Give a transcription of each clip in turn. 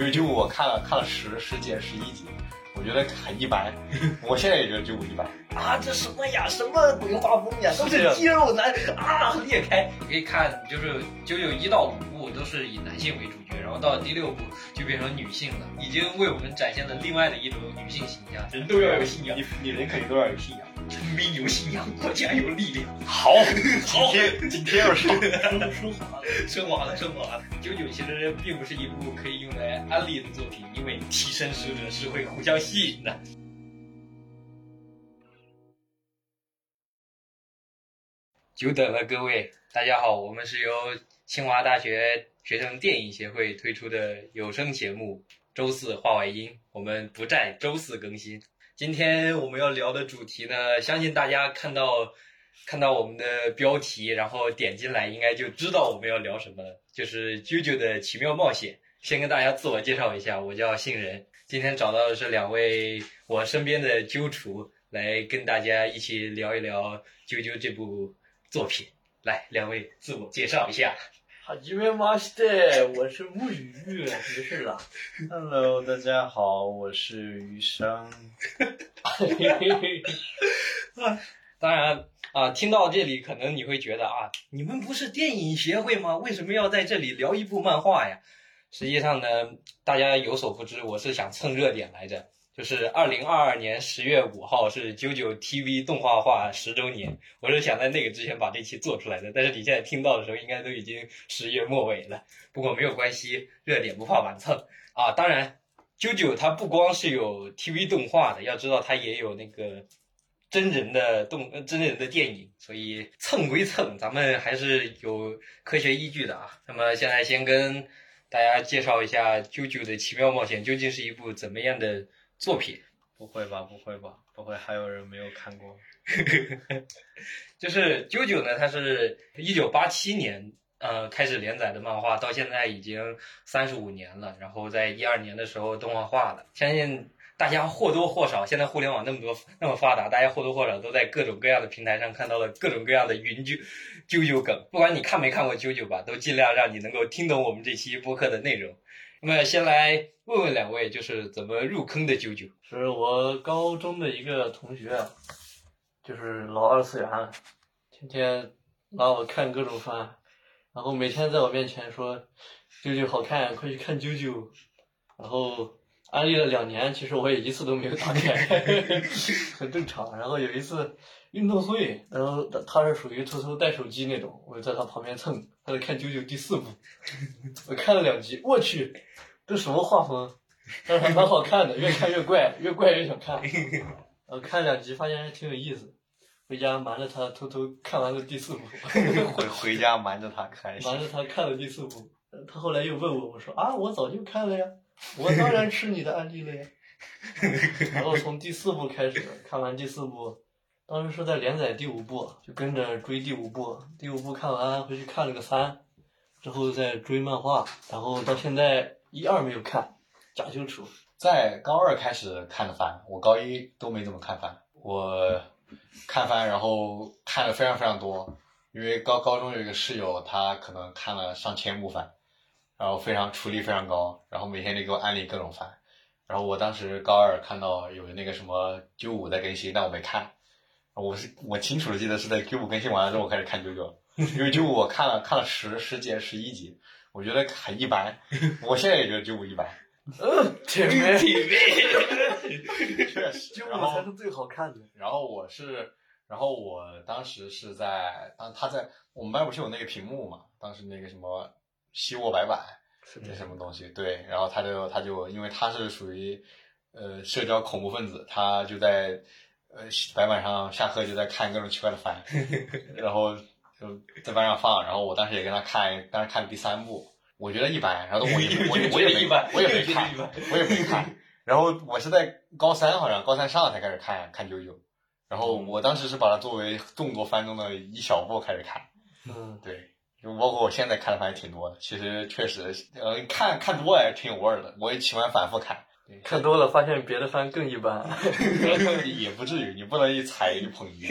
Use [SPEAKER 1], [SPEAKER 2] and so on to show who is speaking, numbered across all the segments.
[SPEAKER 1] 有一句我看了看了十十节十一集，我觉得很一般，我现在也觉得就一 般。
[SPEAKER 2] 啊，这什么呀，什么鬼画风呀，都是肌肉男啊，裂开。
[SPEAKER 3] 你可以看，就是九九一到五部都是以男性为主角，然后到第六部就变成女性了，已经为我们展现了另外的一种女性形象。人都要有信仰，
[SPEAKER 1] 你你人肯定都要有信仰。
[SPEAKER 3] 沉迷有信仰，国家有力量。
[SPEAKER 1] 好， 今
[SPEAKER 3] 好
[SPEAKER 1] 天今天要上。
[SPEAKER 2] 升华了，
[SPEAKER 3] 升华了，升华了。九九其实并不是一部可以用来安利的作品，因为替身使者是会互相吸引的。久等了各位，大家好，我们是由清华大学学生电影协会推出的有声节目《周四话外音》，我们不在周四更新。今天我们要聊的主题呢，相信大家看到看到我们的标题，然后点进来，应该就知道我们要聊什么了，就是啾啾的奇妙冒险。先跟大家自我介绍一下，我叫杏仁，今天找到的是两位我身边的啾厨，来跟大家一起聊一聊啾啾这部作品。来，两位自我介绍一下。
[SPEAKER 2] 好，因为马西的 我是木鱼，没事了。
[SPEAKER 4] Hello，大家好，我是余生。
[SPEAKER 3] 当然啊，听到这里，可能你会觉得啊，你们不是电影协会吗？为什么要在这里聊一部漫画呀？实际上呢，大家有所不知，我是想蹭热点来着。就是二零二二年十月五号是九九 TV 动画化十周年，我是想在那个之前把这期做出来的。但是你现在听到的时候，应该都已经十月末尾了。不过没有关系，热点不怕晚蹭啊。当然，九九它不光是有 TV 动画的，要知道它也有那个真人的动呃真人的电影，所以蹭归蹭，咱们还是有科学依据的啊。那么现在先跟大家介绍一下《啾啾的奇妙冒险》究竟是一部怎么样的作品。
[SPEAKER 4] 不会吧，不会吧，不会还有人没有看过？
[SPEAKER 3] 就是啾啾呢，它是一九八七年呃开始连载的漫画，到现在已经三十五年了。然后在一二年的时候动画化了，相信大家或多或少，现在互联网那么多那么发达，大家或多或少都在各种各样的平台上看到了各种各样的云啾啾啾梗。不管你看没看过啾啾吧，都尽量让你能够听懂我们这期播客的内容。那么先来问问两位，就是怎么入坑的啾啾？
[SPEAKER 2] 是我高中的一个同学，就是老二次元，天天拉我看各种番，然后每天在我面前说“啾啾好看，快去看啾啾”，然后安利了两年，其实我也一次都没有打开， 很正常。然后有一次运动会，然后他他是属于偷偷带手机那种，我就在他旁边蹭，他在看啾啾第四部，我看了两集，我去，这什么画风？但是还蛮好看的，越看越怪，越怪越想看。呃，看两集发现还挺有意思，回家瞒着他偷偷看完了第四部，
[SPEAKER 4] 回回家瞒着他看一下
[SPEAKER 2] 瞒。 着他看了第四部。呃他后来又问我，我说啊，我早就看 了呀，我当然吃你的案例了呀。 然后从第四部开始看完第四部，当时是在连载第五部，就跟着追第五部，第五部看完回去看了个三，之后再追漫画，然后到现在一二没有看，假清 楚。
[SPEAKER 1] 在高二开始看的番，我高一都没怎么看番。我看番，然后看了非常非常多，因为高高中有一个室友，他可能看了上千部番，然后非常厨力非常高，然后每天就给我安利各种番。然后我当时高二看到有那个什么九五在更新，但我没看。我是我清楚的记得是在九五更新完了之后我开始看九九，因为九五我看了看了十十节十一集，我觉得很一般，我现在也觉得九五一般。
[SPEAKER 2] 嗯，姐妹，
[SPEAKER 1] 确实，
[SPEAKER 2] 就
[SPEAKER 1] 然
[SPEAKER 2] 我才
[SPEAKER 1] 后
[SPEAKER 2] 是最好看的。
[SPEAKER 1] 然后我是，然后我当时是在，当他在我们班不是有那个屏幕嘛，当时那个什么西沃白板
[SPEAKER 2] 是
[SPEAKER 1] 那什么东西，对，然后他就他就因为他是属于呃社交恐怖分子，他就在呃白板上下课就在看各种奇怪的番，然后就在班上放，然后我当时也跟他看，当时看了第三部，我觉得一般，然后我也我也我也没我也没看， 我也没看。然后我是在高三，好像高三上了才开始看看九九，然后
[SPEAKER 3] 嗯
[SPEAKER 1] 我当时是把它作为众多番中的一小部开始看，
[SPEAKER 2] 嗯，
[SPEAKER 1] 对，就包括我现在看的番也挺多的。其实确实，呃，看看多了也挺有味儿的，我也喜欢反复看。
[SPEAKER 2] 看多 了发现别的番更一般。
[SPEAKER 1] 也不至于，你不能一踩一捧一。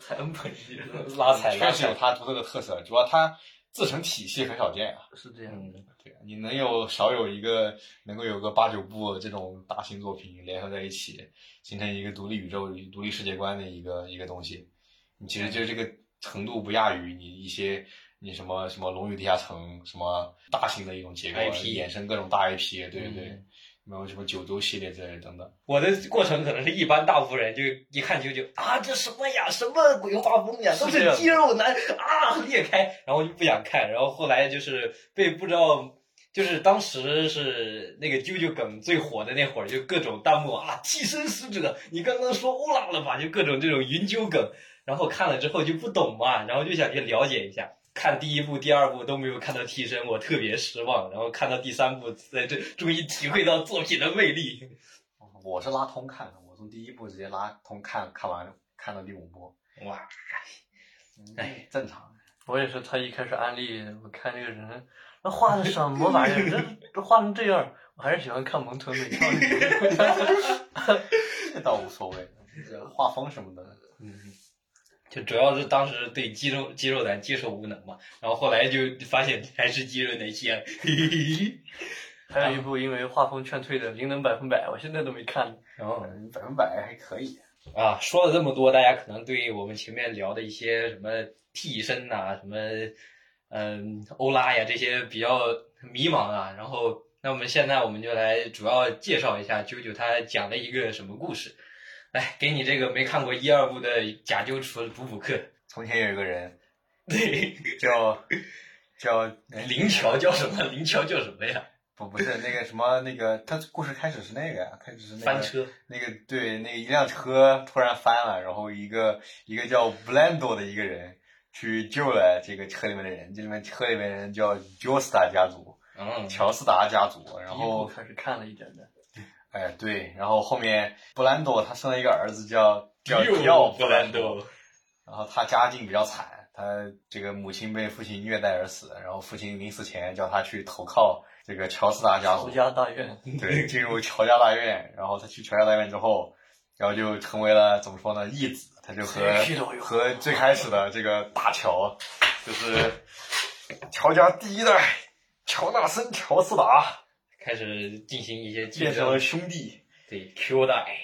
[SPEAKER 2] 才恩本意，
[SPEAKER 3] 拉踩拉
[SPEAKER 1] 确实有
[SPEAKER 3] 踩，
[SPEAKER 1] 它独特的特色，主要它自成体系很少见啊。
[SPEAKER 2] 是这样的。
[SPEAKER 3] 嗯，
[SPEAKER 1] 对，啊你能有少有一个能够有个八九部这种大型作品联合在一起，形成一个独立宇宙、独立世界观的一个一个东西，你其实就是这个程度不亚于你一些你什么什么《龙与地下城》什么大型的一种结构啊
[SPEAKER 3] IP
[SPEAKER 1] 衍生各种大 IP，对对对，
[SPEAKER 3] 嗯
[SPEAKER 1] 没有什么九州系列之类的等等。
[SPEAKER 3] 我的过程可能是一般大部分人就一看就就啊这什么呀，什么鬼画风呀，都
[SPEAKER 2] 是这样
[SPEAKER 3] 是
[SPEAKER 2] 的
[SPEAKER 3] 肌肉男啊裂开，然后就不想看，然后后来就是被不知道。就是当时是那个啾啾梗最火的那会儿，就各种弹幕啊，替身使者，你刚刚说欧拉了吧？就各种这种云啾梗，然后看了之后就不懂嘛，然后就想去了解一下。看第一部、第二部都没有看到替身，我特别失望。然后看到第三部，在这终于体会到作品的魅力。
[SPEAKER 1] 我是拉通看的，我从第一部直接拉通看，看完看到第五部，
[SPEAKER 3] 哇，
[SPEAKER 1] 哎，正常。
[SPEAKER 2] 我也是，他一开始安利，我看这个人，那画的什么玩意 儿？这这画成这样，我还是喜欢看萌豚美少女。
[SPEAKER 1] 这倒无所谓，这画风什么的，
[SPEAKER 3] 嗯，就主要是当时对肌肉肌肉男接受无能嘛，然后后来就发现还是肌肉男香。嘿嘿嘿
[SPEAKER 2] 还有一部因为画风劝退的《灵能百分百》，我现在都没看。
[SPEAKER 3] 然后
[SPEAKER 1] 百分百还可以。
[SPEAKER 3] 啊，说了这么多，大家可能对我们前面聊的一些什么替身呐、什么嗯欧拉呀这些比较迷茫啊。然后，那我们现在我们就来主要介绍一下啾啾他讲了一个什么故事。来，给你这个没看过一二部的假啾厨补补课。
[SPEAKER 1] 从前有一个人
[SPEAKER 3] 对，
[SPEAKER 1] 叫叫
[SPEAKER 3] 哎灵桥叫什么？灵桥叫什么呀？
[SPEAKER 1] 不不是那个什么那个，他故事开始是那个呀，开始是那个
[SPEAKER 3] 翻车。
[SPEAKER 1] 那个对那个一辆车突然翻了，然后一个一个叫 Blando 的一个人去救了这个车里面的人，这里面车里面的人叫 Josta 家族，
[SPEAKER 3] 嗯，
[SPEAKER 1] 乔斯达家族，然
[SPEAKER 2] 第一部
[SPEAKER 1] 后
[SPEAKER 2] 开始看了一点的，
[SPEAKER 1] 哎对，然后后面布兰多他生了一个儿子叫叫
[SPEAKER 3] 又
[SPEAKER 1] 迪奥
[SPEAKER 3] 布兰豆，
[SPEAKER 1] 然后他家境比较惨，他这个母亲被父亲虐待而死，然后父亲临死前叫他去投靠这个乔斯达家族
[SPEAKER 2] 胡，家大院，
[SPEAKER 1] 对，进入乔家大院，然后他去乔家大院之后，然后就成为了怎么说呢，义子，他就和
[SPEAKER 2] 谁去都有
[SPEAKER 1] 和最开始的这个大乔，就是乔家第一代乔纳森乔斯达
[SPEAKER 3] 开始进行一些竞
[SPEAKER 1] 变成了
[SPEAKER 3] 争。
[SPEAKER 1] 兄弟。
[SPEAKER 3] 对，Q 的，哎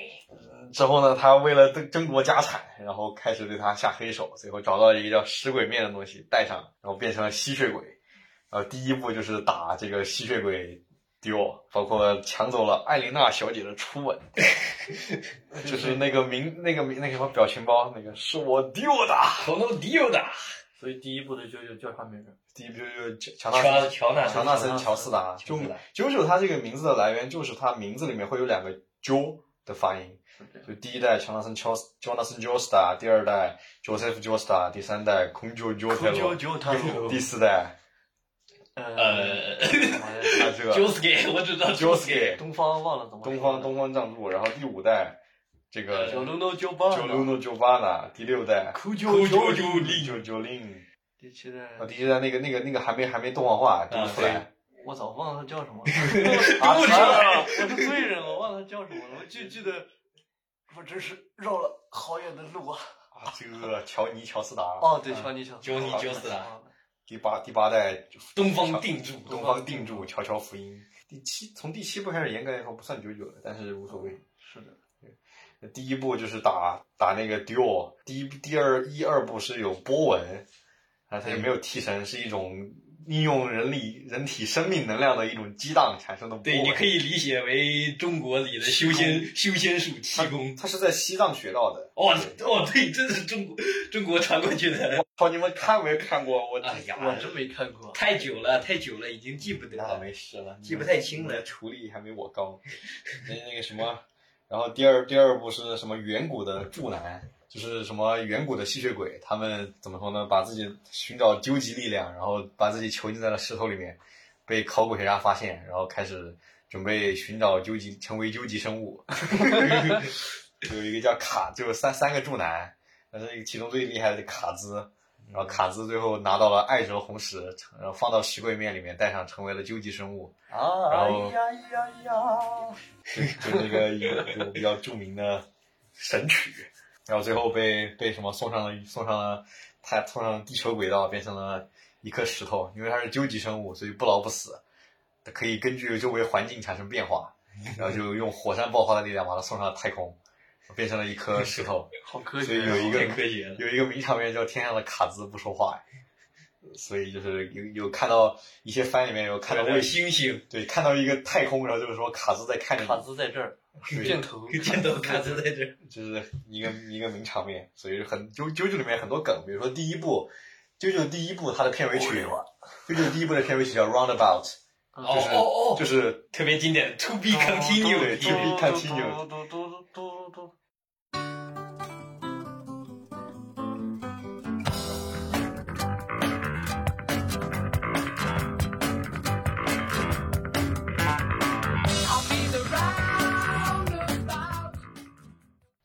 [SPEAKER 1] 之后呢，他为了争争夺家产，然后开始对他下黑手，最后找到一个叫食鬼面的东西带上，然后变成了吸血鬼。然后第一步就是打这个吸血鬼迪奥，包括抢走了艾琳娜小姐的初吻，就是那个名那个名那个什么表情包，那个是我迪奥的。
[SPEAKER 3] 头头迪欧的，
[SPEAKER 2] 所以第一部的舅舅叫啥名儿？
[SPEAKER 1] 第一步就是乔纳
[SPEAKER 3] 乔
[SPEAKER 1] 森
[SPEAKER 3] 乔纳
[SPEAKER 1] 乔
[SPEAKER 3] 森，
[SPEAKER 1] 纳森乔斯达，
[SPEAKER 3] 乔
[SPEAKER 1] 就
[SPEAKER 3] 斯达
[SPEAKER 1] 九九他这个名字的来源就是他名字里面会有两个 “jo” 的发音，
[SPEAKER 2] 是这样
[SPEAKER 1] 就第一代乔纳森乔斯 Jonathan Joestar，第二代 Joseph Joestar，第三代空九 j o t e
[SPEAKER 2] 舅他
[SPEAKER 1] 第四代
[SPEAKER 2] 呃，
[SPEAKER 3] 呃
[SPEAKER 2] 什么
[SPEAKER 1] 他
[SPEAKER 2] 来 着
[SPEAKER 1] 这
[SPEAKER 3] j o s k 我知道
[SPEAKER 1] j o s k
[SPEAKER 2] 东方忘了怎么说了。
[SPEAKER 1] 东方东呃方藏柱，然后第五代这个 j
[SPEAKER 2] 九龙都九
[SPEAKER 1] o l u
[SPEAKER 2] 八，
[SPEAKER 1] n o Giovanna，第六代
[SPEAKER 2] 哭
[SPEAKER 1] j o j o l i n
[SPEAKER 2] 第七代，
[SPEAKER 1] 啊，第七代那个那个那个还没还没动画化读不出来，
[SPEAKER 2] 我早忘了他叫什 么了。
[SPEAKER 1] 啊
[SPEAKER 3] 不出来
[SPEAKER 2] 我是罪人，我忘了叫什么了，我就记得，我真是绕了好远的路啊！
[SPEAKER 1] 啊这个乔尼乔斯达，
[SPEAKER 2] 哦，对，乔尼乔，
[SPEAKER 3] 乔尼乔斯
[SPEAKER 2] 啊
[SPEAKER 3] 达，
[SPEAKER 1] 第八第八代
[SPEAKER 3] 东方定住，
[SPEAKER 1] 东方定住《乔乔福音》第七，从第七部开始，严格来说不算九九了，但是无所
[SPEAKER 3] 哦
[SPEAKER 1] 谓。
[SPEAKER 2] 是的，
[SPEAKER 1] 第一部就是打打那个 duo，第一第二一二部是有波纹，啊，它也
[SPEAKER 3] 嗯
[SPEAKER 1] 没有替身，是一种利用人力人体生命能量的一种激荡产生的波
[SPEAKER 3] 对，
[SPEAKER 1] 纹。
[SPEAKER 3] 你可以理解为中国里的修仙修仙术气功。
[SPEAKER 1] 它是在西藏学到的。
[SPEAKER 3] 哦哦，对，这是中国中国传过去的。
[SPEAKER 1] 操，你们看没看过？我
[SPEAKER 3] 哎呀，
[SPEAKER 2] 我真没看过。
[SPEAKER 3] 太久了，太久了，已经记不得
[SPEAKER 1] 那
[SPEAKER 3] 了。
[SPEAKER 1] 没事了，
[SPEAKER 3] 记不太清了
[SPEAKER 1] 你的厨力还没我 高。那那个什么，然后第二第二部是什么？远古的柱男，就是什么远古的吸血鬼，他们怎么说呢？把自己寻找究极力量，然后把自己囚禁在了石头里面，被考古学家发现，然后开始准备寻找究极，成为究极生物。 有一个叫卡，就有三三个柱男，但是其中最厉害的卡兹，然后卡兹最后拿到了艾哲红石，然后放到石柜面里面带上，成为了究极生物，
[SPEAKER 2] 啊
[SPEAKER 1] 然后
[SPEAKER 2] 呀呀呀！
[SPEAKER 1] 就就那个一个就比较著名的神曲。然后最后被被什么送上了送上了太送上了地球轨道，变成了一颗石头，因为它是究极生物，所以不老不死，它可以根据周围环境产生变化，然后就用火山爆发的力量把它送上太空，变成了一颗石头。
[SPEAKER 2] 好科
[SPEAKER 1] 所
[SPEAKER 2] 学
[SPEAKER 1] 以
[SPEAKER 2] 啊，
[SPEAKER 1] 有一个
[SPEAKER 3] 太科学了
[SPEAKER 1] 有一个名场面叫“天上的卡兹不说话”，所以就是有有看到一些番里面有看到卫星，
[SPEAKER 3] 星星，
[SPEAKER 1] 对，看到一个太空，然后就是说卡兹在看着
[SPEAKER 2] 卡
[SPEAKER 1] 你，
[SPEAKER 2] 兹在这儿，
[SPEAKER 1] 对
[SPEAKER 2] 箭头，
[SPEAKER 3] 见到卡兹在这儿。
[SPEAKER 1] 就是一个一个名场面，所以很啾啾啾里面很多梗，比如说第一部啾啾第一部它的片
[SPEAKER 3] 哦
[SPEAKER 1] 尾曲，啾啾第一部的片尾曲叫 Roundabout，
[SPEAKER 2] 哦
[SPEAKER 1] 就是
[SPEAKER 3] 哦哦哦
[SPEAKER 1] 就是
[SPEAKER 3] 特别经典的 To be
[SPEAKER 1] 对
[SPEAKER 3] continued，
[SPEAKER 1] ，to be continued
[SPEAKER 2] 嘟嘟嘟嘟嘟嘟。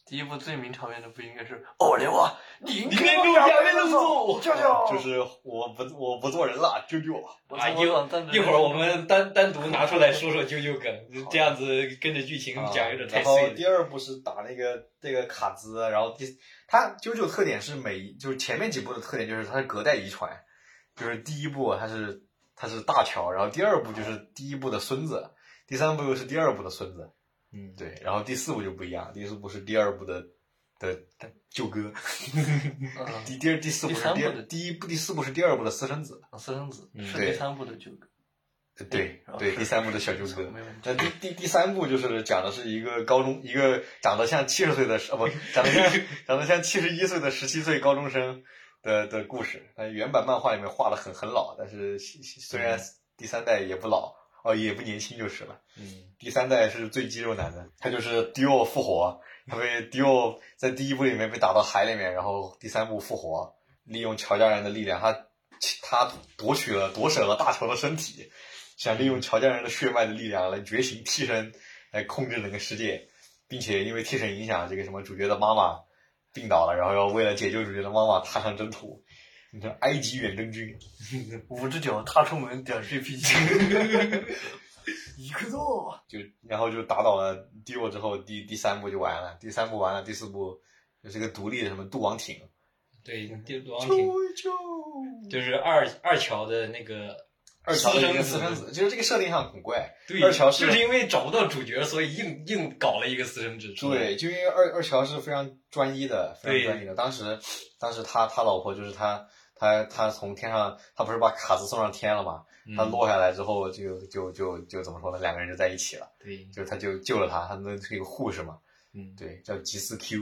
[SPEAKER 2] 第一部最名场面的不应该是哦，刘啊，你
[SPEAKER 3] 你面给我两边都走
[SPEAKER 2] 舅舅，
[SPEAKER 1] 就是我不我不做人了，啾啾，
[SPEAKER 3] 啊一会一会儿我们单单独拿出来说说啾啾梗，这样子跟着剧情讲有点太
[SPEAKER 1] 啊然后
[SPEAKER 3] 碎了。
[SPEAKER 1] 第二部是打那个这个卡兹，然后第它啾啾特点是每就是前面几部的特点就是它是隔代遗传，就是第一部它是它是大乔，然后第二部就是第一部的孙子，第三部又是第二部的孙子，
[SPEAKER 3] 嗯，
[SPEAKER 1] 对，然后第四部就不一样，第四部是第二部的的的舅哥，
[SPEAKER 2] 嗯
[SPEAKER 1] 第第二第四部是第
[SPEAKER 2] 第三
[SPEAKER 1] 二
[SPEAKER 2] 部的
[SPEAKER 1] 第一部第四部是第二部的私生子，
[SPEAKER 2] 私生子
[SPEAKER 3] 嗯
[SPEAKER 2] 是
[SPEAKER 1] 对
[SPEAKER 2] 第三部的九个，
[SPEAKER 1] 呃对
[SPEAKER 3] 哦
[SPEAKER 2] 然后
[SPEAKER 1] 对，
[SPEAKER 2] 是
[SPEAKER 1] 第三部的小舅哥，
[SPEAKER 2] 没问题。
[SPEAKER 1] 那第第第三部就是讲的是一个高中，一个长得像七十岁的呃不，长得像长得像七十一岁的十七岁高中生的的故事。呃，原版漫画里面画的很很老，但是虽虽然第三代也不老，哦也不年轻就是了。
[SPEAKER 3] 嗯，
[SPEAKER 1] 第三代是最肌肉男的，他就是迪奥复活，他被迪奥在第一部里面被打到海里面，然后第三部复活，利用乔家人的力量，他他夺取了夺舍了大乔的身体，想利用乔家人的血脉的力量来觉醒替身，来控制整个世界，并且因为替身影响，这个什么主角的妈妈病倒了，然后要为了解救主角的妈妈踏上征途，你看埃及远征军，
[SPEAKER 2] 五只脚踏出门点 GPG，一 个哦多。
[SPEAKER 1] 就然后就打倒了迪奥之后，第第三部就完了，第三部完了，第四部就是个独立的什么杜王挺，
[SPEAKER 3] 对，帝国王庭就是二二乔的那个
[SPEAKER 1] 二乔的一个
[SPEAKER 3] 私
[SPEAKER 1] 私
[SPEAKER 3] 生
[SPEAKER 1] 生
[SPEAKER 3] 子，
[SPEAKER 1] 子，就是这个设定上很怪。
[SPEAKER 3] 对，
[SPEAKER 1] 二乔是
[SPEAKER 3] 就是因为找不到主角，所以硬硬搞了一个私生子出来。
[SPEAKER 1] 对，就因为二二乔是非常专一的，非
[SPEAKER 3] 对
[SPEAKER 1] 常专一的。当时，当时他他老婆就是他他他从天上，他不是把卡兹送上天了嘛？
[SPEAKER 3] 嗯，
[SPEAKER 1] 他落下来之后就，就就就就怎么说呢？两个人就在一起了，
[SPEAKER 3] 对，
[SPEAKER 1] 就他就救了他，他那是一个护士嘛，
[SPEAKER 3] 嗯，
[SPEAKER 1] 对，叫吉斯 Q，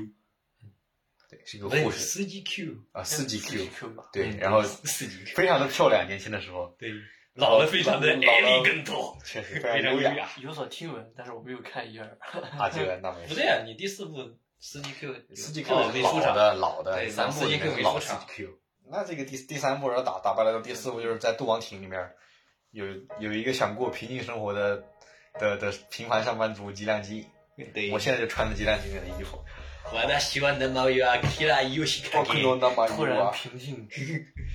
[SPEAKER 1] 对，是一个
[SPEAKER 3] 不是
[SPEAKER 1] 护士
[SPEAKER 3] 司机 Q，
[SPEAKER 1] 啊，四级 Q，
[SPEAKER 2] Q 吧，
[SPEAKER 1] 对，
[SPEAKER 3] 嗯
[SPEAKER 1] 然后
[SPEAKER 3] 四级 Q，
[SPEAKER 1] 非常的漂亮，年轻的时候，
[SPEAKER 3] 对，老了非常的
[SPEAKER 1] 老了
[SPEAKER 3] elegant，
[SPEAKER 1] 确实
[SPEAKER 3] 非
[SPEAKER 1] 非
[SPEAKER 3] 常
[SPEAKER 1] 常
[SPEAKER 3] 优
[SPEAKER 1] 优
[SPEAKER 3] 雅
[SPEAKER 1] 雅。
[SPEAKER 2] 有所听闻，但是我没有看一二。
[SPEAKER 1] 啊，这个那没
[SPEAKER 3] 不
[SPEAKER 1] 事。
[SPEAKER 3] 对啊，你第四部司机 Q，
[SPEAKER 1] 司机 Q
[SPEAKER 3] 哦没出
[SPEAKER 1] 老
[SPEAKER 3] 场，
[SPEAKER 1] 的老的，
[SPEAKER 3] 对
[SPEAKER 1] 第三部
[SPEAKER 3] 司机 Q
[SPEAKER 1] 里面
[SPEAKER 3] 没
[SPEAKER 1] 老
[SPEAKER 3] 出
[SPEAKER 1] 司机
[SPEAKER 3] 场
[SPEAKER 1] Q。那这个第第三部，然后打打败了第四部，就是在杜王庭里面有有一个想过平静生活的的的平凡上班族吉良吉影，
[SPEAKER 3] 对，
[SPEAKER 1] 我现在就穿着吉良吉影的衣服。
[SPEAKER 3] 我的希望的猫有啊，キラヨシカゲ。
[SPEAKER 2] 突然平静，
[SPEAKER 1] 啊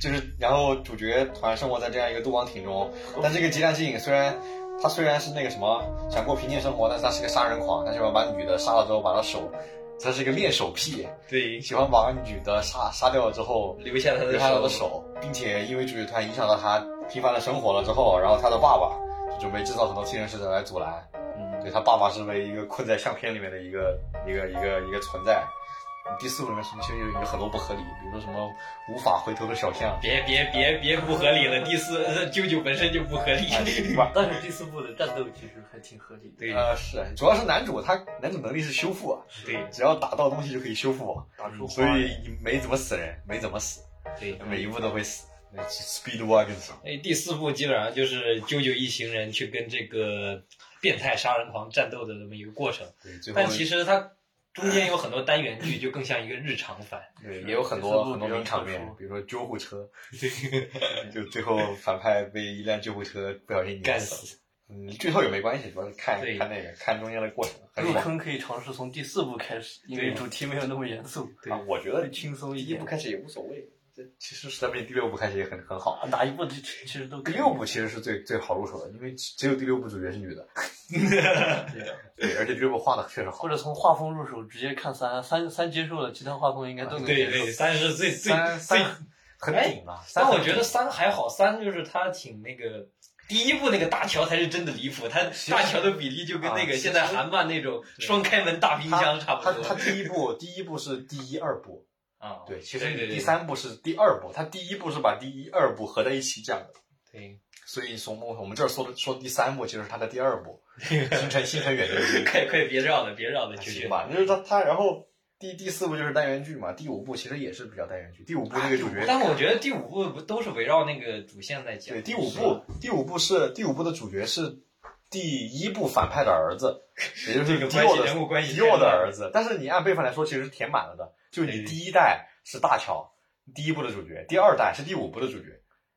[SPEAKER 1] 就是，然后主角好像生活在这样一个杜邦庭中，但这个吉良吉影虽然他虽然是那个什么想过平静生活，但是他是个杀人狂，他喜欢把女的杀了之后把她手，他是一个恋手癖，
[SPEAKER 3] 对，
[SPEAKER 1] 喜欢把女的杀杀掉了之后
[SPEAKER 3] 留下他
[SPEAKER 1] 留
[SPEAKER 3] 的
[SPEAKER 1] 下她的
[SPEAKER 3] 手，
[SPEAKER 1] 手，并且因为主角团影响到他平凡的生活了之后，然后他的爸爸就准备制造很多替身使者来阻拦，
[SPEAKER 3] 嗯，
[SPEAKER 1] 对他爸爸是为一个困在相片里面的一个一个一个一个存在。第四部里面其实有有很多不合理，比如说什么无法回头的小象，
[SPEAKER 3] 别别别别不合理了，第四呃舅舅本身就不合理，
[SPEAKER 1] 啊
[SPEAKER 2] 但是第四部的战斗其实还挺合理的，
[SPEAKER 3] 对
[SPEAKER 1] 呃，是，主要是男主他男主能力是修复啊，
[SPEAKER 3] 对
[SPEAKER 1] 只要打到东西就可以修复，嗯
[SPEAKER 2] 打出花
[SPEAKER 1] 所
[SPEAKER 2] 来
[SPEAKER 1] 以没怎么死人，没怎么死，
[SPEAKER 3] 对。
[SPEAKER 1] 每一步都会死。Speed Wagon
[SPEAKER 3] 哎，第四部基本上就是啾啾一行人去跟这个变态杀人狂战斗的这么一个过程，
[SPEAKER 1] 对，最后
[SPEAKER 3] 但其实它中间有很多单元剧，就更像一个日常番。
[SPEAKER 1] 对也有很多很多名场面
[SPEAKER 2] 比较特殊，
[SPEAKER 1] 比如说救护 车，就最后反派被一辆救护车不小心
[SPEAKER 3] 干
[SPEAKER 1] 碾死。
[SPEAKER 3] 死，
[SPEAKER 1] 嗯，剧透也没关系，主要是看
[SPEAKER 3] 对
[SPEAKER 1] 看那个看中间的过程，很
[SPEAKER 2] 入
[SPEAKER 1] 爽。
[SPEAKER 2] 坑可以尝试从第四部开始，因为主题没有那么严肃，
[SPEAKER 1] 啊，我觉得
[SPEAKER 2] 会轻松
[SPEAKER 1] 第
[SPEAKER 2] 一
[SPEAKER 1] 一
[SPEAKER 2] 点
[SPEAKER 1] 部。开始也无所谓，其实实在不行第六部开始也很很好。
[SPEAKER 2] 啊哪一部其其实都可
[SPEAKER 1] 第
[SPEAKER 2] 以
[SPEAKER 1] 六部其实是最最好入手的，因为只有第六部主角是 女的，
[SPEAKER 2] 对啊
[SPEAKER 1] 对，而且第六部画的确实好
[SPEAKER 2] 或。者从画风入手，直接看三三三接受了，其他画风应该都能
[SPEAKER 3] 对
[SPEAKER 2] 接受。
[SPEAKER 3] 对，三是最最
[SPEAKER 1] 三
[SPEAKER 3] 最
[SPEAKER 1] 三很顶啊，三
[SPEAKER 3] 但哎我
[SPEAKER 1] 很
[SPEAKER 3] 觉
[SPEAKER 1] 顶
[SPEAKER 3] 得三还好，三就是他挺那个，第一部那个大乔才是真的离谱，他大乔的比例就跟那
[SPEAKER 1] 啊
[SPEAKER 3] 个现在韩漫那种
[SPEAKER 1] 对
[SPEAKER 3] 双开门大冰箱差不
[SPEAKER 1] 他他
[SPEAKER 3] 多
[SPEAKER 1] 第一部第一部是第一二部，
[SPEAKER 3] 啊。
[SPEAKER 1] 对，其
[SPEAKER 3] 对
[SPEAKER 1] 实
[SPEAKER 3] 对
[SPEAKER 1] 第三部是第二部，他第一部是把第一二部合在一起讲的，
[SPEAKER 3] 对，
[SPEAKER 1] 所以从我们这儿说的说第三部，其实是他的第二 部，星辰星辰远征军。
[SPEAKER 3] 快快别绕了，别绕了，求
[SPEAKER 1] 行
[SPEAKER 3] 求
[SPEAKER 1] 吧，就是他他然后第第四部就是单元剧嘛，第五部其实也是比较单元剧，第五部那个主角，
[SPEAKER 3] 但我觉得第五部不都是围绕那个主线在讲。
[SPEAKER 1] 对第五部第五部是第五部的主角是第一部反派的儿子，也就是
[SPEAKER 3] 这个
[SPEAKER 1] 迪
[SPEAKER 3] 关系
[SPEAKER 1] 奥的
[SPEAKER 3] 人物关系
[SPEAKER 1] 迪奥
[SPEAKER 3] 太
[SPEAKER 1] 的
[SPEAKER 3] 乱
[SPEAKER 1] 儿子，但是你按辈分来说其实是填满了的，就
[SPEAKER 3] 对
[SPEAKER 1] 你第一代是大乔，第一部的主角，第二代是第五部的主角。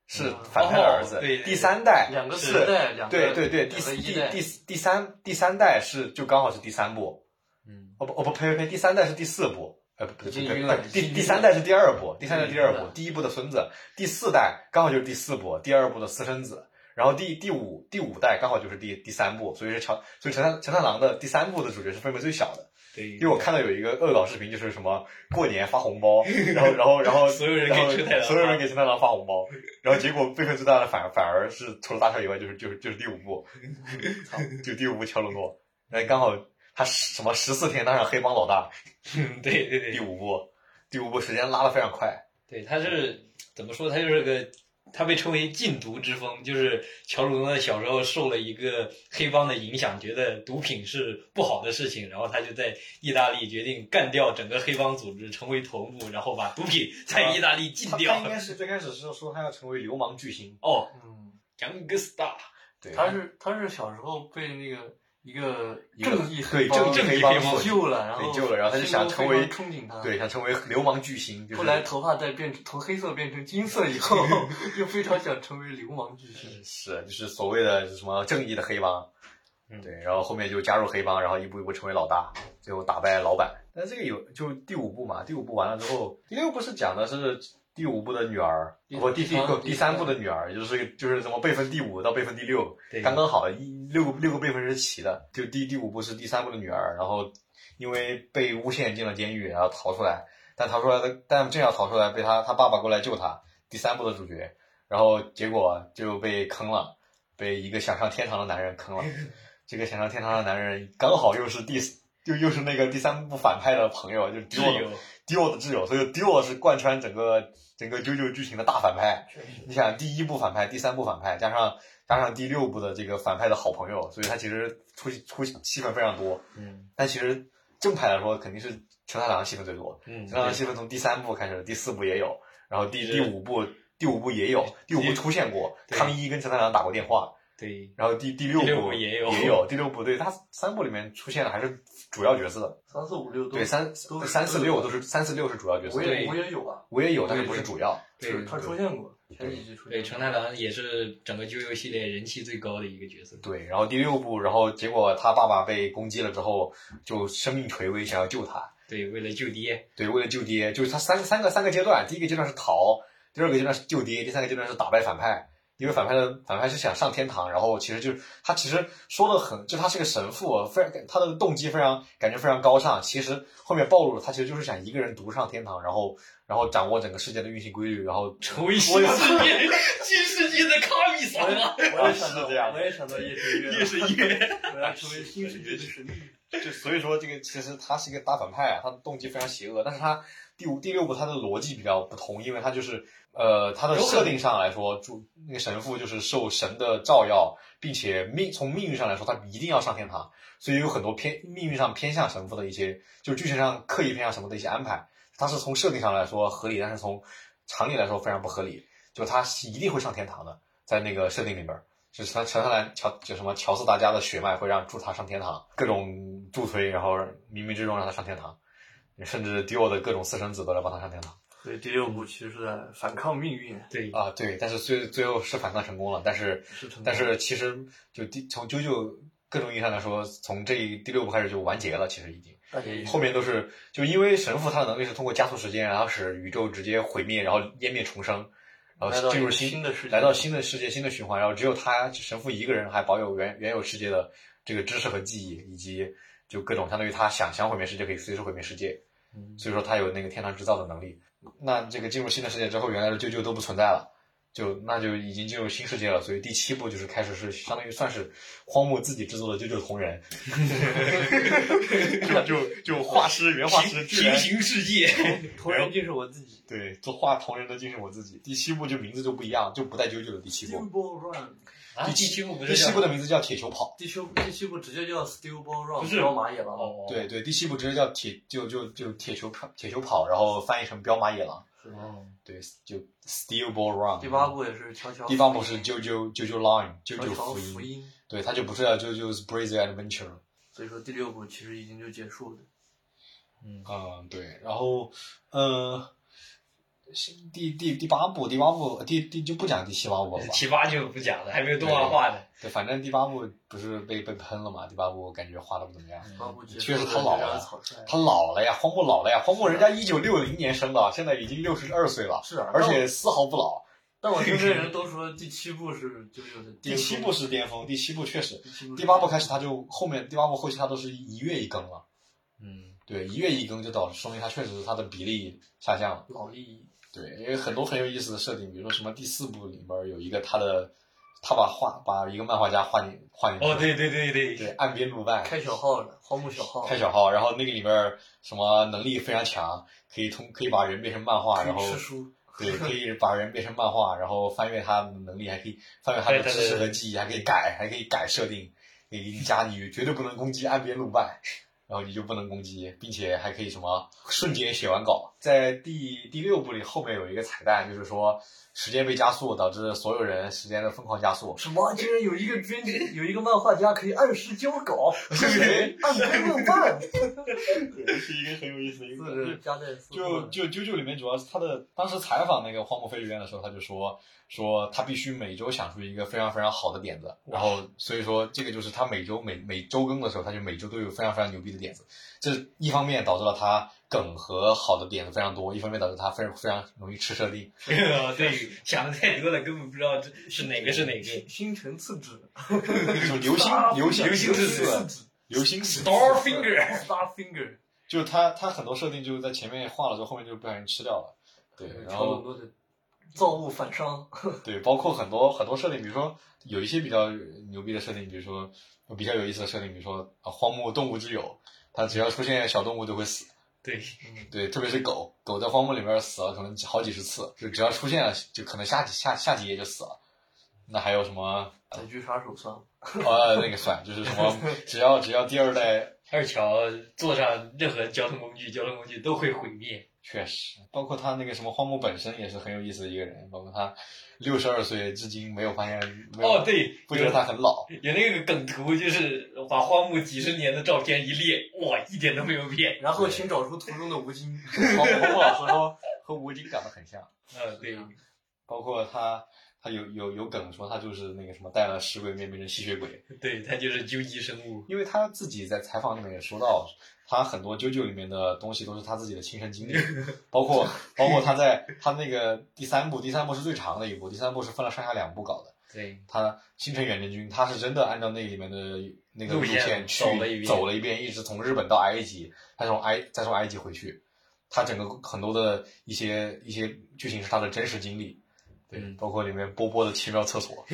[SPEAKER 1] 是反派的儿子，
[SPEAKER 3] 哦对对
[SPEAKER 1] 第三代
[SPEAKER 2] 两个
[SPEAKER 1] 是
[SPEAKER 2] 时代，两个
[SPEAKER 1] 对对对，第
[SPEAKER 2] 两个
[SPEAKER 1] 四
[SPEAKER 2] 一
[SPEAKER 1] 第
[SPEAKER 2] 代
[SPEAKER 1] 第四第三第三代是就刚好是第三部，
[SPEAKER 3] 嗯，
[SPEAKER 1] 哦不哦不呸呸呸，第三代是第四部，呃不不
[SPEAKER 2] 已经
[SPEAKER 1] 不
[SPEAKER 2] 晕了
[SPEAKER 1] 不
[SPEAKER 2] 已经
[SPEAKER 1] 第
[SPEAKER 2] 晕
[SPEAKER 1] 第
[SPEAKER 2] 了
[SPEAKER 1] 三代是第二部，第三代第二
[SPEAKER 2] 已经晕
[SPEAKER 1] 部
[SPEAKER 2] 了，
[SPEAKER 1] 第一部的孙子，第四代刚好就是第四部，第二部的私生子，然后第第五第五代刚好就是第第三部，所以是乔，所以陈太陈太郎的第三部的主角是分别最小的，
[SPEAKER 3] 对
[SPEAKER 1] 因为我看到有一个恶搞视频，就是什么过年发红包，然后然后然后
[SPEAKER 3] 所有人给
[SPEAKER 1] 然后
[SPEAKER 3] 陈太郎发
[SPEAKER 1] 所有人给陈太郎发红包，然后结果辈分最大的反反而是除了大乔以外，就是就是就是第五部， 操就第五部乔鲁诺，那刚好他十什么十四天当上黑帮老大，
[SPEAKER 3] 对对
[SPEAKER 1] 第
[SPEAKER 3] 对
[SPEAKER 1] 五部第五部时间拉的非常快，
[SPEAKER 3] 对，他是怎么说？他就是个。他被称为禁毒之风，就是乔鲁诺小时候受了一个黑帮的影响，觉得毒品是不好的事情，然后他就在意大利决定干掉整个黑帮组织，成为头目，然后把毒品在意大利禁
[SPEAKER 1] 啊他
[SPEAKER 3] 掉。
[SPEAKER 1] 他应该是最开始是说他要成为流氓巨星，
[SPEAKER 3] 哦
[SPEAKER 2] 嗯，
[SPEAKER 3] ，Gangsta，
[SPEAKER 1] 对，
[SPEAKER 2] 他是他是小时候被那个一个
[SPEAKER 1] 一个
[SPEAKER 2] 正义
[SPEAKER 1] 对
[SPEAKER 2] 帮
[SPEAKER 1] 正义黑
[SPEAKER 3] 帮
[SPEAKER 2] 所救了，然后
[SPEAKER 1] 对救了然后他就想成为
[SPEAKER 2] 黑帮憧憬他，
[SPEAKER 1] 对想成为流氓巨星，就是
[SPEAKER 2] 后来头发再变从黑色变成金色以后， 就非常想成为流氓巨星。
[SPEAKER 1] 是，就是所谓的什么正义的黑帮，
[SPEAKER 3] 嗯
[SPEAKER 1] 对，然后后面就加入黑帮，然后一步一步成为老大，最后打败老板。但这个有就第五部嘛，第五部完了之后，第六部是讲的是第五部的女儿，
[SPEAKER 2] 第
[SPEAKER 1] 不第第
[SPEAKER 2] 第三
[SPEAKER 1] 不第三部的女儿，就是就是什么辈分第五到辈分第六，
[SPEAKER 3] 对
[SPEAKER 1] 刚刚好一六个六个辈分是齐的，就第第五部是第三部的女儿，然后因为被诬陷进了监狱，然后逃出来，但逃出来的但正要逃出来，被他他爸爸过来救他，第三部的主角，然后结果就被坑了，被一个想上天堂的男人坑了，这个想上天堂的男人刚好又是第四又又是那个第三部反派的朋友，就是迪
[SPEAKER 3] 挚
[SPEAKER 1] 奥的
[SPEAKER 3] 友，
[SPEAKER 1] 迪奥的挚友，所以迪奥是贯穿整个整个啾啾剧情的大反派。
[SPEAKER 2] 确实，
[SPEAKER 1] 你想第一部反派、第三部反派，加上加上第六部的这个反派的好朋友，所以他其实出出戏份非常多。
[SPEAKER 3] 嗯
[SPEAKER 1] 但其实正派来说，肯定是陈太郎戏份最多。
[SPEAKER 3] 嗯
[SPEAKER 1] 陈太郎戏份从第三部开始，第四部也有，然后第第五部第五部也有，第五部出现过，
[SPEAKER 3] 对
[SPEAKER 1] 康一跟陈太郎打过电话。
[SPEAKER 3] 对，
[SPEAKER 1] 然后第第六
[SPEAKER 3] 第六
[SPEAKER 1] 部
[SPEAKER 3] 部也有
[SPEAKER 1] 也有第六部对他三部里面出现的还是主要角色，
[SPEAKER 2] 三四五六都
[SPEAKER 1] 对三
[SPEAKER 2] 都是
[SPEAKER 1] 三四六都是三四六是主要角色
[SPEAKER 2] 我，
[SPEAKER 3] 对
[SPEAKER 2] 也我也有啊，
[SPEAKER 1] 我也有但是不是主要，
[SPEAKER 3] 对
[SPEAKER 2] 是他出现过，前几集出
[SPEAKER 3] 对，
[SPEAKER 2] 现
[SPEAKER 3] 陈
[SPEAKER 2] 过。
[SPEAKER 3] 太郎也是整个啾啾系列人气最高的一个角色。
[SPEAKER 1] 对，然后第六部，然后结果他爸爸被攻击了之后，就生命垂危，想要救他。
[SPEAKER 3] 对，为了救 爹，
[SPEAKER 1] 对，为了救爹，就是他三三个三个阶段，第一个阶段是逃，第二个阶段是救爹，第三个阶段是打败反派。因为反派的反派是想上天堂，然后其实就是他其实说的很，就他是个神父，非常他的动机非常感觉非常高尚。其实后面暴露了，他其实就是想一个人独上天堂，然后然后掌握整个世界的运行规律，然后
[SPEAKER 3] 成为新世界新世界的卡米萨拉，
[SPEAKER 2] 我也想
[SPEAKER 1] 是
[SPEAKER 2] 到
[SPEAKER 1] 这样，
[SPEAKER 2] 我也想到夜神
[SPEAKER 1] 啊
[SPEAKER 2] 月了，
[SPEAKER 3] 夜神 月。
[SPEAKER 2] 我要 成为新世界的神力。
[SPEAKER 1] 就所以说，这个其实他是一个大反派啊，他的动机非常邪恶，但是他第五、第六部他的逻辑比较不同，因为他就是呃，他的设定上来说，主那个神父就是受神的照耀，并且命从命运上来说，他一定要上天堂，所以有很多偏命运上偏向神父的一些，就剧情上刻意偏向神父的一些安排，他是从设定上来说合理，但是从常理来说非常不合理，就他是一定会上天堂的，在那个设定里边。就是他陈汉兰乔就什么乔斯达加的血脉会让助他上天堂，各种助推，然后冥冥之中让他上天堂，甚至迪奥的各种私生子都来帮他上天堂
[SPEAKER 2] 所以第六部其实是在反抗命运，
[SPEAKER 3] 对，
[SPEAKER 1] 啊！对，但是最最后是反抗成功了，但是
[SPEAKER 2] 是成功
[SPEAKER 1] 但是其实就第从啾啾各种意义上来说，从这一第六部开始就完结了，其实已经
[SPEAKER 2] 大结局。
[SPEAKER 1] 后面都是就因为神父他的能力是通过加速时间，然后使宇宙直接毁灭，然后湮灭重生，然
[SPEAKER 2] 来到
[SPEAKER 1] 后进入
[SPEAKER 2] 一个
[SPEAKER 1] 新
[SPEAKER 2] 新的世界
[SPEAKER 1] 来到新的世界、新的循环，然后只有他神父一个人还保有原原有世界的这个知识和记忆，以及就各种相当于他想想毁灭世界可以随时毁灭世界，
[SPEAKER 2] 嗯
[SPEAKER 1] 所以说他有那个天堂制造的能力。那这个进入新的世界之后，原来的舅舅都不存在了。就那就已经进入新世界了，所以第七部就是开始是相当于算是荒木自己制作的《啾啾同人》 就，就就画师原画师
[SPEAKER 3] 平
[SPEAKER 1] 居然
[SPEAKER 3] 平行 世界，
[SPEAKER 2] 同人就是我自己。
[SPEAKER 1] 对做画同人的竟是我自己。第七部就名字就不一样，就不带啾啾的第七部。
[SPEAKER 2] Ball Run，
[SPEAKER 3] 啊，第七部不
[SPEAKER 1] 第
[SPEAKER 3] 是
[SPEAKER 1] 七
[SPEAKER 3] 叫
[SPEAKER 1] 部的名字叫铁球跑，
[SPEAKER 2] 第七部第七部直接叫 Steel Ball
[SPEAKER 3] 不
[SPEAKER 2] Run，
[SPEAKER 3] 是
[SPEAKER 2] 彪马野狼。
[SPEAKER 3] 哦，
[SPEAKER 1] 对对，第七部直接叫铁就就就铁球跑铁球跑，然后翻译成彪马野狼，
[SPEAKER 2] 是的
[SPEAKER 3] 哦，
[SPEAKER 1] 对，就 Steel Ball Run。
[SPEAKER 2] 第八部也是乔乔。
[SPEAKER 1] 第八部是啾啾啾啾 Line 啾
[SPEAKER 2] 乔
[SPEAKER 1] 啾
[SPEAKER 2] 乔
[SPEAKER 1] 哦福
[SPEAKER 2] 福
[SPEAKER 1] 音，
[SPEAKER 2] 音，
[SPEAKER 1] 对，它就不是叫啾啾 Brazy Adventure。
[SPEAKER 2] 所以说第六部其实已经就结束了。
[SPEAKER 1] 嗯，对，然后，呃，新第第第八部，第八部，第第就不讲第七八部了吧？
[SPEAKER 3] 七八就不讲了，还没有动画化 呢。
[SPEAKER 1] 对，反正第八部不是被被喷了嘛？第八部我感觉画的不怎么样，
[SPEAKER 2] 第八部结束
[SPEAKER 1] 确实他老了
[SPEAKER 2] 草率。
[SPEAKER 1] 他老了呀，荒木老了呀，荒木人家一九六零年生的，现在已经六十二岁了，
[SPEAKER 2] 是啊，
[SPEAKER 1] 而且丝毫不老。
[SPEAKER 2] 但我身边人都说第七部是就是有的
[SPEAKER 1] 第
[SPEAKER 2] 巅峰
[SPEAKER 1] 七部是巅峰，第七部确实，
[SPEAKER 2] 第七部是
[SPEAKER 1] 第八部开始他就后面第八部后期他都是一月一更了，
[SPEAKER 3] 嗯，
[SPEAKER 1] 对，一月一更就导说明他确实他的比例下降了。
[SPEAKER 2] 老力
[SPEAKER 1] 对，因为很多很有意思的设定，比如说什么第四部里面有一个他的，他把画把一个漫画家画进画进去，
[SPEAKER 3] 哦，对对对
[SPEAKER 1] 对
[SPEAKER 3] 对，，
[SPEAKER 1] 岸边露伴
[SPEAKER 2] 开小号了，荒木小号，
[SPEAKER 1] 开小号，然后那个里面什么能力非常强，可以通可以把人变成漫画，然
[SPEAKER 2] 可
[SPEAKER 1] 后
[SPEAKER 2] 以吃书，
[SPEAKER 1] 对，可以把人变成漫画，然后翻阅他的能力，还可以翻阅他的
[SPEAKER 3] 对对
[SPEAKER 1] 知
[SPEAKER 3] 对
[SPEAKER 1] 识和
[SPEAKER 3] 对
[SPEAKER 1] 记忆，还可以改，还可以改设定，可以给你加你绝对不能攻击岸边露伴，然后你就不能攻击，并且还可以什么瞬间写完稿。在第第六部里后面有一个彩蛋，就是说时间被加速，导致所有人时间的疯狂加速。
[SPEAKER 2] 什么？竟然有一个编辑，有一个漫画家可以按时交稿，按时弄饭，
[SPEAKER 1] 是一个很有意思的一
[SPEAKER 2] 四人加在四
[SPEAKER 1] 就
[SPEAKER 3] 嗯
[SPEAKER 1] 就啾啾里面，主要是他的当时采访那个荒木飞吕彦的时候，他就说说他必须每周想出一个非常非常好的点子，然后所以说这个就是他每周每每周更的时候，他就每周都有非常非常牛逼的点子。这一方面导致了他梗和好的点子非常多，一方面导致他非常非常容易吃设 定。
[SPEAKER 3] 哦对对，想的太多了，根本不知道这是哪个是哪个。
[SPEAKER 2] 星辰次指，
[SPEAKER 1] 就 流星流星
[SPEAKER 3] 流星之
[SPEAKER 1] 四
[SPEAKER 2] 指
[SPEAKER 1] 流星四
[SPEAKER 3] Star Finger，
[SPEAKER 2] ，Star Finger，
[SPEAKER 1] 就是他他很多设定就是在前面画了之后，后面就不小心吃掉了。对，然
[SPEAKER 2] 超
[SPEAKER 1] 后
[SPEAKER 2] 很多的造物反伤，
[SPEAKER 1] 对，包括很多很多设定，比如说有一些比较牛逼的设定，比如说比较有意思的设定，比如说啊，荒漠动物之友，它只要出现小动物就会死，
[SPEAKER 3] 对，
[SPEAKER 1] 对，特别是狗，狗在荒漠里面死了可能好几十次，就只要出现了，就可能下几下下几页就死了。那还有什么？
[SPEAKER 2] 载具杀手算了，
[SPEAKER 1] 呃，那个算，就是什么，只要只要第二代，
[SPEAKER 3] 二乔坐上任何交通工具，交通工具都会毁灭。
[SPEAKER 1] 确实，包括他那个什么荒漠本身也是很有意思的一个人，包括他六十二岁至今没有发现，没有
[SPEAKER 3] 哦，，对，
[SPEAKER 1] 不觉得他很老。
[SPEAKER 3] 有那个梗图，就是把荒木几十年的照片一列，哇，一点都没有变。
[SPEAKER 2] 然后寻找出途中的吴京，
[SPEAKER 1] 包括老师说和吴京长得很像，
[SPEAKER 3] 嗯，对，
[SPEAKER 1] 包括他他有有有梗说他就是那个什么带了食鬼面变成吸血鬼，
[SPEAKER 3] 对，他就是究极生物。
[SPEAKER 1] 因为他自己在采访里面也说到，他很多啾啾里面的东西都是他自己的亲身经历，包括包括他在他那个第三部，第三部是最长的一部，第三部是分了上下两部搞的。
[SPEAKER 3] 对，
[SPEAKER 1] 他新城远征军，他是真的按照那里面的那个
[SPEAKER 3] 路
[SPEAKER 1] 路
[SPEAKER 3] 线
[SPEAKER 1] 线去
[SPEAKER 3] 走了一遍
[SPEAKER 1] 一遍，一直从日本到埃及，再从埃再从埃及回去。他整个很多的一些一些剧情是他的真实经历，对，
[SPEAKER 3] 嗯
[SPEAKER 1] 包括里面波波的奇妙厕所，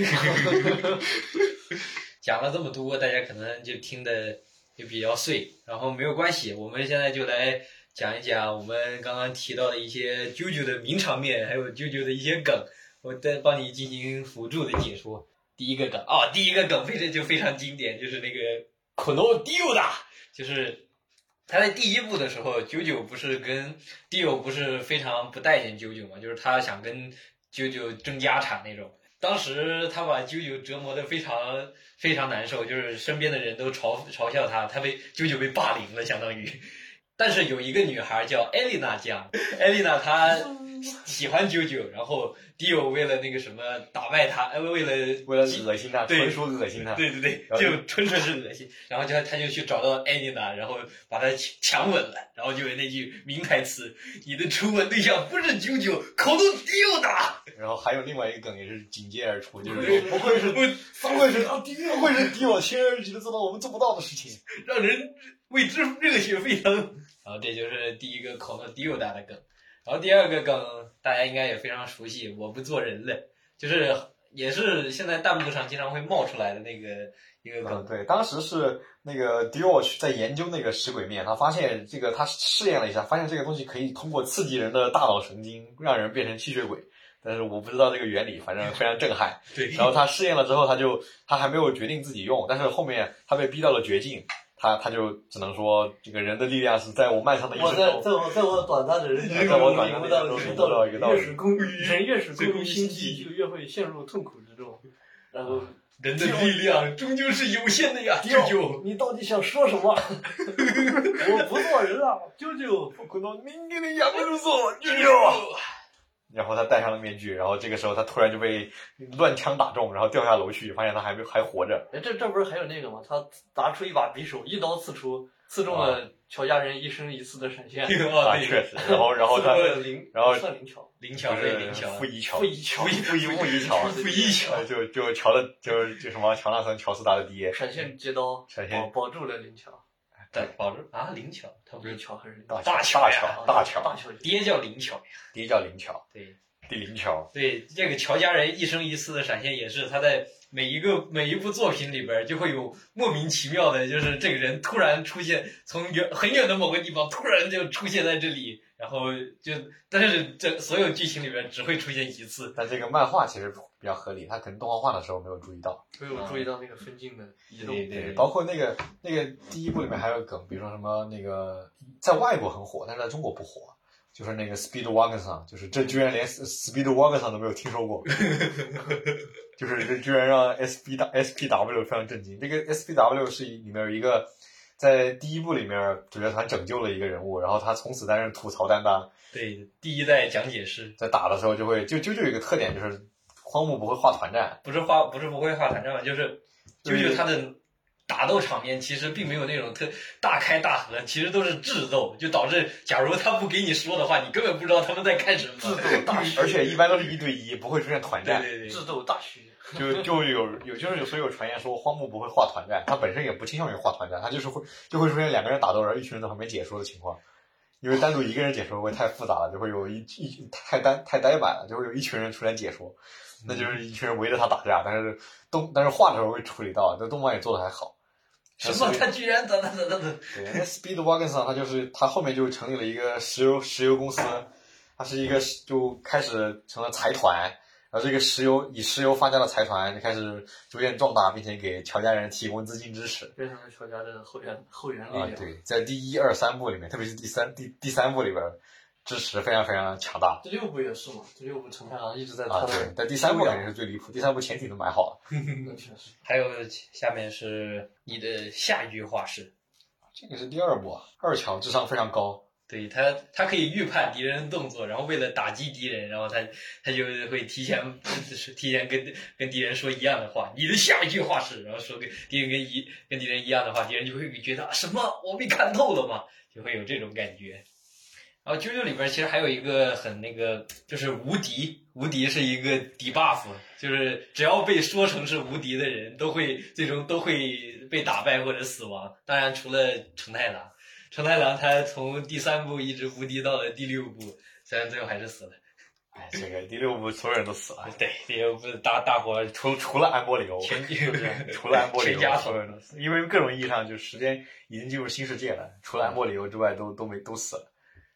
[SPEAKER 3] 讲了这么多，大家可能就听的就比较碎，然后没有关系，我们现在就来讲一讲我们刚刚提到的一些啾啾的名场面，还有啾啾的一些梗，我再帮你进行辅助的解说。第一个梗哦，第一个梗非常就非常经典，就是那个 k o n o d i o 的，就是他在第一部的时候，九九不是跟 Dio 不是非常不待见九九嘛，就是他想跟九九争家产那种。当时他把九九折磨得非常非常难受，就是身边的人都嘲嘲笑他，他被九九被霸凌了，相当于。但是有一个女孩叫艾丽娜酱，艾丽娜她喜欢九九，然后 Dio 为了那个什么打败他，呃，为了
[SPEAKER 1] 为了恶心他，
[SPEAKER 3] 对
[SPEAKER 1] 纯属恶 心他。
[SPEAKER 3] 对对对，
[SPEAKER 1] 然后
[SPEAKER 3] 就纯纯是恶心。然后就他就去找到艾妮娜，然后把她强强吻了，然后就有那句名台词：“你的初吻对象不是九九，口都迪奥达。
[SPEAKER 1] 然后还有另外一个梗也是紧接而出，就是
[SPEAKER 3] 对
[SPEAKER 1] 不愧是
[SPEAKER 3] 我
[SPEAKER 1] 不愧是不愧是敌我亲而级的做到我们做不到的事情。
[SPEAKER 3] 让人为之热血沸腾。然后这就是第一个考到迪欧达的梗，然后第二个梗大家应该也非常熟悉，我不做人了，就是也是现在弹幕上经常会冒出来的那个一个
[SPEAKER 1] 嗯，
[SPEAKER 3] 梗，
[SPEAKER 1] 对，当时是那个迪奥去在研究那个食鬼面，他发现这个他试验了一下，发现这个东西可以通过刺激人的大脑神经，让人变成吸血鬼。但是我不知道这个原理，反正非常震 撼。
[SPEAKER 3] 对，
[SPEAKER 1] 然后他试验了之后，他就他还没有决定自己用，但是后面他被逼到了绝境，他他就只能说这个人的力量是在我漫长的一
[SPEAKER 2] 我
[SPEAKER 1] 生
[SPEAKER 2] 在
[SPEAKER 1] 中，
[SPEAKER 2] 在我在我短暂的人 生
[SPEAKER 1] 在我
[SPEAKER 2] 中
[SPEAKER 1] 短
[SPEAKER 2] 领
[SPEAKER 1] 暂
[SPEAKER 2] 悟
[SPEAKER 1] 的
[SPEAKER 2] 到
[SPEAKER 1] 人
[SPEAKER 2] 了
[SPEAKER 1] 生中
[SPEAKER 2] 一道
[SPEAKER 1] 领悟到了一个道理
[SPEAKER 2] 越是功人越是
[SPEAKER 3] 最
[SPEAKER 2] 功
[SPEAKER 3] 功
[SPEAKER 2] 于
[SPEAKER 3] 于心
[SPEAKER 2] 心计，
[SPEAKER 3] 计
[SPEAKER 2] 就越会陷入痛苦之中。然后，
[SPEAKER 3] 人的力量终究是有限的呀，
[SPEAKER 2] 迪
[SPEAKER 3] 舅
[SPEAKER 2] 奥，
[SPEAKER 3] 舅。
[SPEAKER 2] 你到底想说什么？ 我不做人啊了，舅舅。
[SPEAKER 1] 可能您给你养不住做，
[SPEAKER 3] 舅
[SPEAKER 1] 你给我 然后他戴上了面具，然后这个时候他突然就被乱枪打中，然后掉下楼去，发现他还没还活着。
[SPEAKER 2] 哎，这这不是还有那个吗？他拿出一把匕首，一刀刺出，刺中了乔家人一生一次的 闪现，刺
[SPEAKER 3] 舅
[SPEAKER 1] 啊，
[SPEAKER 3] 啊，
[SPEAKER 1] 确
[SPEAKER 3] 对，
[SPEAKER 1] 实。然后然后
[SPEAKER 2] 中
[SPEAKER 1] 他
[SPEAKER 2] 了 灵，
[SPEAKER 1] 然后
[SPEAKER 2] 算灵巧，
[SPEAKER 3] 灵巧对灵巧，啊
[SPEAKER 1] 傅一乔，
[SPEAKER 2] 不一巧
[SPEAKER 1] 傅，一傅一傅一 乔，
[SPEAKER 2] 傅
[SPEAKER 3] 不一巧，
[SPEAKER 1] 呃就就乔的就是就什么乔纳森乔斯达的爹，
[SPEAKER 2] 闪现接刀，
[SPEAKER 1] 闪
[SPEAKER 2] 保
[SPEAKER 1] 现
[SPEAKER 2] 保住了灵巧，
[SPEAKER 3] 对，保住啊，灵巧，他不
[SPEAKER 2] 灵
[SPEAKER 3] 是
[SPEAKER 2] 巧还是
[SPEAKER 1] 啊大乔大
[SPEAKER 3] 大乔呀
[SPEAKER 1] 乔大乔
[SPEAKER 2] 大乔人
[SPEAKER 3] 爹叫灵巧，
[SPEAKER 1] 爹叫林乔，
[SPEAKER 3] 对。
[SPEAKER 1] 第林乔，
[SPEAKER 3] 对，这个乔家人一生一世的闪现也是他在每一个每一部作品里边儿就会有莫名其妙的，就是这个人突然出现，从远很远的某个地方突然就出现在这里，然后就但是这所有剧情里边只会出现一次，
[SPEAKER 1] 但这个漫画其实比较合理，他可能动画化的时候没有注意到。
[SPEAKER 2] 没有注意到那个分镜的移动，
[SPEAKER 3] 对对
[SPEAKER 1] 包括那个那个第一部里面还有梗，比如说什么那个在外国很火，但是在中国不火，就是那个 Speed Wagon 上，就是这居然连 Speed Wagon 上都没有听说过，就是这居然让 SB 大 SPW 非常震惊。这个 SPW 是里面有一个在第一部里面主角团拯救了一个人物，然后他从此担任吐槽担当，
[SPEAKER 3] 对，第一代讲解师
[SPEAKER 1] 在打的时候就会就就就有一个特点就是荒木不会画团战，
[SPEAKER 3] 不是画不是不会画团战嘛，就是就
[SPEAKER 1] 对
[SPEAKER 3] 是他的。打斗场面其实并没有那种特大开大合，其实都是智斗，就导致假如他不给你说的话，你根本不知道他们在干什么。
[SPEAKER 1] 而且一般都是一对一，不会出现团
[SPEAKER 3] 对
[SPEAKER 1] 战。
[SPEAKER 3] 对对，
[SPEAKER 2] 智斗大徐，
[SPEAKER 1] 就就有有就是有，所以有传言说荒木不会画团战，他本身也不倾向于画团战，他就是会就会出现两个人打斗，然后一群人在旁边解说的情况，因为单独一个人解说会太复杂了，就会有一一太单太呆板了，就会有一群人出来解说，那就是一群人围着他打架，但是动但是画的时候会处理到，这动漫也做的还好。
[SPEAKER 3] 什么？他居然咋咋咋咋咋？
[SPEAKER 1] 对，那 Speed Wagon 上，他就是他后面就成立了一个石油石油公司，它是一个就开始成了财团，然后这个石油以石油发家的财团就开始逐渐壮大，并且给乔家人提供资金支持。
[SPEAKER 2] 变成了乔家的后援后援力
[SPEAKER 1] 啊，
[SPEAKER 2] 量。
[SPEAKER 1] 对，在第一、二、三部里面，特别是第三第第三部里边，支持非常非常强大。
[SPEAKER 2] 第六部也是嘛，第六部陈太郎一直在
[SPEAKER 1] 啊，
[SPEAKER 2] 他
[SPEAKER 1] 对
[SPEAKER 2] 的，
[SPEAKER 1] 但第三部肯定是最离谱，第三部潜艇都买好了。
[SPEAKER 2] 那确实，
[SPEAKER 3] 还有下面是你的下一句话是，
[SPEAKER 1] 这个是第二部啊，二乔智商非常高，
[SPEAKER 3] 对他，他可以预判敌人的动作，然后为了打击敌人，然后他他就会提前 提前跟跟敌人说一样的话。你的下一句话是，然后说跟敌人跟一跟敌人一样的话，敌人就会觉得啊什么我被看透了嘛，就会有这种感觉。然后啾啾里边其实还有一个很那个，就是无敌，无敌是一个 debuff，就是只要被说成是无敌的人，都会最终都会被打败或者死亡。当然，除了承太郎，承太郎他从第三部一直无敌到了第六部，虽然最后还是死了。
[SPEAKER 1] 哎，这个第六部所有人都死了，
[SPEAKER 3] 对，第六部大大伙儿
[SPEAKER 1] 除除了安波里欧，
[SPEAKER 3] 全 剧
[SPEAKER 1] 除了安波里
[SPEAKER 3] 全家
[SPEAKER 1] 欧，
[SPEAKER 3] 桶
[SPEAKER 1] 所有人都死因为各种意义上，就是时间已经进入新世界了。除了安波里欧之外，都都没都死了。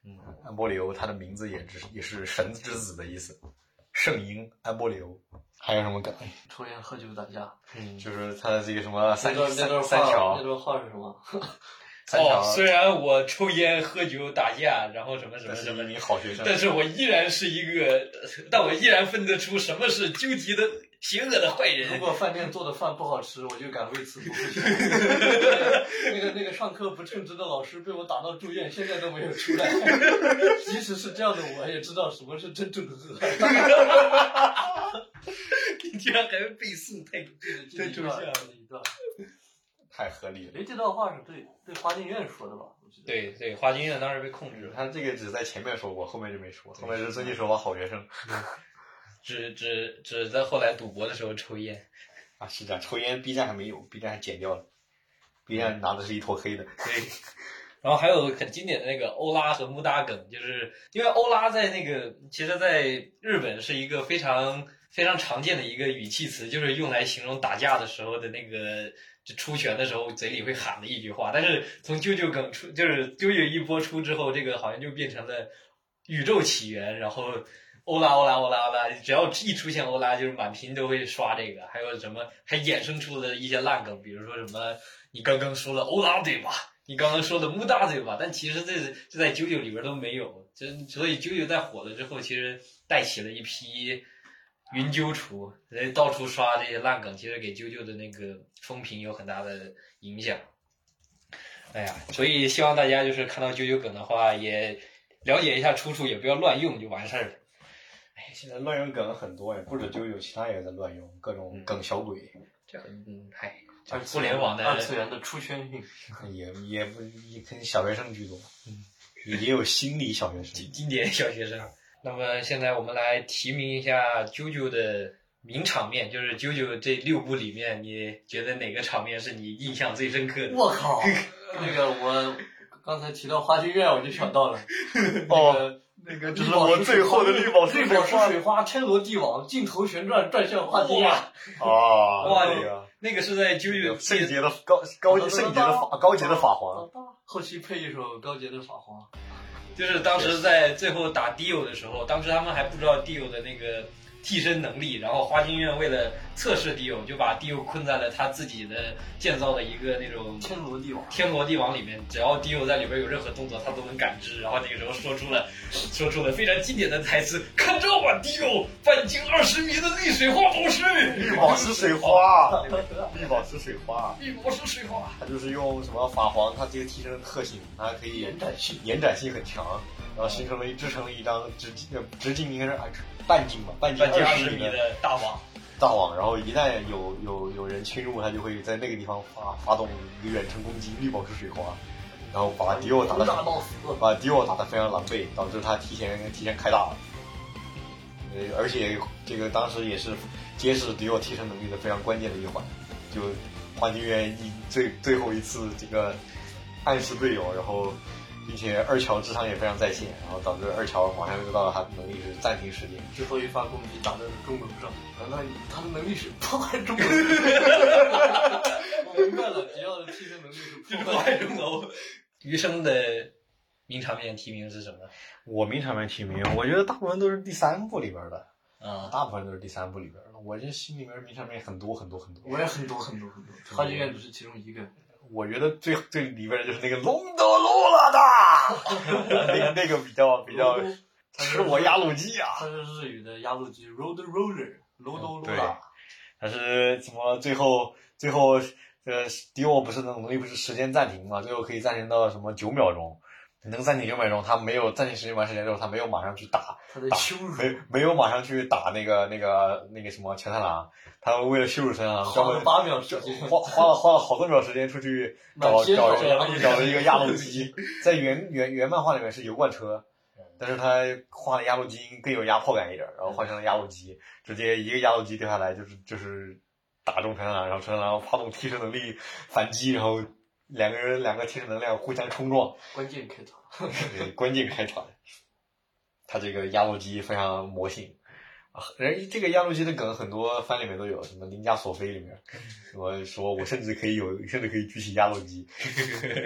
[SPEAKER 3] 嗯，
[SPEAKER 1] 安波里欧他的名字也只是也是神之子的意思，圣婴安波里欧。还有什么梗？
[SPEAKER 2] 抽烟喝酒打架。
[SPEAKER 3] 嗯
[SPEAKER 1] 就是他的这个什么
[SPEAKER 2] 那
[SPEAKER 1] 三
[SPEAKER 2] 段那
[SPEAKER 1] 三
[SPEAKER 2] 段
[SPEAKER 1] 三
[SPEAKER 2] 话，那
[SPEAKER 1] 条
[SPEAKER 2] 段话是什么？
[SPEAKER 1] 三条
[SPEAKER 3] 哦，，虽然我抽烟、喝酒、打架，然后什么什么
[SPEAKER 1] 但是
[SPEAKER 3] 什
[SPEAKER 1] 一
[SPEAKER 3] 么，
[SPEAKER 1] 名好学生。
[SPEAKER 3] 但是我依然是一个，但我依然分得出什么是究极的邪恶的坏
[SPEAKER 2] 如
[SPEAKER 3] 人。
[SPEAKER 2] 果饭店做的饭不好吃，我就敢为此不负责。那个那个上课不称职的老师被我打到住院，现在都没有出来。即使是这样的，我也知道什么是真正的恶。
[SPEAKER 3] 你居然还会背诵太
[SPEAKER 2] 这一段，这一段，
[SPEAKER 1] 太合理了。
[SPEAKER 2] 哎，这段话是对对花京院说的吧？我记得。
[SPEAKER 3] 对对，花京院当时被控制
[SPEAKER 1] 你
[SPEAKER 3] 了，
[SPEAKER 1] 看这个只在前面说过，后面就没说，后面是遵纪守法好学生
[SPEAKER 3] 只只只在后来赌博的时候抽烟。
[SPEAKER 1] 啊，是这样。抽烟 B 站还没有，B 站还剪掉了，B 站拿的是一坨黑的。
[SPEAKER 3] 对。然后还有很经典的那个欧拉和穆大梗，就是因为欧拉在那个，其实，在日本是一个非常非常常见的一个语气词，就是用来形容打架的时候的那个就出拳的时候嘴里会喊的一句话。但是从啾啾梗出，就是啾啾一播出之后，这个好像就变成了宇宙起源，然后欧拉欧拉欧拉欧拉，只要一出现欧拉，就是满屏都会刷这个。还有什么还衍生出了一些烂梗，比如说什么你刚刚说了欧拉对吧？你刚刚说的木大嘴巴，但其实这这在九九里边都没有，这所以九九在火了之后，其实带起了一批云揪厨，人到处刷这些烂梗，其实给九九的那个风评有很大的影响。哎呀，所以希望大家就是看到九九梗的话，也了解一下出处，也不要乱用就完事儿了。
[SPEAKER 1] 现在乱用梗很多呀，不止九九，其他也在乱用各种梗小鬼，
[SPEAKER 3] 这嗯，嗨，这
[SPEAKER 2] 二次
[SPEAKER 3] 互联网的
[SPEAKER 2] 二次元的出圈运，
[SPEAKER 1] 也也不也跟小学生居多，也有心理小学生
[SPEAKER 3] 经。经典小学生。那么现在我们来提名一下啾啾的名场面，就是啾啾这六部里面，你觉得哪个场面是你印象最深刻的？
[SPEAKER 2] 我靠！那个我刚才提到花京院，我就想到了。
[SPEAKER 4] 哦
[SPEAKER 2] 那个
[SPEAKER 4] 那个
[SPEAKER 2] 绿宝石
[SPEAKER 4] 绿宝
[SPEAKER 2] 绿宝石水花，天罗地网，镜头旋转，转向花京院。
[SPEAKER 3] 哇
[SPEAKER 1] 哦
[SPEAKER 3] 哇
[SPEAKER 1] 这个
[SPEAKER 3] 那个是在啾啾
[SPEAKER 1] 圣洁的高高级圣洁的法高级的法皇，
[SPEAKER 2] 后期配一首高洁的法皇，
[SPEAKER 3] 就是当时在最后打 Dio 的时候，当时他们还不知道 Dio 的那个替身能力，然后花京院为了测试 Dio，就把 Dio 困在了他自己的建造的一个那种
[SPEAKER 2] 天罗地网。
[SPEAKER 3] 天罗地网里面，只要 Dio 在里边有任何动作，他都能感知。然后那个时候说出了，说出了非常经典的台词：“看着我，Dio，半径二十米的绿水花宝石，
[SPEAKER 1] 绿宝石水花，绿宝石水花，
[SPEAKER 3] 绿宝石水花。
[SPEAKER 1] 它就是用什么法皇，它这个替身的特性，它可以
[SPEAKER 2] 延展性
[SPEAKER 1] 延展性很强，然后形成了一制成了一张直径呃直径应该是二半径吧，半”径
[SPEAKER 3] 半径二
[SPEAKER 1] 二
[SPEAKER 3] 十
[SPEAKER 1] 十
[SPEAKER 3] 米
[SPEAKER 1] 米的
[SPEAKER 3] 的大 网，
[SPEAKER 1] 大网，然后一旦有有有人侵入，它就会在那个地方发发动一个远程攻击，绿宝石水花，然后把迪奥打
[SPEAKER 2] 大
[SPEAKER 1] 的
[SPEAKER 2] 到死，
[SPEAKER 1] 把迪奥打得非常狼狈，导致他提前提前开打了。呃，而且这个当时也是揭示迪奥提升能力的非常关键的一环，就花京院一最最后一次这个暗示队友，然后并且二乔智商也非常在线，然后导致二乔马上就知道他的能力是暂停时间。
[SPEAKER 2] 最后一发攻击打在了中国上，难道他的能力是破坏 中国？我明白了，迪奥的替身能力是
[SPEAKER 3] 就是
[SPEAKER 2] 破
[SPEAKER 3] 破坏
[SPEAKER 2] 坏。
[SPEAKER 3] 钟楼。余生的名场面提名是什么？
[SPEAKER 1] 我名场面提名，我觉得大部分都是第三部里边的，
[SPEAKER 3] 啊、
[SPEAKER 1] 大部分都是第三部里边的。我这心里面名场面很多很多很多。
[SPEAKER 2] 我也很多很多很多，花京院只是其中一个。
[SPEAKER 1] 我觉得最最里边的就是那个龙德罗拉达，那个那个比较比较吃我压路机啊。
[SPEAKER 2] 它是日语的压路机 Road Roller。罗
[SPEAKER 1] 嗯
[SPEAKER 2] 多罗拉，
[SPEAKER 1] 但是怎么最后最后呃迪奥不是那种能力不是时间暂停嘛，最后可以暂停到什么九秒钟，能暂停九秒钟，他没有暂停时间完时间之后，他没有马上去打，
[SPEAKER 2] 他在羞辱
[SPEAKER 1] 没没有马上去打那个那个那个什么全太郎，他为了羞辱全太郎专
[SPEAKER 2] 花
[SPEAKER 1] 门
[SPEAKER 2] 了八秒时
[SPEAKER 1] 就
[SPEAKER 2] 间，
[SPEAKER 1] 花花了花了好多秒时间出去
[SPEAKER 2] 买
[SPEAKER 1] 找
[SPEAKER 2] 街
[SPEAKER 1] 找
[SPEAKER 2] 头
[SPEAKER 1] 找
[SPEAKER 2] 的
[SPEAKER 1] 找了一个压路机，在原原原漫画里面是油罐车，但是他画的压路机更有压迫感一点，然后换成了压路机，直接一个压路机掉下来就是就是打中陈郎，然后陈郎发动替身能力反击，然后两个人两个替身能量互相冲撞，
[SPEAKER 2] 关键开头，
[SPEAKER 1] 对关键开船。他这个压路机非常魔性，啊人这个压路机的梗很多番里面都有，什么《邻家索菲》里面，我说我甚至可以有，甚至可以举起压路机。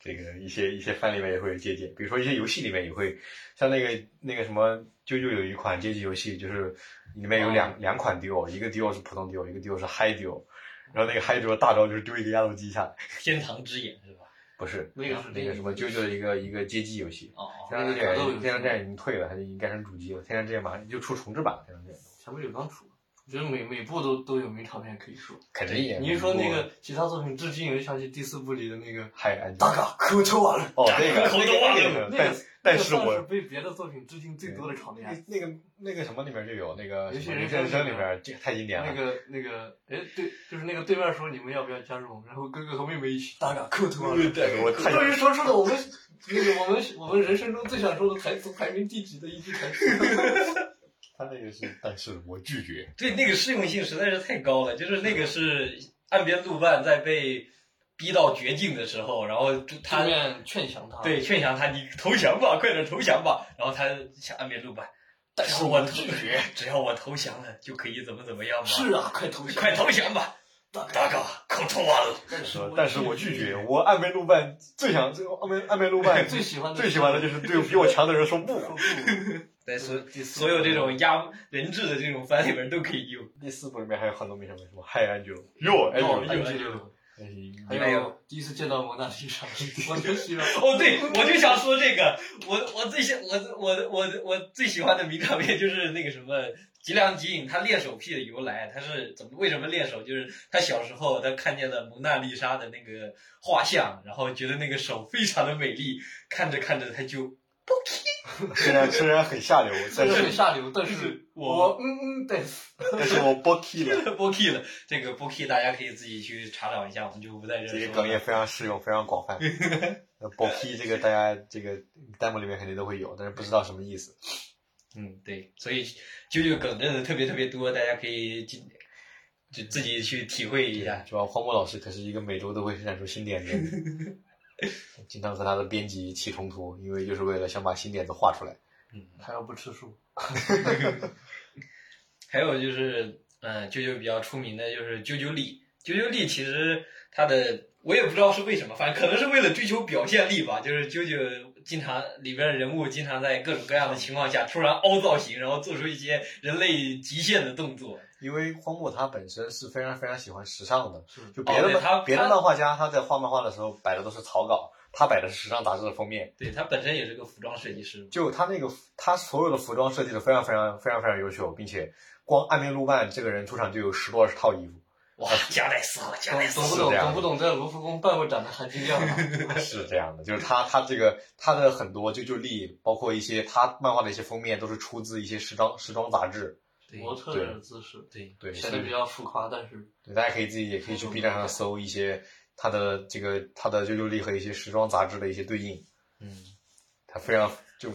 [SPEAKER 1] 这个一些一些番里面也会有借鉴，比如说一些游戏里面也会，像那个那个什么，啾啾有一款街机游戏，就是里面有两、两款 duo，一个 duo 是普通 duo，一个 duo 是 high duo，然后那个 high duo 大招就是丢一个压路机下来，
[SPEAKER 3] 天堂之眼是吧？
[SPEAKER 1] 不是
[SPEAKER 2] 那个是
[SPEAKER 1] 那个什么啾啾的一个一个街机游戏，
[SPEAKER 3] 哦，
[SPEAKER 1] 天上之
[SPEAKER 2] 嗯
[SPEAKER 1] 眼，天上之眼已经退了，它已经改成主机了。天上之眼马上就出重置版了。天上之眼，
[SPEAKER 2] 前不久刚出，我觉得每每部都都有名场面可以说。
[SPEAKER 1] 肯定也。
[SPEAKER 2] 你一说那个其他作品，致敬，我就想起第四部里的那个
[SPEAKER 1] 海岸，
[SPEAKER 2] 大嘎口抽完了。
[SPEAKER 1] 哦，那 个
[SPEAKER 3] 口 都忘了
[SPEAKER 1] 那个但但是
[SPEAKER 2] 那个算
[SPEAKER 1] 我
[SPEAKER 2] 被别的作品致敬最多的场面。
[SPEAKER 1] 那那个那个什么里面就有那个
[SPEAKER 2] 游戏
[SPEAKER 1] 什么人
[SPEAKER 2] 人生
[SPEAKER 1] 生
[SPEAKER 2] 里
[SPEAKER 1] 里
[SPEAKER 2] 面
[SPEAKER 1] 面，这个太经典
[SPEAKER 2] 那
[SPEAKER 1] 了。
[SPEAKER 2] 个那个，哎，对，就是那个对面说你们要不要加入，然后哥哥和妹妹一起大嘎磕头啊，
[SPEAKER 1] 我 太
[SPEAKER 2] 终于说出了我们那个我们我们人生中最想说的台词，排名第几的一句台词。
[SPEAKER 1] 他那个是，但是我拒绝。
[SPEAKER 3] 对，那个适用性实在是太高了，就是那个是岸边露伴在被逼到绝境的时候，然后就
[SPEAKER 2] 他
[SPEAKER 3] 他
[SPEAKER 2] 面劝降他，，
[SPEAKER 3] 对劝降他，你投降吧，快点投降吧，然后他向岸边露伴，但是我投
[SPEAKER 1] 拒绝。
[SPEAKER 3] 只要我投降了，就可以怎么怎么样嘛，
[SPEAKER 2] 是啊，快投降，
[SPEAKER 3] 快投降吧，
[SPEAKER 2] 大
[SPEAKER 3] 大哥，口臭完了，
[SPEAKER 2] 但是
[SPEAKER 1] 呃但是我拒绝，我岸边露伴最想，最岸边岸边露伴
[SPEAKER 2] 最喜欢的
[SPEAKER 1] 最喜欢的就是对比我强的人说 不。
[SPEAKER 3] 对，所
[SPEAKER 2] 第四
[SPEAKER 3] 所有这种压人质的这种番里面都可以用。
[SPEAKER 1] 第四部里面还有很多名场面，什么 Hi Angel, Yo
[SPEAKER 2] 哎呦
[SPEAKER 1] Angel，
[SPEAKER 2] 哎呦，哎还
[SPEAKER 3] 还
[SPEAKER 2] 有
[SPEAKER 3] 有
[SPEAKER 2] 第一次见到蒙娜丽莎，我都喜欢。
[SPEAKER 3] 哦，对，我就想说这个，我我最喜我我我我最喜欢的名场面就是那个什么吉良吉影，他练手癖的由来，他是怎么为什么练手？就是他小时候他看见了蒙娜丽莎的那个画像，然后觉得那个手非常的美丽，看着看着他就
[SPEAKER 1] 哎虽然虽然很 下流，但
[SPEAKER 2] 但是
[SPEAKER 1] 是
[SPEAKER 2] 很下流，但是
[SPEAKER 3] 我
[SPEAKER 2] 我嗯嗯，对，
[SPEAKER 1] 但是我 b o k y 了，
[SPEAKER 3] b o k 了。这个 b o k 大家可以自己去查找一下，我们就不在 这
[SPEAKER 1] 这
[SPEAKER 3] 里
[SPEAKER 1] 个
[SPEAKER 3] 说
[SPEAKER 1] 梗也
[SPEAKER 3] 了。
[SPEAKER 1] 非常适用，非常广泛。b o k y 这个大家这个弹幕里面肯定都会有，但是不知道什么意思。
[SPEAKER 3] 嗯，对，所以啾啾梗真的特别特别多，大家可以进就自己去体会一下。
[SPEAKER 1] 主要荒木老师可是一个每周都会生产出新点子的人，经常和他的编辑起冲突，因为就是为了想把新点子画出来。
[SPEAKER 2] 还要不吃素，
[SPEAKER 3] 还有就是，嗯，啾啾比较出名的就是啾啾力，啾啾力其实它的我也不知道是为什么，反正可能是为了追求表现力吧。就是啾啾经常里边的人物经常在各种各样的情况下突然凹造型，然后做出一些人类极限的动作。
[SPEAKER 1] 因为荒木他本身是非常非常喜欢时尚的，
[SPEAKER 2] 是
[SPEAKER 1] 就别的
[SPEAKER 3] 哦
[SPEAKER 1] 漫、
[SPEAKER 3] 对他
[SPEAKER 1] 别的
[SPEAKER 3] 他
[SPEAKER 1] 漫画家他在画漫画的时候摆的都是草稿，他摆的是时尚杂志的封面。
[SPEAKER 3] 对他本身也是个服装设计师嘛，
[SPEAKER 1] 就他那个他所有的服装设计的非常非常非常非常优秀，并且光岸边露伴这个人出场就有十多二十套衣服，
[SPEAKER 3] 哇，加代斯好，加
[SPEAKER 2] 懂
[SPEAKER 3] 代斯
[SPEAKER 2] 懂不
[SPEAKER 1] 是
[SPEAKER 2] 懂？
[SPEAKER 1] 这样
[SPEAKER 2] 懂不懂？在卢浮宫办过展的含金量啊！
[SPEAKER 1] 是这样的，就是他他这个他的很多就就力，包括一些他漫画的一些封面都是出自一些时装时装杂志，
[SPEAKER 3] 对
[SPEAKER 2] 模特儿的姿势，
[SPEAKER 3] 对
[SPEAKER 1] 对，所
[SPEAKER 2] 显得
[SPEAKER 1] 以
[SPEAKER 2] 比较浮夸，但 是
[SPEAKER 1] 对，大家可以自己也可以去 B 站上搜一些他的这个他的啾啾力和一些时装杂志的一些对应，
[SPEAKER 3] 嗯，
[SPEAKER 1] 他非常就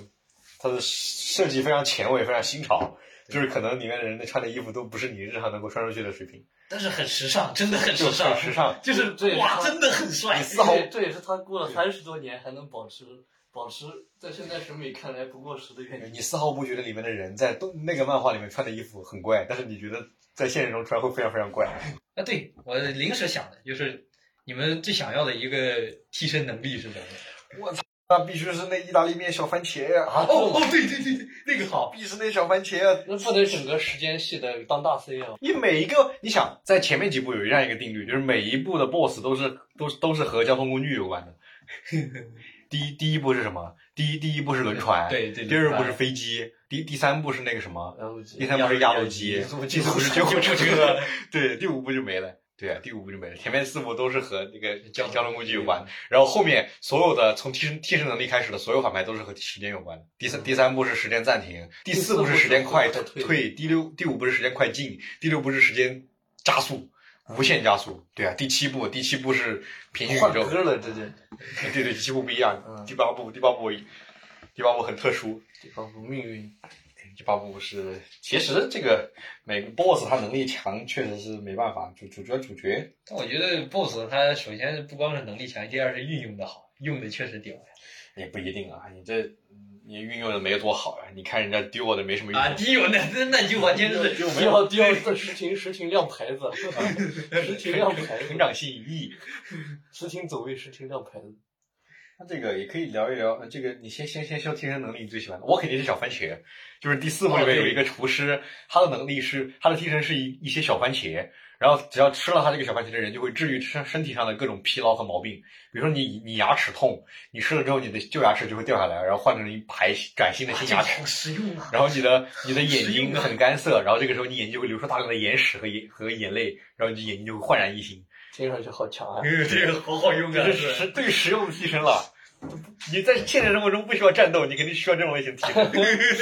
[SPEAKER 1] 他的设计非常前卫，非常新潮，就是可能里面的人的穿的衣服都不是你日常能够穿出去的水平，
[SPEAKER 3] 但是很时尚，真的很
[SPEAKER 1] 就
[SPEAKER 3] 时
[SPEAKER 1] 是
[SPEAKER 3] 尚
[SPEAKER 1] 很，时尚。
[SPEAKER 3] 就是
[SPEAKER 2] 对
[SPEAKER 3] 哇，
[SPEAKER 2] 他
[SPEAKER 3] 真的很帅，
[SPEAKER 1] 丝毫
[SPEAKER 2] 这也是他过了三十多年还能保持保持在现在审美看来不过时的原 因。
[SPEAKER 1] 你丝毫不觉得里面的人在动那个漫画里面穿的衣服很怪，但是你觉得在现实中穿会非常非常怪。
[SPEAKER 3] 啊，对我临时想的就是你们最想要的一个替身能力是什么？
[SPEAKER 1] 那必须是那意大利面小番茄呀、
[SPEAKER 2] 啊，
[SPEAKER 3] 哦哦，对对对对，那个好，
[SPEAKER 1] 必是那小番茄啊！
[SPEAKER 2] 那不能整个时间系的当大 C 啊！
[SPEAKER 1] 你每一个，你想在前面几部有这样一个定律，就是每一部的 BOSS 都是都是都是和交通工具有关的。第一第一部是什么？第一第一部是轮船，
[SPEAKER 3] 对对
[SPEAKER 1] 第二部是
[SPEAKER 3] 轮船
[SPEAKER 1] 飞机，第第三部是那个什么？
[SPEAKER 2] 然后就
[SPEAKER 1] 第三部是压路机，第四部是救护车，对，第五部就没了。对啊，第五部就没了。前面四部都是和那个交交通工具有关，然后后面所有的从替身替身能力开始的所有反派都是和时间有关的。第三第三部是时间暂停，嗯第四部是时间快
[SPEAKER 2] 第四部是
[SPEAKER 1] 退，第六第五部是时间快进，第六部是时间加速，无限加速。对啊，第七部第七部是平行
[SPEAKER 2] 换
[SPEAKER 1] 宇宙，
[SPEAKER 2] 歌了，直接
[SPEAKER 1] 对对，第七部不一样
[SPEAKER 2] 嗯，
[SPEAKER 1] 第八部第八部第八部很特殊，
[SPEAKER 2] 这仿佛命运。
[SPEAKER 1] 第八部是，其实这个每个 boss 他能力强，确实是没办法。主主角主角，
[SPEAKER 3] 但我觉得 BOSS 他首先是不光是能力强，第二是运用的好，用的确实屌呀。
[SPEAKER 1] 也不一定啊。你这嗯你运用的没多好呀、啊你看人家 duo 的没什么用。
[SPEAKER 3] 啊，迪友那那那就完全是
[SPEAKER 1] 就没有
[SPEAKER 2] 要第二次实情实情亮牌子， 实情亮牌子
[SPEAKER 1] 成，长性意。
[SPEAKER 2] 实情走位，实情亮牌子。
[SPEAKER 1] 那这个也可以聊一聊，呃这个你先先先说提升能力你最喜欢的，我肯定是小番茄，
[SPEAKER 2] 哦
[SPEAKER 1] 就是第四部里面有一个厨师，他的能力是他的替身是一一些小番茄，然后只要吃了它这个小番茄的人，就会治愈身身体上的各种疲劳和毛病。比如说你你牙齿痛，你吃了之后你的旧牙齿就会掉下来，然后换成一排崭新的新牙齿。
[SPEAKER 3] 实用 啊！
[SPEAKER 1] 然后你的你的眼睛
[SPEAKER 2] 啊
[SPEAKER 1] 很干涩，然后这个时候你眼睛就会流出大量的眼屎和眼和眼泪，然后你眼睛就会焕然一新。
[SPEAKER 2] 听上去好强啊！
[SPEAKER 1] 嗯，这个好好用
[SPEAKER 3] 啊
[SPEAKER 1] 这是实最实用的替身了。你在现实生活中不需要战斗，你肯定需要这种类型的替身，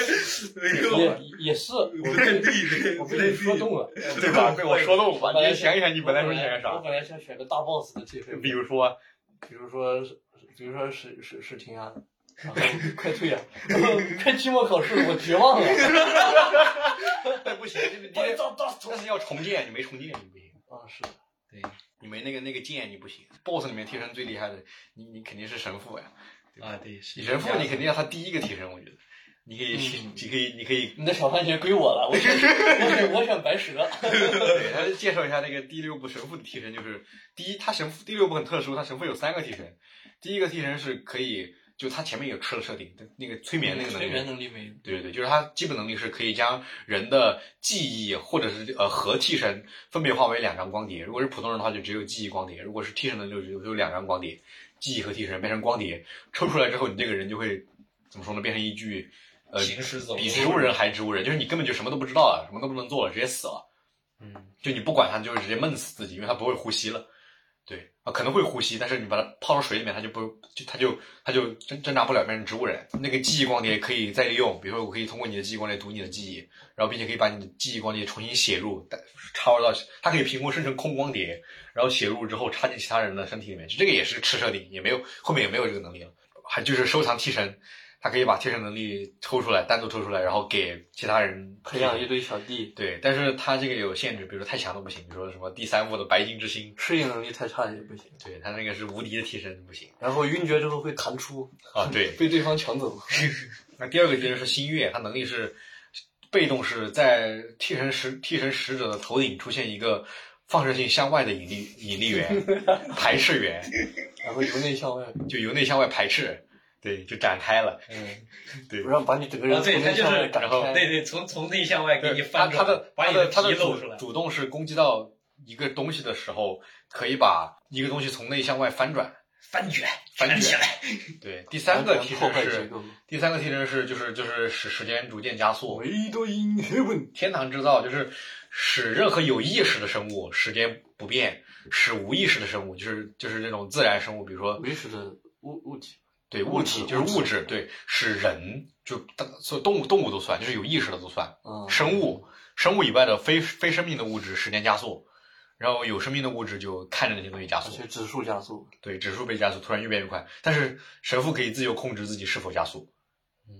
[SPEAKER 2] 也也是，我被我被你说动了。
[SPEAKER 1] 对吧？被我说动吧，
[SPEAKER 2] 本来
[SPEAKER 1] 你想一想，你本来说想要
[SPEAKER 2] 我
[SPEAKER 1] 啥？
[SPEAKER 2] 本来想选个大 boss 的替身，
[SPEAKER 1] 比如说，
[SPEAKER 2] 比如说，比如说史史史廷啊，然后快退啊！快期末考试，我绝望了。哎
[SPEAKER 1] 那不行， 你得但是要重建，你没重建你不行。
[SPEAKER 2] 啊，是的，
[SPEAKER 1] 你没那个那个剑，你不行。BOSS 里面替身最厉害的，你你肯定是神父呀。
[SPEAKER 3] 啊，对，是
[SPEAKER 1] 你神父，你肯定要他第一个替身，我觉得。你可以，
[SPEAKER 2] 嗯
[SPEAKER 1] 你可以，你可以，
[SPEAKER 2] 你的小番茄归我了，我选我选我选白蛇。
[SPEAKER 1] 给大家介绍一下那个第六部神父的替身，就是第一，他神父第六部很特殊，他神父有三个替身。第一个替身是可以，就他前面有吃的设定，那个催眠那个能
[SPEAKER 2] 催眠
[SPEAKER 1] 力。
[SPEAKER 2] 能力没有。
[SPEAKER 1] 对对对，就是他基本能力是可以将人的记忆或者是呃和替身分别化为两张光碟。如果是普通人的话，就只有记忆光碟；如果是替身的，就只有只有两张光碟，记忆和替身变成光碟。抽出来之后，你这个人就会怎么说呢？变成一具呃
[SPEAKER 3] 行尸走
[SPEAKER 1] 比植物人还植物人，就是你根本就什么都不知道了，什么都不能做了，直接死了。
[SPEAKER 3] 嗯，
[SPEAKER 1] 就你不管它，你就会直接闷死自己，因为它不会呼吸了。对啊，可能会呼吸，但是你把它泡到水里面，它就不就它就它就挣挣扎不了，变成植物人。那个记忆光碟可以再利用，比如说我可以通过你的记忆光碟读你的记忆，然后并且可以把你的记忆光碟重新写入，但插入到它可以凭空生成空光碟，然后写入之后插进其他人的身体里面去。这个也是吃设定，也没有后面也没有这个能力了。还就是收藏替身，它可以把替身能力抽出来，单独抽出来，然后给其他人
[SPEAKER 2] 培养一堆小弟，
[SPEAKER 1] 对，但是它这个有限制，比如说太强都不行，比如说什么第三部的白金之星，
[SPEAKER 2] 适应能力太差也不行。
[SPEAKER 1] 对它那个是无敌的替身不行
[SPEAKER 2] 然后晕厥之后会弹出，
[SPEAKER 1] 啊。 对，
[SPEAKER 2] 被对方抢走。
[SPEAKER 1] 那第二个敌人是星月，他能力是被动是在替身使替身使者的头顶出现一个放射性向外的引力引力 源排斥源，
[SPEAKER 2] 然后由内向外，
[SPEAKER 1] 就由内向外排斥，对，就展开了。
[SPEAKER 3] 嗯，
[SPEAKER 1] 对，
[SPEAKER 2] 让把你整个人
[SPEAKER 3] 啊
[SPEAKER 2] 从
[SPEAKER 3] 对
[SPEAKER 2] 内
[SPEAKER 3] 他就是
[SPEAKER 2] 向外
[SPEAKER 1] 然
[SPEAKER 2] 展
[SPEAKER 1] 后
[SPEAKER 2] 开。
[SPEAKER 3] 对对，从从内向外给你翻
[SPEAKER 1] 他
[SPEAKER 3] 转，
[SPEAKER 1] 他的
[SPEAKER 3] 把
[SPEAKER 1] 他
[SPEAKER 3] 你
[SPEAKER 1] 的
[SPEAKER 3] 皮
[SPEAKER 1] 他的
[SPEAKER 3] 露
[SPEAKER 1] 主
[SPEAKER 3] 出来，
[SPEAKER 1] 主动是攻击到一个东西的时候，可以把一个东西从内向外翻转。
[SPEAKER 3] 翻卷，
[SPEAKER 1] 翻卷
[SPEAKER 3] 卷起来，
[SPEAKER 1] 对，第三个替
[SPEAKER 2] 破
[SPEAKER 1] 身
[SPEAKER 2] 坏
[SPEAKER 1] 是
[SPEAKER 2] 结构。
[SPEAKER 1] 第三个提升是就是就是使时间逐渐加速，
[SPEAKER 2] 维多因 heaven，
[SPEAKER 1] 天堂制造就是使任何有意识的生物时间不变，使无意识的生物就是就是那种自然生物，比如说
[SPEAKER 2] 维持的物物体。
[SPEAKER 1] 对
[SPEAKER 2] 物
[SPEAKER 1] 物
[SPEAKER 2] 质
[SPEAKER 1] 体就是
[SPEAKER 2] 物
[SPEAKER 1] 物
[SPEAKER 2] 质
[SPEAKER 1] 质，对使人就所有动物动物都算，就是有意识的都算，
[SPEAKER 2] 嗯，
[SPEAKER 1] 生物生物以外的非非生命的物质时间加速，然后有生命的物质就看着那些东西加
[SPEAKER 2] 而
[SPEAKER 1] 速，
[SPEAKER 2] 且啊指数加速，
[SPEAKER 1] 对指数被加速，突然越变越快，但是神父可以自由控制自己是否加速，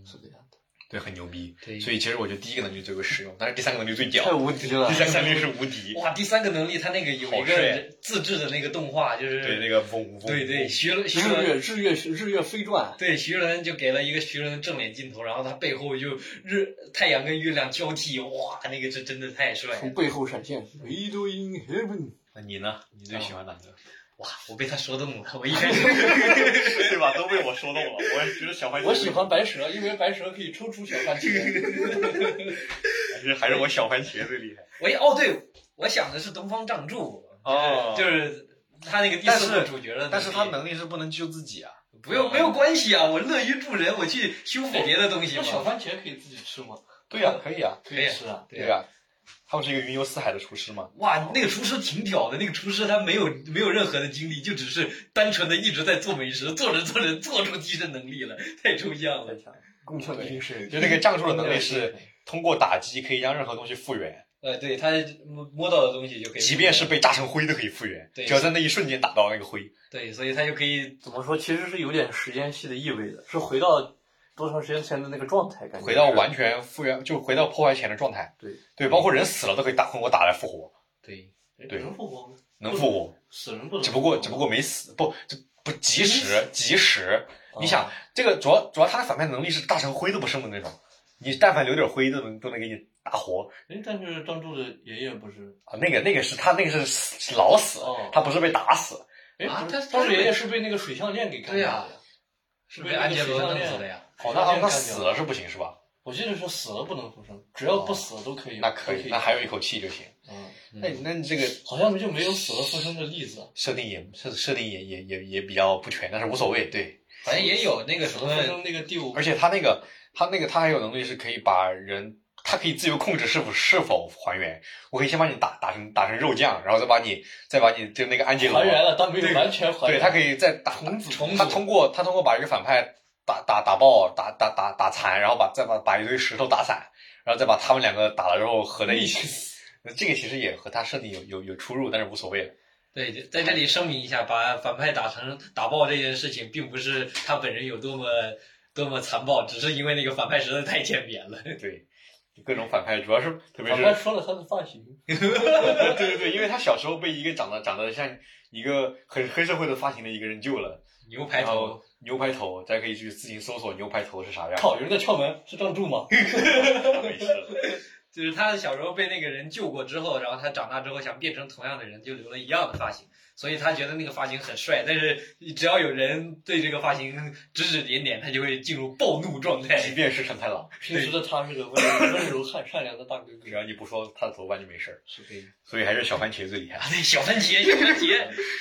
[SPEAKER 2] 是这样的。
[SPEAKER 1] 对，很牛逼。
[SPEAKER 3] 对
[SPEAKER 1] 所以其实我觉得第一个能力最为实用，但是第三个能力最屌，
[SPEAKER 2] 太无敌了
[SPEAKER 1] 第！三个能力是无敌。
[SPEAKER 3] 哇，第三个能力他那个有一
[SPEAKER 1] 好帅
[SPEAKER 3] 个自制的那个动画，就是
[SPEAKER 1] 对，那个嗡嗡。
[SPEAKER 3] 对对，徐伦徐
[SPEAKER 2] 日
[SPEAKER 3] 伦
[SPEAKER 2] 月日月日月飞转，
[SPEAKER 3] 对，徐伦就给了一个徐伦正脸镜头，然后他背后就日太阳跟月亮交替，哇，那个是真的太帅了！
[SPEAKER 2] 从背后闪现。维多因 heaven，
[SPEAKER 1] 那你呢？你最喜欢哪个？
[SPEAKER 3] 哇，我被他说动了，我一开始
[SPEAKER 1] 对吧？都被我说动了。我也觉得小番茄，
[SPEAKER 2] 我喜欢白蛇，因为白蛇可以抽出小番 茄。
[SPEAKER 1] 还是还是我小番茄最厉害。
[SPEAKER 3] 我一哦对，我想的是东方仗助，
[SPEAKER 1] 哦
[SPEAKER 3] 就是他那个第
[SPEAKER 1] 但
[SPEAKER 3] 四
[SPEAKER 1] 是
[SPEAKER 3] 部主角的，
[SPEAKER 1] 但是他能力是不能救自己啊。
[SPEAKER 3] 不用没有关系啊，我乐于助人，我去修复别的东西
[SPEAKER 2] 那小
[SPEAKER 3] 嘛。
[SPEAKER 2] 番茄可以自己吃吗？
[SPEAKER 1] 对呀，可以啊，
[SPEAKER 3] 可以啊
[SPEAKER 2] 吃啊。
[SPEAKER 3] 对
[SPEAKER 1] 呀。他不是一个云游四海的厨师吗？
[SPEAKER 3] 哇，那个厨师挺屌的，那个厨师他没有没有任何的经历，就只是单纯的一直在做美食，做着做着做出替身能力了，太抽象
[SPEAKER 2] 太
[SPEAKER 3] 了。
[SPEAKER 2] 强，共享精神。
[SPEAKER 1] 就那个降助的能力是通过打击可以将任何东西复原，
[SPEAKER 3] 呃，对他摸摸到的东西就可以，
[SPEAKER 1] 即便是被炸成灰都可以复原，
[SPEAKER 3] 对
[SPEAKER 1] 只要在那一瞬间打到那个灰。
[SPEAKER 3] 对，所以他就可以
[SPEAKER 2] 怎么说，其实是有点时间系的意味的，是回到多长时间前的那个状态，感觉
[SPEAKER 1] 回到完全复原，就回到破坏前的状态。
[SPEAKER 2] 对
[SPEAKER 1] 对，包括人死了都可以打通过打来复活，
[SPEAKER 3] 对
[SPEAKER 1] 对
[SPEAKER 2] 能复活吗？
[SPEAKER 1] 能复活，
[SPEAKER 2] 死人不能复活，
[SPEAKER 1] 只不过只不过没死，不这不及时及时。
[SPEAKER 2] 哦
[SPEAKER 1] 你想，这个主要主要他的反派能力是大成灰都不剩的那种，你但凡留点灰都能都能给你打活
[SPEAKER 2] 哎，但是张柱的爷爷不是
[SPEAKER 1] 啊。那个那个是他那个是死是老死
[SPEAKER 2] 哦，
[SPEAKER 1] 他不是被打死。
[SPEAKER 2] 哎
[SPEAKER 3] 啊
[SPEAKER 2] 不是
[SPEAKER 3] 但是
[SPEAKER 2] 张柱
[SPEAKER 3] 他是
[SPEAKER 2] 爷爷是被那个水项链给干掉
[SPEAKER 3] 对呀
[SPEAKER 2] 的，
[SPEAKER 3] 是被安杰罗弄死的呀。
[SPEAKER 2] 啊
[SPEAKER 1] 哦，那他他死了是不行是吧？
[SPEAKER 2] 哦我记得说死了不能复生，只要不死都可以。
[SPEAKER 1] 哦那可
[SPEAKER 2] 都
[SPEAKER 1] 以，那还有一口气就行。
[SPEAKER 2] 嗯，
[SPEAKER 3] 哎
[SPEAKER 1] 那你那你这个
[SPEAKER 2] 好像就没有死了复生的例子。
[SPEAKER 1] 设定也设设定也也也也比较不全，但是无所谓，对。
[SPEAKER 3] 反正也有那个什
[SPEAKER 2] 复
[SPEAKER 3] 么，
[SPEAKER 2] 生那个第五
[SPEAKER 1] 而且他那个他那个他还有能力是可以把人，他可以自由控制是否是否还原。我可以先把你打打成打成肉酱，然后再把你再把你就那个安吉罗
[SPEAKER 2] 还原了，但没有完全还
[SPEAKER 1] 对
[SPEAKER 2] 原。
[SPEAKER 1] 他可以再打
[SPEAKER 2] 重组
[SPEAKER 1] 他通过他通过把一个反派打打打爆、打打打打残，然后把再把把一堆石头打散，然后再把他们两个打了之后合在一起。 这个其实也和他设定有有有出入，但是无所谓。
[SPEAKER 3] 对，在这里声明一下，把反派打成打爆这件事情，并不是他本人有多么多么残暴，只是因为那个反派实在太欠扁了。
[SPEAKER 1] 对，各种反派主要是特别
[SPEAKER 2] 反
[SPEAKER 1] 是
[SPEAKER 2] 派说了他的发型，
[SPEAKER 1] 对对对，因为他小时候被一个长得长得像一个很黑社会的发型的一个人救了，
[SPEAKER 3] 牛排
[SPEAKER 1] 然
[SPEAKER 3] 头
[SPEAKER 1] 后，牛排头，大家可以去自行搜索牛排头是啥样。
[SPEAKER 2] 靠，有人在敲门，是撞柱吗？
[SPEAKER 1] 没事，
[SPEAKER 3] 就是他小时候被那个人救过之后，然后他长大之后想变成同样的人，就留了一样的发型，所以他觉得那个发型很帅。但是只要有人对这个发型指指点点，他就会进入暴怒状态。
[SPEAKER 1] 即便是成太郎，
[SPEAKER 2] 平时的他是个温柔、温柔和善良的大哥哥
[SPEAKER 1] 只。要你不说他的头发就没事儿。
[SPEAKER 2] 是可以。
[SPEAKER 1] 所以还是小番茄最厉害。
[SPEAKER 3] 啊，对，小番茄，小番茄，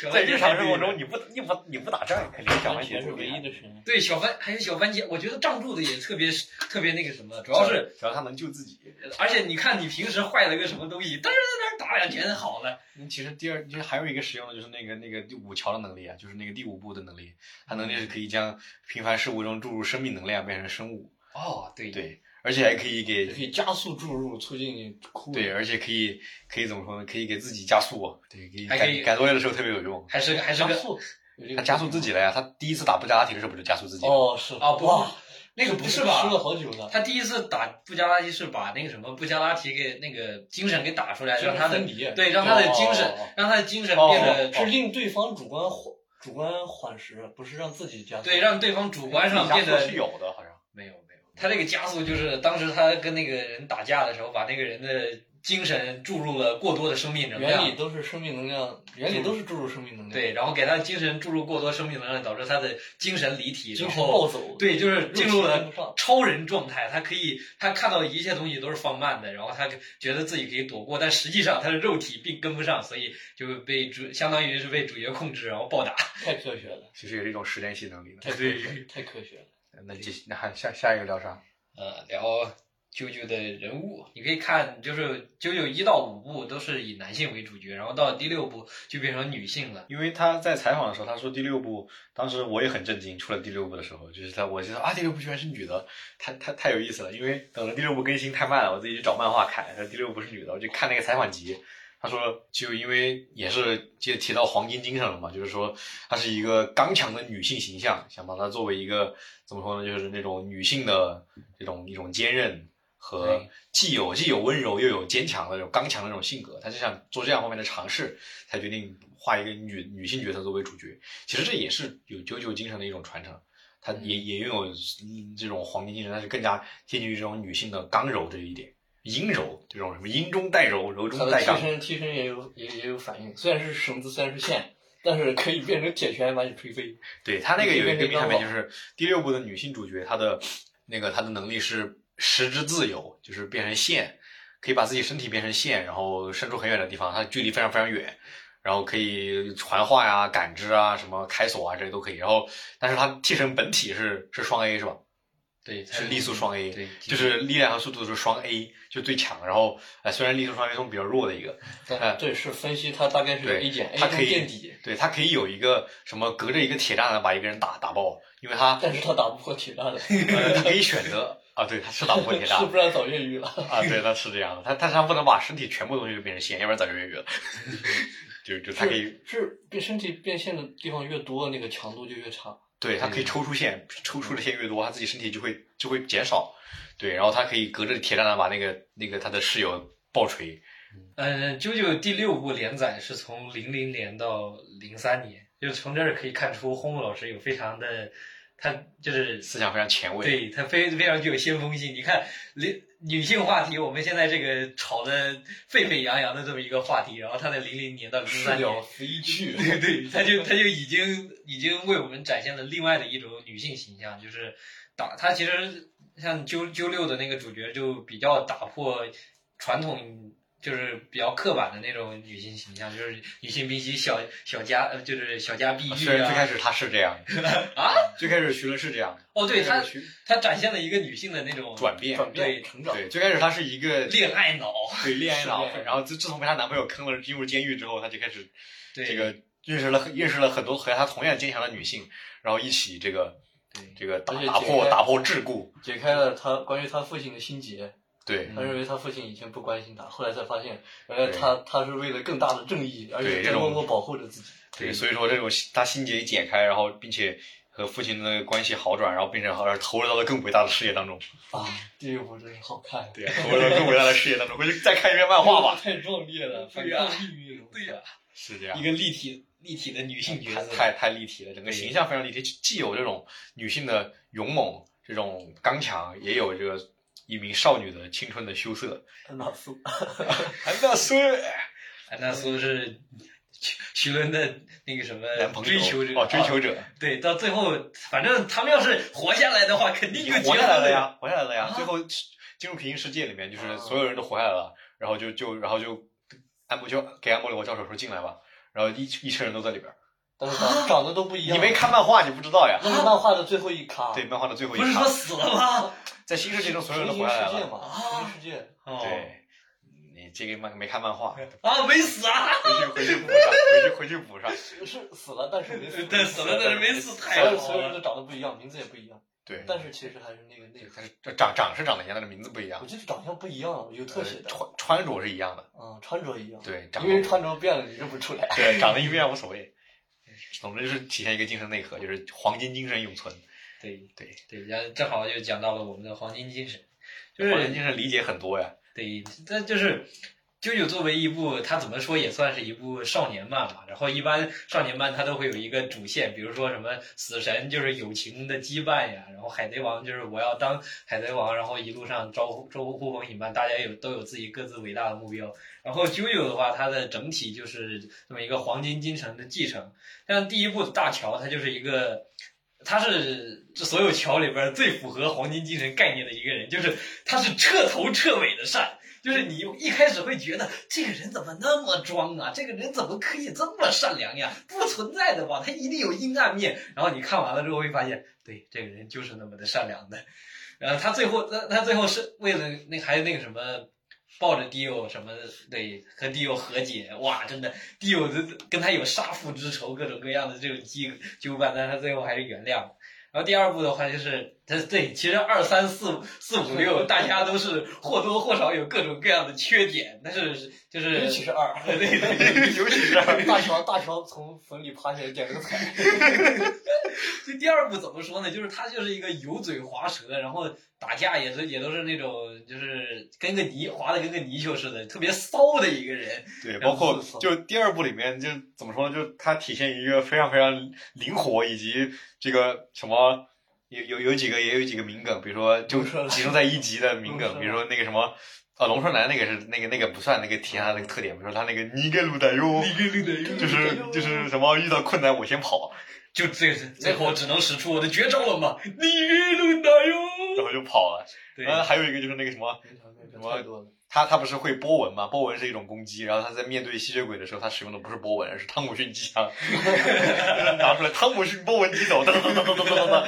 [SPEAKER 3] 小
[SPEAKER 1] 在
[SPEAKER 3] 番茄
[SPEAKER 1] 日常
[SPEAKER 3] 太对
[SPEAKER 1] 生活
[SPEAKER 3] 了
[SPEAKER 1] 中，你不你不你不打仗，肯定小番茄
[SPEAKER 2] 是
[SPEAKER 1] 最
[SPEAKER 2] 唯
[SPEAKER 1] 厉
[SPEAKER 2] 一
[SPEAKER 1] 害
[SPEAKER 2] 的神。
[SPEAKER 3] 对小番还有小番茄，我觉得仗住的也特别特别那个什么，主要是
[SPEAKER 1] 只要他能救自己。
[SPEAKER 3] 而且你看你平时坏了个什么东西，但是在那儿打两拳好了，
[SPEAKER 1] 嗯其实第二，其实还有一个实用的就是那个那个第五桥的能力啊，就是那个第五步的能力，它能力是可以将平凡事物中注入生命能量变成生物，
[SPEAKER 3] 哦对
[SPEAKER 1] 对，而且还可以给
[SPEAKER 2] 也可以加速注入，促进你哭。
[SPEAKER 1] 对，，而且可以可以怎么说呢？可以给自己加速，啊对，给
[SPEAKER 3] 还可以
[SPEAKER 1] 改改作业的时候特别有用。
[SPEAKER 3] 还是个还是
[SPEAKER 2] 加
[SPEAKER 1] 啊
[SPEAKER 3] 个
[SPEAKER 2] 速，有这
[SPEAKER 1] 他
[SPEAKER 2] 个
[SPEAKER 1] 加速自己了呀，他第一次打布加拉提的时候不就加速自己？，
[SPEAKER 2] 哦，是
[SPEAKER 3] 啊不
[SPEAKER 2] 哇，
[SPEAKER 3] 那个不是
[SPEAKER 2] 吃了
[SPEAKER 3] 吧？
[SPEAKER 2] 好久呢，
[SPEAKER 3] 他第一次打布加拉提是把那个什么布加拉提给那个精神给打出来，
[SPEAKER 2] 就是
[SPEAKER 3] 让他的
[SPEAKER 2] 分离
[SPEAKER 3] 对让他的精神
[SPEAKER 2] 哦哦哦
[SPEAKER 3] 让他的精神
[SPEAKER 2] 哦
[SPEAKER 3] 变得
[SPEAKER 2] 是令对方主观缓主观缓时，不是让自己加速。
[SPEAKER 3] 对让对方主观上
[SPEAKER 1] 加
[SPEAKER 3] 变
[SPEAKER 1] 速
[SPEAKER 3] 得
[SPEAKER 1] 是有的，好像。
[SPEAKER 3] 没有没有，他这个加速就是当时他跟那个人打架的时候，把那个人的精神注入了过多的生命能量。
[SPEAKER 2] 原理都是生命能量，原理都是注入生命能量，，
[SPEAKER 3] 对，然后给他精神注入过多生命能量，导致他的精神离体，
[SPEAKER 2] 精
[SPEAKER 3] 然
[SPEAKER 2] 神暴
[SPEAKER 3] 后
[SPEAKER 2] 走，
[SPEAKER 3] 对，就是进入
[SPEAKER 2] 肉体跟
[SPEAKER 3] 了
[SPEAKER 2] 不上
[SPEAKER 3] 超人状态。他可以，他看到一切东西都是放慢的，然后他觉得自己可以躲过，但实际上他的肉体并跟不上，所以就被主相当于是被主角控制，然后暴打。
[SPEAKER 2] 太科学了，
[SPEAKER 1] 其实也是一种时间系能力的。
[SPEAKER 2] 太科学， 太科学了。
[SPEAKER 1] 那继续那还下下一个聊啥？
[SPEAKER 3] 呃，聊啾啾的人物，你可以看，就是啾啾一到五部都是以男性为主角，然后到第六部就变成女性了。
[SPEAKER 1] 因为他在采访的时候，他说第六部，当时我也很震惊。出了第六部的时候，就是他，我就说啊，第六部居然是女的，太太太有意思了。因为等了第六部更新太慢了，我自己去找漫画看，他第六部是女的，我就看那个采访集。他说，就因为也是就提到黄金精神了嘛，就是说她是一个刚强的女性形象，想把她作为一个怎么说呢，就是那种女性的这种一种坚韧和
[SPEAKER 3] 对
[SPEAKER 1] 既有既有温柔又有坚强的那种刚强的那种性格，她就想做这样方面的尝试，才决定画一个女女性角色作为主角。其实这也是有九九精神的一种传承，她也也拥有嗯这种黄金精神，但是更加接近于这种女性的刚柔这一点。阴柔这种什么阴中带柔，柔中
[SPEAKER 2] 他的
[SPEAKER 1] 带
[SPEAKER 2] 替
[SPEAKER 1] 刚，
[SPEAKER 2] 身替身也有也也有反应，虽然是绳子，虽然是线，但是可以变成铁拳把你锤飞。
[SPEAKER 1] 对他那个有一个名场
[SPEAKER 2] 你可以
[SPEAKER 1] 面，
[SPEAKER 2] 跟着
[SPEAKER 1] 就是第六部的女性主角，她的那个她的能力是十之自由，就是变成线，可以把自己身体变成线，然后伸出很远的地方，她距离非常非常远，然后可以传话呀、感知啊、什么开锁啊这些都可以。然后，但是她替身本体是是双 A 是吧？
[SPEAKER 3] 对，
[SPEAKER 1] 是力速双 A，
[SPEAKER 3] 对，
[SPEAKER 1] 就是力量和速度是双 A，就最强。然后，呃，虽然力速双 A 中比较弱的一个，
[SPEAKER 2] 但对，是分析他大概是有
[SPEAKER 1] 对
[SPEAKER 2] A 减，A
[SPEAKER 1] 他可以
[SPEAKER 2] 中垫底，
[SPEAKER 1] 对他可以有一个什么隔着一个铁栅栏把一个人打打爆，因为他
[SPEAKER 2] 但是他打不破铁栅栏，
[SPEAKER 1] 呃他可以选择啊，对，他是打不破铁栅
[SPEAKER 2] 是
[SPEAKER 1] 栏
[SPEAKER 2] 不。然早越狱了。
[SPEAKER 1] 啊，对，那是这样的，他但是他不能把身体全部东西都变成线，要不然早就越狱了。 就就他可以，
[SPEAKER 2] 是是变身体变现的地方越多，那个强度就越差。
[SPEAKER 1] 对
[SPEAKER 2] 嗯
[SPEAKER 1] 他可以抽出线，抽出的线越多，他自己身体就会就会减少。对，然后他可以隔着铁栅栏把那个那个他的室友爆锤。
[SPEAKER 3] 嗯，啾啾第六部连载是从零零年到零三年，就是从这儿可以看出轰木老师有非常的，他就是
[SPEAKER 1] 思想非常前卫
[SPEAKER 3] 对他非非常具有先锋性。你看，零女性话题，我们现在这个吵得沸沸扬扬的这么一个话题，然后他在零零年到零三年，
[SPEAKER 2] 飞去，
[SPEAKER 3] 对对， 他 就他就已经已经为我们展现了另外的一种女性形象，就是打他其实像九九六的那个主角就比较打破传统，就是比较刻板的那种女性形象，就是女性必须小小家，呃就是小家碧
[SPEAKER 1] 虽
[SPEAKER 3] 玉
[SPEAKER 1] 然最开
[SPEAKER 3] 啊。
[SPEAKER 1] 始他是这样，
[SPEAKER 3] 啊，
[SPEAKER 1] 最开始徐伦是这样，
[SPEAKER 3] 哦，对
[SPEAKER 1] 他
[SPEAKER 3] 她，她展现了一个女性的那种
[SPEAKER 1] 转变，
[SPEAKER 2] 转
[SPEAKER 3] 对
[SPEAKER 2] 变成长，
[SPEAKER 1] 对，最开始他是一个
[SPEAKER 3] 恋爱脑，
[SPEAKER 1] 对恋爱脑
[SPEAKER 2] 是恋爱，
[SPEAKER 1] 然后自自从被她男朋友坑了，进入监狱之后，她就开始
[SPEAKER 3] 对
[SPEAKER 1] 这个认识了很认识了很多和她同样坚强的女性，然后一起这个这个打
[SPEAKER 2] 而且
[SPEAKER 1] 打
[SPEAKER 2] 解
[SPEAKER 1] 破
[SPEAKER 2] 开
[SPEAKER 1] 打破桎梏，
[SPEAKER 2] 解开了他关于他父亲的心结。
[SPEAKER 1] 对
[SPEAKER 2] 他认为他父亲以前不关心他，后来才发现，原来他他是为了更大的正义，而且
[SPEAKER 1] 这
[SPEAKER 2] 在
[SPEAKER 1] 种
[SPEAKER 2] 默默保护着自己。
[SPEAKER 1] 对，所以说这种她心结一解开，然后并且和父亲的关系好转，然后并且好像投入到了更伟大的事业当中，
[SPEAKER 2] 啊，第一部真是好 看，啊
[SPEAKER 1] 对，投入到更伟大的事业当中，回去再看一遍漫画吧，
[SPEAKER 3] 太壮烈了，
[SPEAKER 2] 对
[SPEAKER 3] 呀
[SPEAKER 2] 呀、
[SPEAKER 3] 对呀、
[SPEAKER 1] 是这样
[SPEAKER 3] 一。个立体立体的女性角
[SPEAKER 1] 太
[SPEAKER 3] 色，
[SPEAKER 1] 太太立体了，整个形象非常立体，既有这种女性的勇猛、这种刚强，也有这个一名少女的青春的羞涩。
[SPEAKER 2] 安娜苏，
[SPEAKER 1] 安娜苏
[SPEAKER 3] 安娜苏是徐徐伦的那个什么
[SPEAKER 1] 男朋友
[SPEAKER 3] 追求者
[SPEAKER 1] 哦，追求者，
[SPEAKER 3] 对，到最后，反正他们要是活下来的话，肯定就结
[SPEAKER 1] 活
[SPEAKER 3] 婚
[SPEAKER 1] 下来了
[SPEAKER 3] 了。
[SPEAKER 1] 呀，活下来了呀
[SPEAKER 3] 啊。
[SPEAKER 1] 最后进入平行世界里面，
[SPEAKER 2] 啊
[SPEAKER 1] 就是所有人都活下来了，然后就就然后就安博就给安博罗教授说进来吧，然后一一车人都在里边。
[SPEAKER 2] 但是长长得都不一样。
[SPEAKER 1] 你没看漫画，你不知道呀。
[SPEAKER 2] 那是漫画的最后一 卡，
[SPEAKER 1] 对，，漫画的最后一
[SPEAKER 3] 不是
[SPEAKER 1] 卡
[SPEAKER 3] 说，死了吗？
[SPEAKER 1] 在新世界中所有人
[SPEAKER 2] 平
[SPEAKER 1] 都
[SPEAKER 2] 行
[SPEAKER 1] 活下来
[SPEAKER 2] 世界
[SPEAKER 1] 了。
[SPEAKER 2] 嘛，
[SPEAKER 3] 啊
[SPEAKER 2] 平行世界。
[SPEAKER 3] 哦，
[SPEAKER 1] 对，你这个漫没看漫画，
[SPEAKER 3] 啊，没死啊，
[SPEAKER 1] 回去回去补上，回去回去补上。
[SPEAKER 2] 是死了，但是没 死。
[SPEAKER 3] 对，死了，但是没死，
[SPEAKER 2] 所
[SPEAKER 3] 太好
[SPEAKER 2] 有所有人
[SPEAKER 3] 了。
[SPEAKER 2] 都长得不一样，名字也不一样，
[SPEAKER 1] 对，
[SPEAKER 2] 但是其实还是那个那个，
[SPEAKER 1] 但是这长长是长得一样，但是名字不一样
[SPEAKER 2] 我。记得长相不一样，有特写
[SPEAKER 1] 呃
[SPEAKER 2] 的，
[SPEAKER 1] 穿穿着是一样的，
[SPEAKER 2] 嗯，穿着一样，，
[SPEAKER 1] 对，长
[SPEAKER 2] 因为穿着变了，你认不出来。
[SPEAKER 1] 对 长得一样无所谓。总之就是体现一个精神内核，就是黄金精神永存。
[SPEAKER 3] 对
[SPEAKER 1] 对
[SPEAKER 3] 对，然后正好就讲到了我们的黄金精神，就
[SPEAKER 1] 黄金
[SPEAKER 3] 是
[SPEAKER 1] 精神理解很多呀，
[SPEAKER 3] 对，这就是。啾啾作为一部，它怎么说也算是一部少年漫吧。然后一般少年漫它都会有一个主线，比如说什么死神就是友情的羁绊呀，然后海贼王就是我要当海贼王，然后一路上招呼招呼呼朋引伴，大家有都有自己各自伟大的目标。然后啾啾的话，它的整体就是这么一个黄金精神的继承。像第一部的大乔，它就是一个，他是这所有乔里边儿最符合黄金精神概念的一个人，就是他是彻头彻尾的善。就是你一开始会觉得这个人怎么那么装啊？这个人怎么可以这么善良呀？不存在的吧？他一定有阴暗面。然后你看完了之后会发现，对，这个人就是那么的善良的。然后他最后，他他最后是为了那还那个什么，抱着 Dio 什么的，对，和 Dio 和解，哇，真的，Dio 的跟他有杀父之仇，各种各样的这种纠纠绊，但他最后还是原谅了。然后第二部的话就是，他对，其实二三四四五六，大家都是或多或少有各种各样的缺点，但是就是
[SPEAKER 2] 尤其是 二，
[SPEAKER 3] 对对对，
[SPEAKER 1] 尤其是
[SPEAKER 2] 大乔大乔从坟里爬起来点了个 菜，
[SPEAKER 3] 这第二部怎么说呢？就是他就是一个油嘴滑舌，然后打架也是也都是那种就是跟个泥滑的跟个泥鳅似的，特别骚的一个人。
[SPEAKER 1] 对，
[SPEAKER 3] 嗯
[SPEAKER 1] 包括
[SPEAKER 2] 是是
[SPEAKER 1] 就第二部里面就怎么说呢？就它体现一个非常非常灵活，以及这个什么有有有几个也有几个名梗，比如说就
[SPEAKER 2] 龙舌兰
[SPEAKER 1] 集中在一集的名
[SPEAKER 2] 龙舌
[SPEAKER 1] 梗，
[SPEAKER 2] 兰
[SPEAKER 1] 比如说那个什么。啊，龙舌兰那个是那个那个不算那个体现它那个特点，比如说它那个尼格鲁的哟，就是就是什么遇到困难我先跑，
[SPEAKER 3] 就最最后只能使出我的绝招了嘛，你论的
[SPEAKER 1] 然
[SPEAKER 3] 哟。
[SPEAKER 1] 后就跑了。
[SPEAKER 3] 对，
[SPEAKER 1] 然后还有一个就是那个什么，
[SPEAKER 2] 什么太多了，
[SPEAKER 1] 他他不是会波纹吗？波纹是一种攻击，然后他在面对吸血鬼的时候，他使用的不是波纹，而是汤姆逊机枪，拿出来汤姆逊波纹机手，噔噔噔噔噔噔噔噔，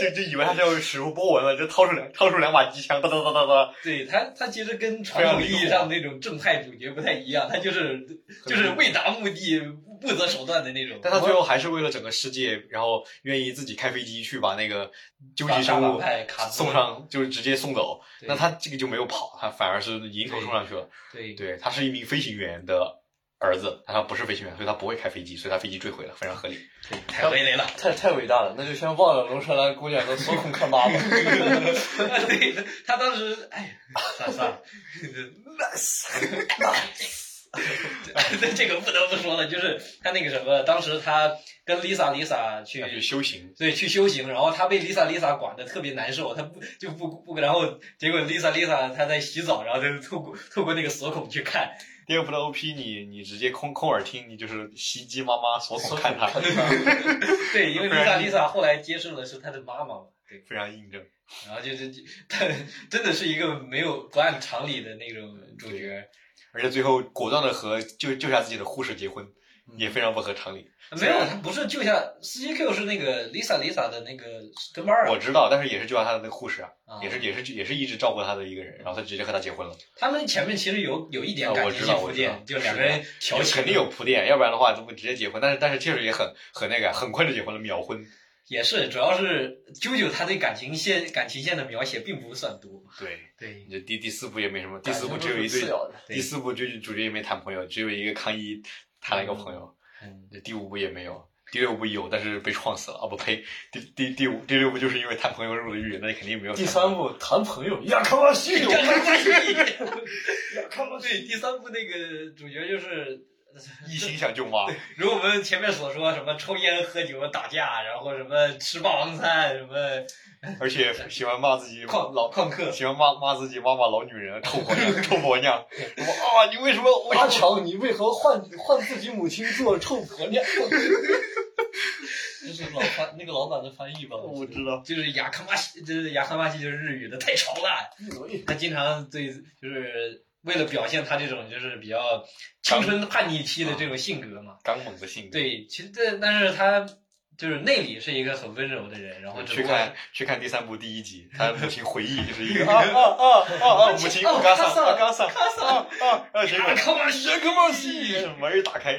[SPEAKER 1] 就就以为他是要使用波纹了，就掏出两掏出两把机枪，噔噔噔噔
[SPEAKER 3] 对他他其实跟传统意义上那种正派主角不太一样，他就是就是为达目的不择手段的那种。
[SPEAKER 1] 噔，但他最后还是为了整个世界，然后愿意自己开飞机去把那个究极生
[SPEAKER 3] 大反
[SPEAKER 1] 物
[SPEAKER 3] 派卡兹
[SPEAKER 1] 送上，就是直接送走。
[SPEAKER 3] 对
[SPEAKER 1] 那他这个就没有跑，他反而是迎头冲上去了。
[SPEAKER 3] 对
[SPEAKER 1] 对他是一名飞行员的儿子，但他不是飞行员，所以他不会开飞机，所以他飞机坠毁了，非常合理。
[SPEAKER 3] 对，太回雷了。
[SPEAKER 2] 太太伟大了，那就先忘了龙舌兰姑娘和孙悟空他妈吧。
[SPEAKER 3] 对 他当时，哎，算了算了，nice，nice，这个不得不说了，就是他那个什么，当时他跟 Lisa Lisa 去
[SPEAKER 1] 要去修行，
[SPEAKER 3] 对，去修行，然后他被 Lisa Lisa 管的特别难受，他不就不不，然后结果 Lisa Lisa 他在洗澡，然后他就透过透过那个锁孔去 看，
[SPEAKER 1] 第二部的 OP，你你直接空空耳听，你就是袭击妈妈锁孔看他，
[SPEAKER 3] 对，因为 Lisa Lisa 后来揭示了是他的妈妈嘛，对，
[SPEAKER 1] 非常印证。
[SPEAKER 3] 然后就是，他真的是一个没有不按常理的那种主角，
[SPEAKER 1] 而且最后果断的和救救下自己的护士结婚，也非常不合常理。
[SPEAKER 3] 没有他不是救下 C G Q 是那个 Lisa Lisa 的那个跟班儿
[SPEAKER 1] 我
[SPEAKER 3] 啊，
[SPEAKER 1] 知道，但是也是救下他的那个护士啊，
[SPEAKER 3] 啊
[SPEAKER 1] 也是也是也是一直照顾他的一个人，然后他直接和他结婚了，
[SPEAKER 3] 他们前面其实有有一点
[SPEAKER 1] 啊
[SPEAKER 3] 感
[SPEAKER 1] 我
[SPEAKER 3] 情
[SPEAKER 1] 知
[SPEAKER 3] 性
[SPEAKER 1] 道
[SPEAKER 3] 铺
[SPEAKER 1] 我知道
[SPEAKER 3] 垫，就两个人调情，
[SPEAKER 1] 肯定有铺垫，要不然的话怎么直接结婚？但是但是确实也很很那个，啊很快就结婚了，秒婚。
[SPEAKER 3] 也是，主要是啾啾他对感情线感情线的描写并不算多，
[SPEAKER 1] 对，
[SPEAKER 3] 对，
[SPEAKER 1] 就第第四部也没什么，第
[SPEAKER 2] 感
[SPEAKER 1] 四部只
[SPEAKER 2] 情哎都
[SPEAKER 1] 有
[SPEAKER 2] 是
[SPEAKER 1] 一
[SPEAKER 2] 次
[SPEAKER 1] 对
[SPEAKER 2] 要的，
[SPEAKER 1] 第四部就主角也没谈朋友，只有一个康一谈了一个朋友。
[SPEAKER 3] 嗯，
[SPEAKER 1] 第五部也没有，第六部有，但是被撞死了。哦，不呸，第第第五第六部就是因为谈朋友入了狱，那肯定没有。
[SPEAKER 2] 第三，部谈朋友，亚康拉西
[SPEAKER 3] 看 看看 对，第三部那个主角就是，
[SPEAKER 1] 一心想救妈，
[SPEAKER 3] 如我们前面所说，什么抽烟、喝酒、打架，然后什么吃霸王餐，什么
[SPEAKER 1] 而且喜欢骂自己
[SPEAKER 3] 旷
[SPEAKER 1] 老
[SPEAKER 3] 旷课，
[SPEAKER 1] 喜欢骂骂自己妈妈老女人，臭婆娘，臭婆娘。什么啊？你为什么？为什
[SPEAKER 2] 阿
[SPEAKER 1] 么？
[SPEAKER 2] 强，你为何换换自己母亲做臭婆娘？
[SPEAKER 3] 就是老翻那个老板的翻译吧，
[SPEAKER 4] 我
[SPEAKER 3] 记得
[SPEAKER 4] 知道，
[SPEAKER 3] 就是雅康巴西，就是雅康巴西就是日语的，太吵了。
[SPEAKER 2] 闭嘴！
[SPEAKER 3] 他经常对，就是为了表现他这种就是比较青春叛逆期的这种性格嘛。
[SPEAKER 1] 刚猛的性格。，
[SPEAKER 3] 对，其实但但是他就是内里是一个很温柔的人，然后啊只
[SPEAKER 1] 去
[SPEAKER 3] 不过
[SPEAKER 1] 看去看第三部第一集，他母亲回忆就是一个啊啊啊啊啊！ 母亲
[SPEAKER 3] 哦
[SPEAKER 1] 刚上
[SPEAKER 3] 卡萨
[SPEAKER 1] 啊刚上啊啊啊！谁
[SPEAKER 3] 雅康巴西，
[SPEAKER 1] 人格冒险，门一打开，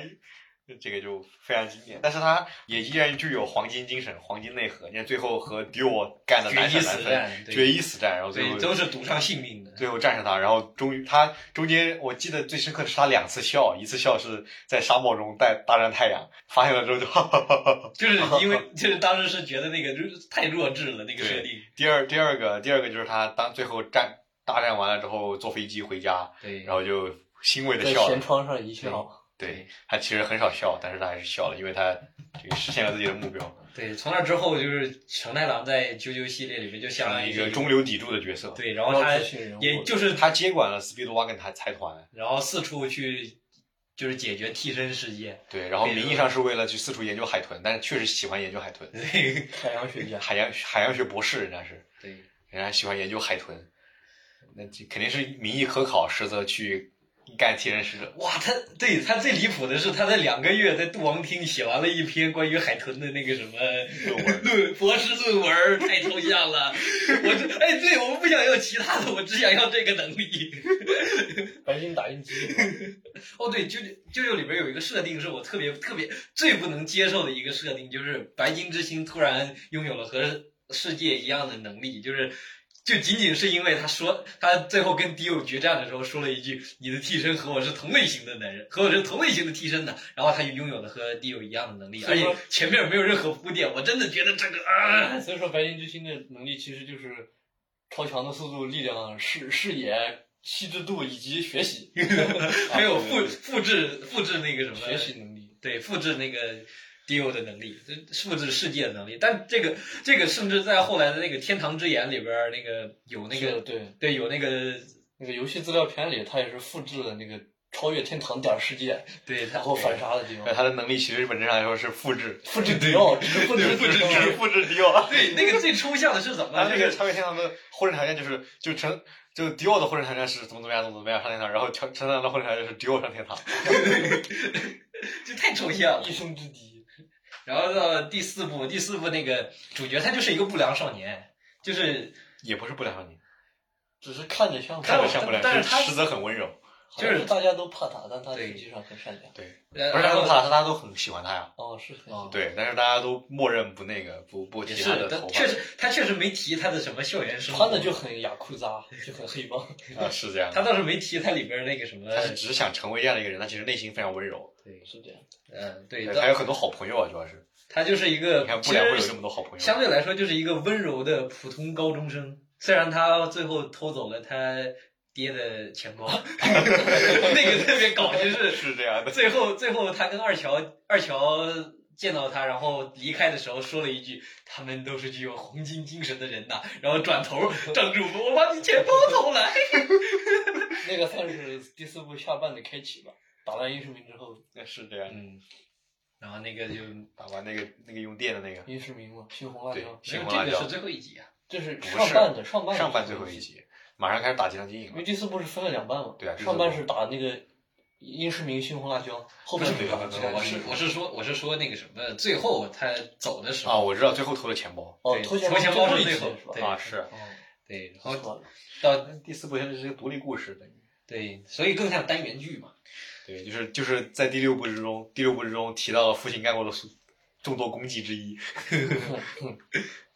[SPEAKER 1] 这个就非常经典。但是它也依然具有黄金精神、黄金内核。你看最后和迪奥干的
[SPEAKER 3] 决
[SPEAKER 1] 难
[SPEAKER 3] 一
[SPEAKER 1] 舍
[SPEAKER 3] 死
[SPEAKER 1] 难
[SPEAKER 3] 战，
[SPEAKER 1] 分，
[SPEAKER 3] 对
[SPEAKER 1] 决一死战，然后最
[SPEAKER 3] 对，
[SPEAKER 1] 后
[SPEAKER 3] 都是赌上性命的。
[SPEAKER 1] 最后战胜他，然后终于他中间我记得最深刻的是他两次笑，一次笑是在沙漠中带大战太阳，发现了之后就哈哈哈哈。
[SPEAKER 3] 就是 因为就是当时是觉得那个就是太弱智了那个设定，
[SPEAKER 1] 第二第二个第二个就是他当最后战大战完了之后坐飞机回家，
[SPEAKER 3] 对
[SPEAKER 1] 然后就欣慰的
[SPEAKER 2] 在
[SPEAKER 1] 笑了
[SPEAKER 2] 舷。窗上一笑，
[SPEAKER 1] 对他其实很少笑，但是他还是笑了，因为他这个实现了自己的目标，
[SPEAKER 3] 对，从那之后就是成太郎在啾啾系列里面就相
[SPEAKER 1] 成
[SPEAKER 3] 当
[SPEAKER 1] 了呃
[SPEAKER 3] 于
[SPEAKER 1] 一
[SPEAKER 3] 是
[SPEAKER 1] 个中流砥柱的角色。
[SPEAKER 3] 对，然后他
[SPEAKER 2] 标志性人物
[SPEAKER 3] 也就是
[SPEAKER 1] 他接管了 Speedwagon 台财团，
[SPEAKER 3] 然后四处去就是解决替身事件，
[SPEAKER 1] 对，然后名义上是为了去四处研究海豚，但是确实喜欢研究海豚，
[SPEAKER 3] 对
[SPEAKER 2] 太阳学家。
[SPEAKER 1] 海洋海洋学博士人家是，
[SPEAKER 3] 对
[SPEAKER 1] 人家喜欢研究海豚，那这肯定是民意可考，实则去干替人使者。
[SPEAKER 3] 哇，他对他最离谱的是，他在两个月在杜王厅写完了一篇关于海豚的那个什么
[SPEAKER 1] 论文
[SPEAKER 3] 论博士论文儿，太抽象了。 我这哎，对，我不想要其他的，我只想要这个能力。
[SPEAKER 2] 白金打印机，
[SPEAKER 3] 哦，对，舅舅舅舅里边有一个设定是我特别特别最不能接受的一个设定，就是白金之星突然拥有了和世界一样的能力，就是就仅仅是因为他说他最后跟迪欧决战的时候说了一句“你的替身和我是同类型的男人，和我是同类型的替身的”，然后他就拥有了和迪欧一样的能力，
[SPEAKER 2] 所
[SPEAKER 3] 而
[SPEAKER 2] 以
[SPEAKER 3] 且
[SPEAKER 2] 说
[SPEAKER 3] 前面没有任何铺垫，我真的觉得这个啊，
[SPEAKER 2] 所以说白金之星的能力其实就是超强的速度、力量、视视野、细致度以及学习，
[SPEAKER 3] 还有复复制复制那个什么
[SPEAKER 2] 学习能力。
[SPEAKER 3] 对，复制那个 Dio 的能力，这复制世界的能力。但这个这个甚至在后来的那个《天堂之眼》里边儿，那个有那
[SPEAKER 2] 是
[SPEAKER 3] 个
[SPEAKER 2] 对
[SPEAKER 3] 对有那个
[SPEAKER 2] 那个游戏资料片里，它也是复制了那个超越天堂点儿世界，
[SPEAKER 3] 对他
[SPEAKER 2] 然后反杀的地
[SPEAKER 1] 那
[SPEAKER 2] 方，
[SPEAKER 1] 他的能力其实本质上来说是复制，
[SPEAKER 2] 复制迪奥，只是复制
[SPEAKER 1] 复制
[SPEAKER 2] 迪奥
[SPEAKER 1] 只是复制迪奥。
[SPEAKER 3] 对那个最抽象的是怎么
[SPEAKER 1] 然后
[SPEAKER 3] 了？就
[SPEAKER 1] 这个
[SPEAKER 3] 是
[SPEAKER 1] 超越天堂的火人条件就是就成就迪奥的火人条件是怎么怎么样怎么怎么样上天堂，然后成成长的火人条件是迪奥上天堂。
[SPEAKER 3] 就太抽象了
[SPEAKER 2] 一。生之敌。
[SPEAKER 3] 然后到第四部，第四部那个主角他就是一个不良少年，就是
[SPEAKER 1] 也不是不良少年，
[SPEAKER 2] 只是看着像，
[SPEAKER 1] 看着像不良，
[SPEAKER 3] 但是
[SPEAKER 1] 就
[SPEAKER 3] 他
[SPEAKER 1] 实则很温柔。
[SPEAKER 2] 好像是大家都怕他，但他
[SPEAKER 3] 对
[SPEAKER 2] 实际上很善良。
[SPEAKER 1] 对，
[SPEAKER 3] 呃然
[SPEAKER 1] 不是大家都怕
[SPEAKER 3] 后
[SPEAKER 1] 他，是大家都很喜欢他呀。
[SPEAKER 2] 哦，是很
[SPEAKER 3] 哦
[SPEAKER 1] 对，但是大家都默认不那个不不
[SPEAKER 3] 也
[SPEAKER 1] 提
[SPEAKER 3] 是
[SPEAKER 1] 他的
[SPEAKER 3] 他
[SPEAKER 1] 头发，
[SPEAKER 3] 确实他确实没提他的什么校园生活，
[SPEAKER 2] 穿的就很雅库扎，就很黑帮。
[SPEAKER 1] 啊是这样
[SPEAKER 3] 他
[SPEAKER 1] 的。
[SPEAKER 3] 倒是没提他里边儿那个什么，
[SPEAKER 1] 他是只是想成为这样的一个人，他其实内心非常温柔，
[SPEAKER 3] 对，
[SPEAKER 2] 是这样。
[SPEAKER 3] 嗯对，
[SPEAKER 1] 他有很多好朋友啊，主要是
[SPEAKER 3] 他就是一个
[SPEAKER 1] 你看
[SPEAKER 3] 其
[SPEAKER 1] 不良会有
[SPEAKER 3] 实
[SPEAKER 1] 这么多好朋友，
[SPEAKER 3] 相对来说就是一个温柔的普通高中生，虽然他最后偷走了他爹的钱 包，那个特别搞，就是
[SPEAKER 1] 是这样的。
[SPEAKER 3] 最后最后他跟二乔二乔见到他，然后离开的时候说了一句：“他们都是具有黄金精神的人呐。”然后转 头正主我把你钱包偷来。
[SPEAKER 2] 那个算是第四部下半的开启吧。打烂殷世民之后，
[SPEAKER 1] 是这样的，
[SPEAKER 3] 嗯， 然后那个就
[SPEAKER 1] 打完那个那个用电的那个，
[SPEAKER 2] 殷世民嘛，猩红辣
[SPEAKER 1] 对
[SPEAKER 2] 椒，
[SPEAKER 1] 新
[SPEAKER 3] 没有
[SPEAKER 1] 红辣
[SPEAKER 3] 这个
[SPEAKER 1] 椒
[SPEAKER 3] 是最后一集啊，
[SPEAKER 2] 这是
[SPEAKER 1] 不
[SPEAKER 2] 上
[SPEAKER 1] 是
[SPEAKER 2] 半的上半的
[SPEAKER 1] 上半最后一集，马上开始打《极上精英》
[SPEAKER 2] 因为
[SPEAKER 1] 了。
[SPEAKER 2] 这次不是分了两半嘛？
[SPEAKER 1] 对啊这次
[SPEAKER 2] 上半是打那个英世明星红辣椒，后半
[SPEAKER 1] 对
[SPEAKER 2] 打
[SPEAKER 1] 对对
[SPEAKER 2] 这
[SPEAKER 1] 对对
[SPEAKER 2] 个
[SPEAKER 3] 我是我是说我是说那个什么，最后他走的时
[SPEAKER 1] 啊，
[SPEAKER 3] 候，
[SPEAKER 1] 我知道最后偷了钱包
[SPEAKER 2] 哦
[SPEAKER 3] 对，
[SPEAKER 2] 头衔
[SPEAKER 3] 头衔包是
[SPEAKER 2] 是
[SPEAKER 3] 最
[SPEAKER 2] 后
[SPEAKER 3] 后
[SPEAKER 2] 一集是吧？
[SPEAKER 3] 对
[SPEAKER 1] 啊，是
[SPEAKER 3] 对，然后
[SPEAKER 2] 哦，
[SPEAKER 3] 到
[SPEAKER 1] 第四部现在是一个独立故事，等于
[SPEAKER 3] 对，所以更像单元剧嘛。
[SPEAKER 1] 对，就是就是在第六部之中，第六部之中提到了父亲干过的众多功绩之一，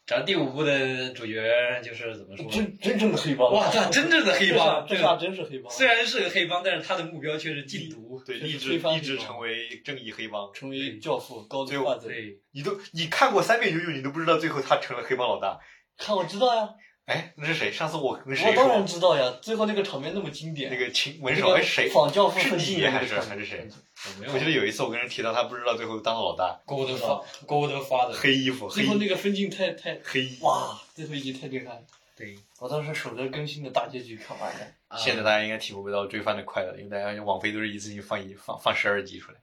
[SPEAKER 3] 然后第五部的主角就是怎么说？
[SPEAKER 2] 真真正的黑帮，
[SPEAKER 3] 哇，他真正的黑帮，
[SPEAKER 2] 这
[SPEAKER 3] 对
[SPEAKER 2] 下
[SPEAKER 1] 啊
[SPEAKER 2] 真是黑帮，
[SPEAKER 3] 虽然是个黑帮，但是他的目标却是禁毒。
[SPEAKER 1] 对，
[SPEAKER 2] 这是
[SPEAKER 1] 立志
[SPEAKER 2] 推翻
[SPEAKER 1] 立志
[SPEAKER 2] 黑帮
[SPEAKER 1] 成为正义黑帮。
[SPEAKER 2] 成为教父高
[SPEAKER 1] 最
[SPEAKER 2] 端
[SPEAKER 1] 后
[SPEAKER 2] 化子，
[SPEAKER 3] 对，
[SPEAKER 1] 你都你看过三遍九九，你都不知道最后他成了黑帮老大。
[SPEAKER 2] 看我知道呀，
[SPEAKER 1] 哎，那是谁？上次我跟谁
[SPEAKER 2] 我当然
[SPEAKER 1] 说
[SPEAKER 2] 知道呀，最后那个场面那么经典，
[SPEAKER 1] 那个秦文
[SPEAKER 2] 那
[SPEAKER 1] 手
[SPEAKER 2] 个
[SPEAKER 1] 哎谁？
[SPEAKER 2] 仿教父
[SPEAKER 1] 是
[SPEAKER 2] 奋
[SPEAKER 1] 你
[SPEAKER 2] 进的那
[SPEAKER 1] 还
[SPEAKER 2] 个
[SPEAKER 1] 是
[SPEAKER 2] 场面
[SPEAKER 1] 还是谁？
[SPEAKER 3] 我没
[SPEAKER 1] 我记得
[SPEAKER 3] 有
[SPEAKER 1] 有一次我跟人提到他不知道最后当了老大，
[SPEAKER 3] Gold Fa- Gold Father。
[SPEAKER 1] 黑衣服黑
[SPEAKER 2] 最后那个分镜太太，
[SPEAKER 1] 黑衣。
[SPEAKER 2] 哇，最后一集太震撼了，
[SPEAKER 3] 对，
[SPEAKER 2] 我当时守着更新的大结局看完的，
[SPEAKER 1] 现在大家应该体会不到追番的快乐，因为大家网飞都是一次性放一放放十二集出来，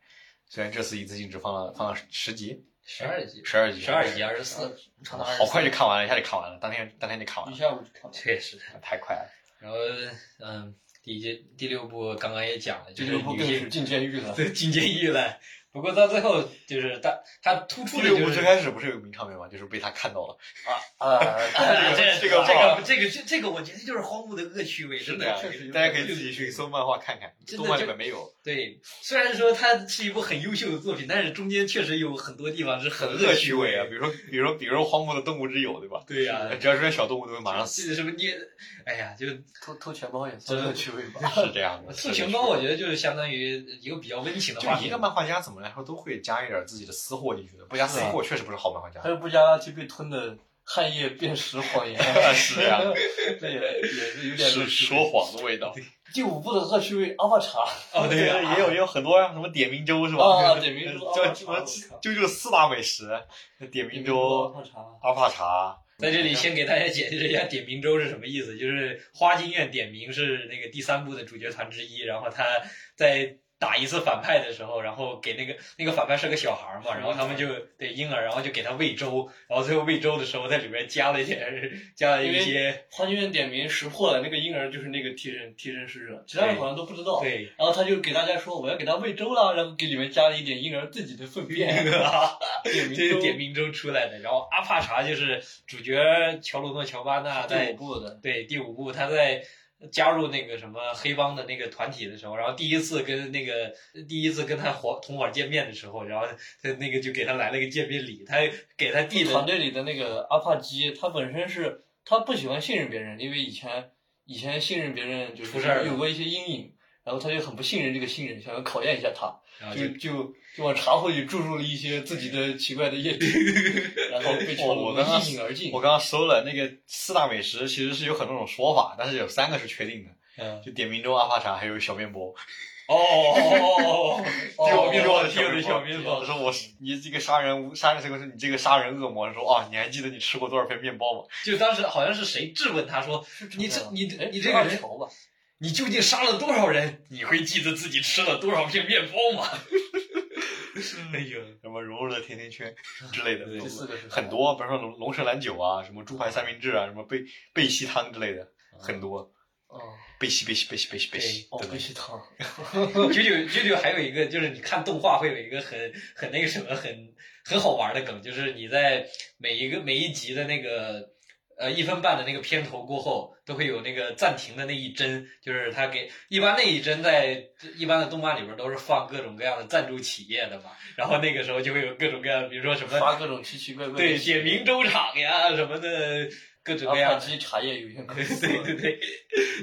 [SPEAKER 1] 虽然这次一次性只放了放了十集，
[SPEAKER 3] 十二集，
[SPEAKER 1] 十二集，
[SPEAKER 3] 十二集，二十四，长达
[SPEAKER 1] 好快就看完了，一下就看完了，当天当天就看完
[SPEAKER 2] 啊一
[SPEAKER 1] 了，
[SPEAKER 2] 下午就看完了。
[SPEAKER 3] 确实。
[SPEAKER 1] 太快了。
[SPEAKER 3] 然后，嗯，第一集第六部刚刚也讲了，就
[SPEAKER 2] 第
[SPEAKER 3] 是
[SPEAKER 2] 六部
[SPEAKER 3] 女
[SPEAKER 2] 更
[SPEAKER 3] 性
[SPEAKER 2] 是进监狱了，
[SPEAKER 3] 对进监狱了。不过到最后，就是他他突出
[SPEAKER 1] 第
[SPEAKER 3] 的
[SPEAKER 1] 六
[SPEAKER 3] 就
[SPEAKER 1] 部
[SPEAKER 3] 是
[SPEAKER 1] 最开始不是有个名场面吗？就是被他看到 了，
[SPEAKER 2] 啊，
[SPEAKER 3] 啊
[SPEAKER 1] 这个这
[SPEAKER 3] 这
[SPEAKER 1] 个
[SPEAKER 3] 这
[SPEAKER 1] 棒
[SPEAKER 3] 个这个这这个，我觉得就是荒木的恶趣味，真
[SPEAKER 1] 的呀
[SPEAKER 3] 的。这个
[SPEAKER 1] 大家可以自己去搜漫画看看，
[SPEAKER 3] 真的
[SPEAKER 1] 动漫里
[SPEAKER 3] 就
[SPEAKER 1] 面没有。
[SPEAKER 3] 对，虽然说它是一部很优秀的作品，但是中间确实有很多地方是很
[SPEAKER 1] 恶趣
[SPEAKER 3] 趣
[SPEAKER 1] 味啊，
[SPEAKER 3] 啊
[SPEAKER 1] 比。如说，比如说，比如说荒漠的动物之友，对吧？
[SPEAKER 3] 对呀、
[SPEAKER 1] 只要出现小动物都会马上死，
[SPEAKER 3] 这个什么捏，哎呀，就
[SPEAKER 2] 偷偷钱包也算
[SPEAKER 3] 真的
[SPEAKER 2] 恶趣味吧。
[SPEAKER 1] 是这样的。
[SPEAKER 3] 兔拳包，我觉得就是相当于一个比较温情的话
[SPEAKER 1] 就
[SPEAKER 3] 题
[SPEAKER 1] 一个。漫画家怎么来说都会加一点自己的私货进去的，不加私货确实不是好漫画家
[SPEAKER 2] 还。有布加拉提被吞的汗液变食谎言，
[SPEAKER 1] 是呀
[SPEAKER 2] 这也也是有点恶
[SPEAKER 1] 是
[SPEAKER 2] 趣
[SPEAKER 1] 说
[SPEAKER 2] 味。
[SPEAKER 1] 谎的味道。
[SPEAKER 2] 第五部的恶趣味阿瓦查，
[SPEAKER 3] 哦，对 呀、
[SPEAKER 1] 也有也有很多呀，啊什么点名粥是吧？
[SPEAKER 2] 啊点名粥
[SPEAKER 1] 叫
[SPEAKER 2] 啊
[SPEAKER 1] 什么
[SPEAKER 2] 我靠？
[SPEAKER 1] 就就四大美食，点名粥、
[SPEAKER 2] 阿瓦查，
[SPEAKER 1] 阿帕茶。
[SPEAKER 3] 在这里先给大家解释一下点名周是什么意思，就是花京院点名是那个第三部的主角团之一，然后他在打一次反派的时候，然后给那个那个反派是个小孩儿嘛，然后他们就对婴儿，然后就给他喂粥，然后最后喂粥的时候在里面加了一点加了一些
[SPEAKER 2] 花京院点名识破了那个婴儿就是那个替身替身使者，其他人好像都不知道。
[SPEAKER 3] 对。
[SPEAKER 2] 然后他就给大家说我要给他喂粥了，然后给里面加了一点婴儿自己的粪便，点
[SPEAKER 3] 这是
[SPEAKER 2] 名
[SPEAKER 3] 点
[SPEAKER 2] 粥。
[SPEAKER 3] 名周出来的，然后阿帕查就是主角乔鲁诺·乔巴纳在
[SPEAKER 2] 第五部的，
[SPEAKER 3] 啊对第五部，他在加入那个什么黑帮的那个团体的时候，然后第一次跟那个第一次跟他伙同伙见面的时候，然后他那个就给他来了个见面礼，他给他弟
[SPEAKER 2] 团
[SPEAKER 3] 的
[SPEAKER 2] 队里的那个阿帕基，他本身是他不喜欢信任别人，因为以前以前信任别人就
[SPEAKER 3] 出事儿
[SPEAKER 2] 是
[SPEAKER 3] 了
[SPEAKER 2] 有过一些阴影，然后他就很不信任这个信任，想要考验一下他，
[SPEAKER 3] 然啊后就
[SPEAKER 2] 就就就往茶会里注入了一些自己的奇怪的 液体，然后被乔
[SPEAKER 1] 我
[SPEAKER 2] 鲁
[SPEAKER 1] 我
[SPEAKER 2] 诺
[SPEAKER 1] 刚刚
[SPEAKER 2] 一饮而尽
[SPEAKER 1] 我。刚刚搜了那个四大美食，其实是有很多种说法，但是有三个是确定的，
[SPEAKER 3] 嗯
[SPEAKER 1] 就点名粥、阿帕茶还有小面包。
[SPEAKER 3] 哦哦哦哦，
[SPEAKER 1] 给我面
[SPEAKER 2] 给我面
[SPEAKER 1] 包
[SPEAKER 2] 包
[SPEAKER 1] 的
[SPEAKER 2] 的
[SPEAKER 1] 小
[SPEAKER 2] 小
[SPEAKER 1] 面
[SPEAKER 2] 面
[SPEAKER 1] 包
[SPEAKER 2] 包，
[SPEAKER 1] 他说我是你这个杀人无杀人成功是你这个杀人恶魔。说啊，你还记得你吃过多少片面包吗？
[SPEAKER 3] 就当时好像是谁质问他说，你这你
[SPEAKER 2] 哎
[SPEAKER 3] 你这
[SPEAKER 2] 是
[SPEAKER 3] 个
[SPEAKER 2] 二
[SPEAKER 3] 人，
[SPEAKER 2] 乔吧，
[SPEAKER 3] 你究竟杀了多少人？你会记得自己吃了多少片面包吗？哎呦，
[SPEAKER 1] 什么融入了甜甜圈之类的，
[SPEAKER 3] 对
[SPEAKER 1] 都
[SPEAKER 2] 嗯这四个是
[SPEAKER 1] 很多，比如说龙龙舌兰酒啊，什么猪排三明治啊，什么贝贝西汤之类的，很多。
[SPEAKER 2] 哦，
[SPEAKER 1] 贝西贝西贝西贝西贝西，
[SPEAKER 2] 嗯哦
[SPEAKER 1] 对
[SPEAKER 2] 不是汤，
[SPEAKER 3] 九九九九还有一个就是你看动画会有一个很很那个什么很很好玩的梗，就是你在每一个每一集的那个呃一分半的那个片头过后，都会有那个暂停的那一帧，就是他给一般那一帧在一般的动漫里边都是放各种各样的赞助企业的嘛，然后那个时候就会有各种各样的，比如说什么
[SPEAKER 2] 发各种奇奇怪怪的
[SPEAKER 3] 对点名州厂呀什么的各种
[SPEAKER 2] 阿
[SPEAKER 3] 各样
[SPEAKER 2] 帕
[SPEAKER 3] 的，
[SPEAKER 2] 基茶叶有限公
[SPEAKER 3] 对
[SPEAKER 2] 司，
[SPEAKER 3] 对对对，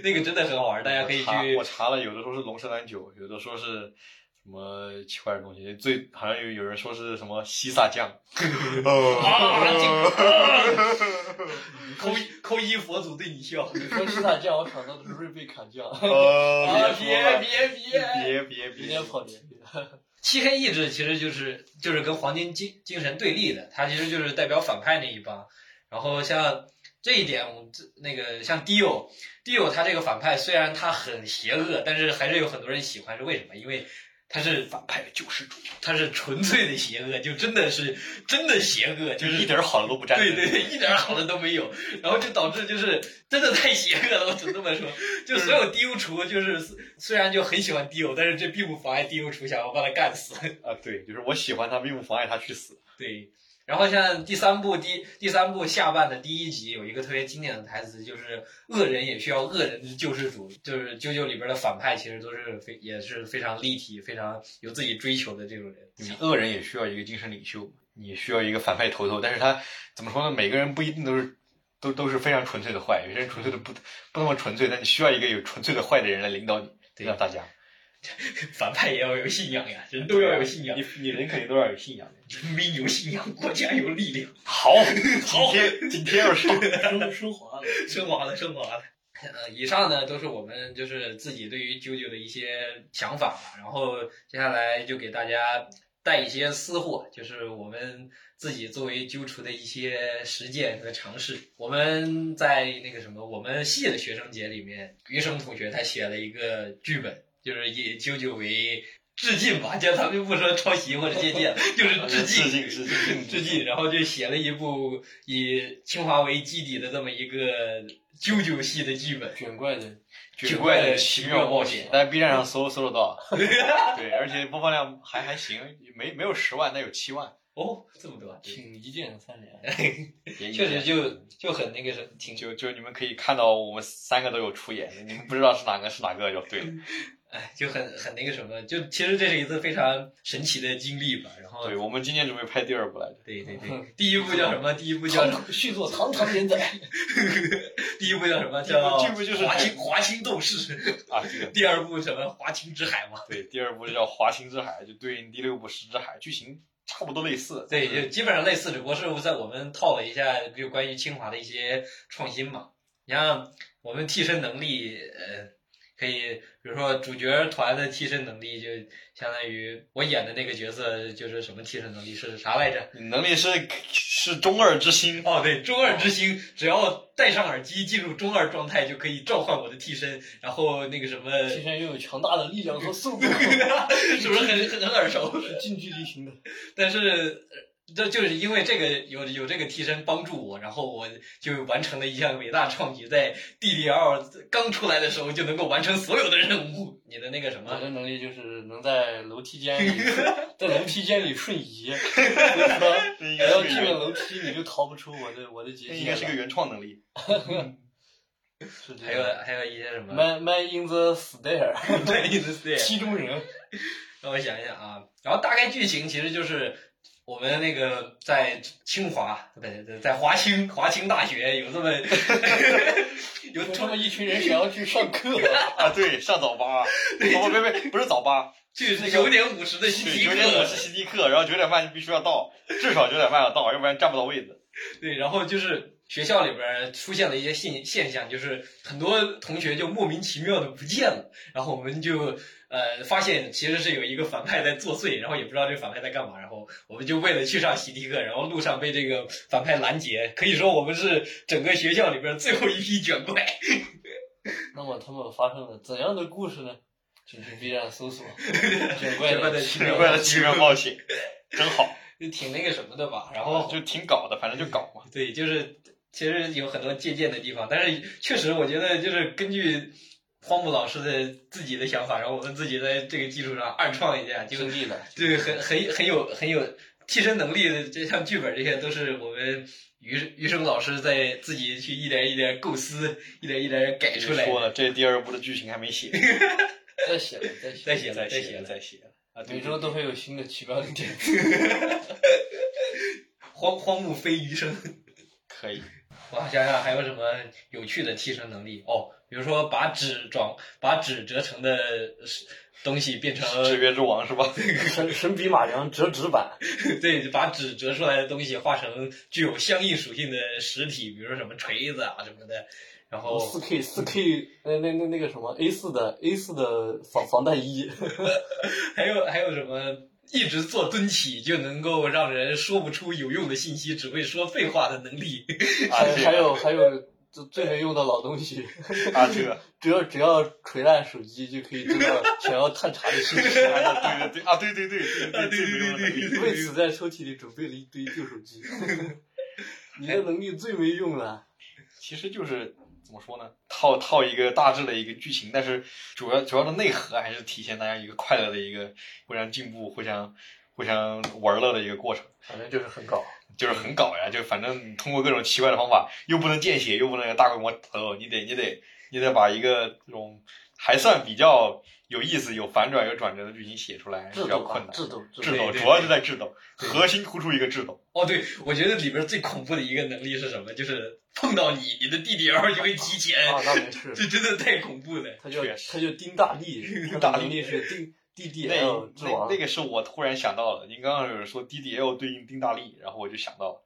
[SPEAKER 3] 那个真的很好玩，大家可以
[SPEAKER 1] 我查
[SPEAKER 3] 去
[SPEAKER 1] 我查了，有的说是龙舌兰酒，有的说是什么奇怪的东西，最好像有有人说是什么西萨 酱。
[SPEAKER 3] 啊这
[SPEAKER 1] 哦，
[SPEAKER 3] 个啊扣一扣一佛祖对你笑。
[SPEAKER 2] 你说西塔酱，我想到的是瑞贝卡酱，
[SPEAKER 1] 哦
[SPEAKER 3] 啊，
[SPEAKER 1] 别说了
[SPEAKER 3] 别别！
[SPEAKER 1] 别别
[SPEAKER 2] 有
[SPEAKER 1] 别
[SPEAKER 2] 点跑题 了。
[SPEAKER 3] 漆黑意志其实就是就是跟黄金精精神对立的，它其实就是代表反派那一帮。然后像这一点，我们这那个像 Dio Dio 他这个反派虽然他很邪恶，但是还是有很多人喜欢，是为什么？因为他是反派的救世主，他是纯粹的邪恶，就真的是真的邪恶，就
[SPEAKER 1] 就是一点儿好的都不沾。
[SPEAKER 3] 对对对，一点好的都没有，然后就导致就是真的太邪恶了，我只能这么说。就所有 D.U 厨，就是虽虽然就很喜欢 D.U，但是这并不妨碍 D.U 厨想要把他干死。
[SPEAKER 1] 啊，对，就是我喜欢他，并不妨碍他去死。
[SPEAKER 3] 对，然后像第三部第第三部下半的第一集有一个特别经典的台词，就是恶人也需要恶人之救世主，就是啾啾里边的反派其实都是非也是非常立体、非常有自己追求的这种人。
[SPEAKER 1] 你恶人也需要一个精神领袖，你需要一个反派头头，但是他怎么说呢？每个人不一定都是都都是非常纯粹的坏，有些人纯粹的不不那么纯粹，但你需要一个有纯粹的坏的人来领导你，领
[SPEAKER 3] 对
[SPEAKER 1] 导大家。
[SPEAKER 3] 反派也要有信仰呀，人都要有信仰，
[SPEAKER 1] 你你人肯定都要有信仰的。
[SPEAKER 3] 人民有信仰，国家有力量。
[SPEAKER 1] 好，今天今天要上，
[SPEAKER 2] 升升华了。
[SPEAKER 3] 升华了，升华了。呃，以上呢都是我们就是自己对于啾啾的一些想法吧，然后接下来就给大家带一些私货，就是我们自己作为啾厨的一些实践和尝试。我们在那个什么，我们系的学生节里面，余生同学他写了一个剧本，就是以啾啾为致敬吧，就咱们不说抄袭或者借鉴，就是致敬，
[SPEAKER 1] 嗯致敬致敬
[SPEAKER 3] 致敬，然后就写了一部以清华为基底的这么一个啾啾系的剧本。
[SPEAKER 2] 卷怪的，
[SPEAKER 1] 九怪的奇妙冒险，但 B 站上搜搜得 到，对，而且播放量还还行，没没有十万，但有七万，
[SPEAKER 3] 哦，这么多啊，
[SPEAKER 2] 请一键三连。
[SPEAKER 1] 也
[SPEAKER 3] 确实就就很那个什么，挺
[SPEAKER 1] 就就你们可以看到我们三个都有出演，你们不知道是哪个是哪个就对了。
[SPEAKER 3] 哎，就很很那个什么，就其实这是一次非常神奇的经历吧。然后
[SPEAKER 1] 对，我嗯们今天准备拍第二部来着，
[SPEAKER 3] 对对对，第一部叫什么？第一部叫什
[SPEAKER 1] 嗯
[SPEAKER 3] 么？
[SPEAKER 2] 续作堂堂连载，
[SPEAKER 3] 第一部叫什么？
[SPEAKER 1] 第一部
[SPEAKER 3] 叫
[SPEAKER 1] 这部就是
[SPEAKER 3] 华清华清斗士。
[SPEAKER 1] 啊，这个
[SPEAKER 3] 第二部什么？华清之海嘛。
[SPEAKER 1] 对，第二部就叫《华清之海》，就对应第六部《石之海》，剧情差不多类似。
[SPEAKER 3] 对，就基本上类似，只不过是在我们套了一下就关于清华的一些创新嘛。你像我们替身能力，呃，可以，比如说主角团的替身能力，就相当于我演的那个角色就是什么替身能力是啥来着？
[SPEAKER 1] 你嗯能力是是中二之星，
[SPEAKER 3] 哦，对，中二之星，只要戴上耳机进入中二状态，就可以召唤我的替身，然后那个什么，
[SPEAKER 2] 替身拥有强大的力量和速度，
[SPEAKER 3] 是不是很很很耳熟？
[SPEAKER 2] 是近距离型的。
[SPEAKER 3] 但是呃这就是因为这个有有这个替身帮助我，然后我就完成了一项伟大创举，在 DDL 刚出来的时候就能够完成所有的任务。你的那个什
[SPEAKER 2] 我
[SPEAKER 3] 么，
[SPEAKER 2] 的能力就是能在楼梯间里，在楼梯间里瞬移，然
[SPEAKER 1] 这应该
[SPEAKER 2] 后
[SPEAKER 1] 是
[SPEAKER 2] 进
[SPEAKER 1] 个
[SPEAKER 2] 了
[SPEAKER 1] 原，
[SPEAKER 2] 楼梯你就逃不出我的我的结
[SPEAKER 1] 这
[SPEAKER 2] 界。
[SPEAKER 1] 应该是个原创能力。
[SPEAKER 2] 是这
[SPEAKER 3] 还有
[SPEAKER 2] 样。
[SPEAKER 3] 还有一些什么，
[SPEAKER 2] My My in the stair，
[SPEAKER 3] 对意思对。
[SPEAKER 2] 七中人，
[SPEAKER 3] 让我想一想啊，然后大概剧情其实就是我们那个在清华，不对，在华清华清大学有这么 有
[SPEAKER 2] 有
[SPEAKER 3] 这
[SPEAKER 2] 这
[SPEAKER 3] 么
[SPEAKER 2] 么一群人想要去上课，
[SPEAKER 1] 啊，对，上早八，哦，别别，不是早八，
[SPEAKER 3] 去
[SPEAKER 1] 那个
[SPEAKER 3] 九点五十的星
[SPEAKER 1] 对，
[SPEAKER 3] 期
[SPEAKER 1] 九
[SPEAKER 3] 课，
[SPEAKER 1] 点五是星期课，然后九点半必须要到，至少九点半要到，要不然占不到位子。
[SPEAKER 3] 对，然后就是学校里边儿出现了一些现现象，就是很多同学就莫名其妙的不见了，然后我们就呃发现其实是有一个反派在作祟，然后也不知道这个反派在干嘛，然后我们就为了去上习题课，然后路上被这个反派拦截，可以说我们是整个学校里边儿最后一批卷怪。
[SPEAKER 2] 那么他们发生了怎样的故事呢？请去 B 站搜索“卷怪
[SPEAKER 3] 怪的
[SPEAKER 2] 的
[SPEAKER 3] 奇
[SPEAKER 1] 奇
[SPEAKER 3] 妙
[SPEAKER 1] 怪的奇妙冒险，真好，
[SPEAKER 3] 就挺那个什么的吧，然后
[SPEAKER 1] 啊就挺搞的，反正就搞嘛。
[SPEAKER 3] 对，就是其实有很多借鉴的地方，但是确实我觉得就是根据荒木老师的自己的想法，然后我们自己在这个基础上二创一下，就
[SPEAKER 2] 经历了。
[SPEAKER 3] 对，很很很有很有替身能力的，这像剧本这些都是我们余余生老师在自己去一点一点构思，一点一点改出来的。
[SPEAKER 1] 说了，这第二部的剧情还没写，
[SPEAKER 2] 再写了，再写
[SPEAKER 3] 再
[SPEAKER 2] 了，
[SPEAKER 3] 写了，
[SPEAKER 1] 再
[SPEAKER 3] 再
[SPEAKER 1] 写
[SPEAKER 3] 了，
[SPEAKER 1] 了，再写了。啊，对
[SPEAKER 2] 每，周都会有新的奇妙的点。
[SPEAKER 3] 荒荒木飞余生。
[SPEAKER 1] 可以。
[SPEAKER 3] 我想想还有什么有趣的替身能力哦，比如说把纸装，把纸折成的东西变成
[SPEAKER 1] 制约之王是吧？
[SPEAKER 2] 神神笔马良折纸板，
[SPEAKER 3] 对，把纸折出来的东西化成具有相应属性的实体，比如说什么锤子啊什么的，然
[SPEAKER 1] 哦
[SPEAKER 3] 后
[SPEAKER 2] 四 K 四 K 那那那那个什么 A 四的 A 四的防防弹衣，
[SPEAKER 3] 还有还有什么一直做蹲起就能够让人说不出有用的信息，只会说废话的能力，
[SPEAKER 1] 啊
[SPEAKER 2] 还有还有还有最最能用的老东西。
[SPEAKER 1] 啊，这个，
[SPEAKER 2] 只要只要锤烂手机就可以知道想要探查的信 息。
[SPEAKER 1] 啊对对对，啊，对对对，对
[SPEAKER 3] 啊对
[SPEAKER 1] 最没用的
[SPEAKER 3] 对对对
[SPEAKER 2] 为此在抽屉里准备了一堆旧手机。 你的能力最没用了，
[SPEAKER 1] 其实就是怎么说呢，套套一个大致的一个剧情，但是主要主要的内核还是体现大家一个快乐的一个互相进步、互相互相玩乐的一个过程，
[SPEAKER 2] 反正就是很搞。
[SPEAKER 1] 就是很搞呀，就反正你通过各种奇怪的方法，又不能见血，又不能有大规模打斗，你得你得你得把一个这种还算比较有意思、有反转、有转折的剧情写出来，比
[SPEAKER 2] 智
[SPEAKER 1] 较
[SPEAKER 2] 斗
[SPEAKER 1] 困
[SPEAKER 2] 啊，
[SPEAKER 1] 难。
[SPEAKER 2] 智斗，
[SPEAKER 1] 智斗
[SPEAKER 3] 对对
[SPEAKER 1] 主要是在智斗，核心突出一个智斗。
[SPEAKER 3] 哦，对，我觉得里边最恐怖的一个能力是什么？就是碰到你，你的 DDL 就会提前，
[SPEAKER 2] 啊，那没 事，
[SPEAKER 3] 这真的太恐怖了。
[SPEAKER 2] 他叫
[SPEAKER 1] 确
[SPEAKER 2] 他叫丁大力，他的
[SPEAKER 1] 大力
[SPEAKER 2] 能力是丁 D D
[SPEAKER 1] 那
[SPEAKER 2] L 之
[SPEAKER 1] 那
[SPEAKER 2] 王。
[SPEAKER 1] 那个是我突然想到的，您刚刚有说 DDL 对应丁大力，然后我就想到了，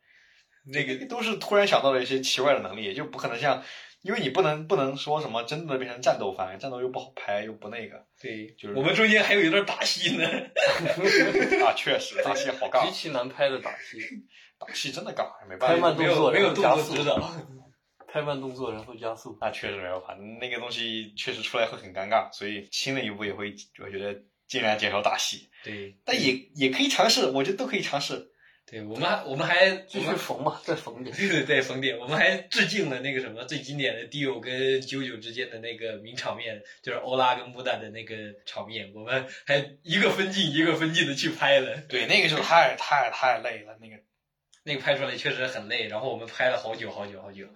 [SPEAKER 3] 那个
[SPEAKER 1] 这都是突然想到的一些奇怪的能力，也就不可能像，因为你不能不能说什么真的变成战斗番，战斗又不好拍又不那个
[SPEAKER 3] 对
[SPEAKER 1] 就是
[SPEAKER 3] 我们中间还有一段打戏呢。
[SPEAKER 1] 啊，确实打戏好
[SPEAKER 2] 极
[SPEAKER 1] 尬，
[SPEAKER 2] 其难拍的打戏，
[SPEAKER 1] 打戏真的尬，啊没
[SPEAKER 2] 拍
[SPEAKER 1] 办
[SPEAKER 2] 慢
[SPEAKER 1] 法
[SPEAKER 2] 动作，
[SPEAKER 3] 没有
[SPEAKER 2] 然后加
[SPEAKER 3] 没有动作
[SPEAKER 2] 速
[SPEAKER 3] 指 导，
[SPEAKER 2] 拍慢动作然后加速。
[SPEAKER 1] 那确实没办法，那个东西确实出来会很尴尬，所以新的一部也会，我觉得尽量减少打戏，
[SPEAKER 3] 对，
[SPEAKER 1] 但也也可以尝试，我觉得都可以尝试。
[SPEAKER 3] 对我们还我们还我
[SPEAKER 2] 继续
[SPEAKER 3] 们
[SPEAKER 2] 缝嘛，再缝点。
[SPEAKER 3] 对对 对，冯点，我们还致敬了那个什么最经典的 Dio 跟九九之间的那个名场面，就是欧拉跟穆达的那个场面，我们还一个分镜一个分镜的去拍了，
[SPEAKER 1] 对，那个时候太太太累了，那个
[SPEAKER 3] 那个拍出来确实很累，然后我们拍了好久好久好久。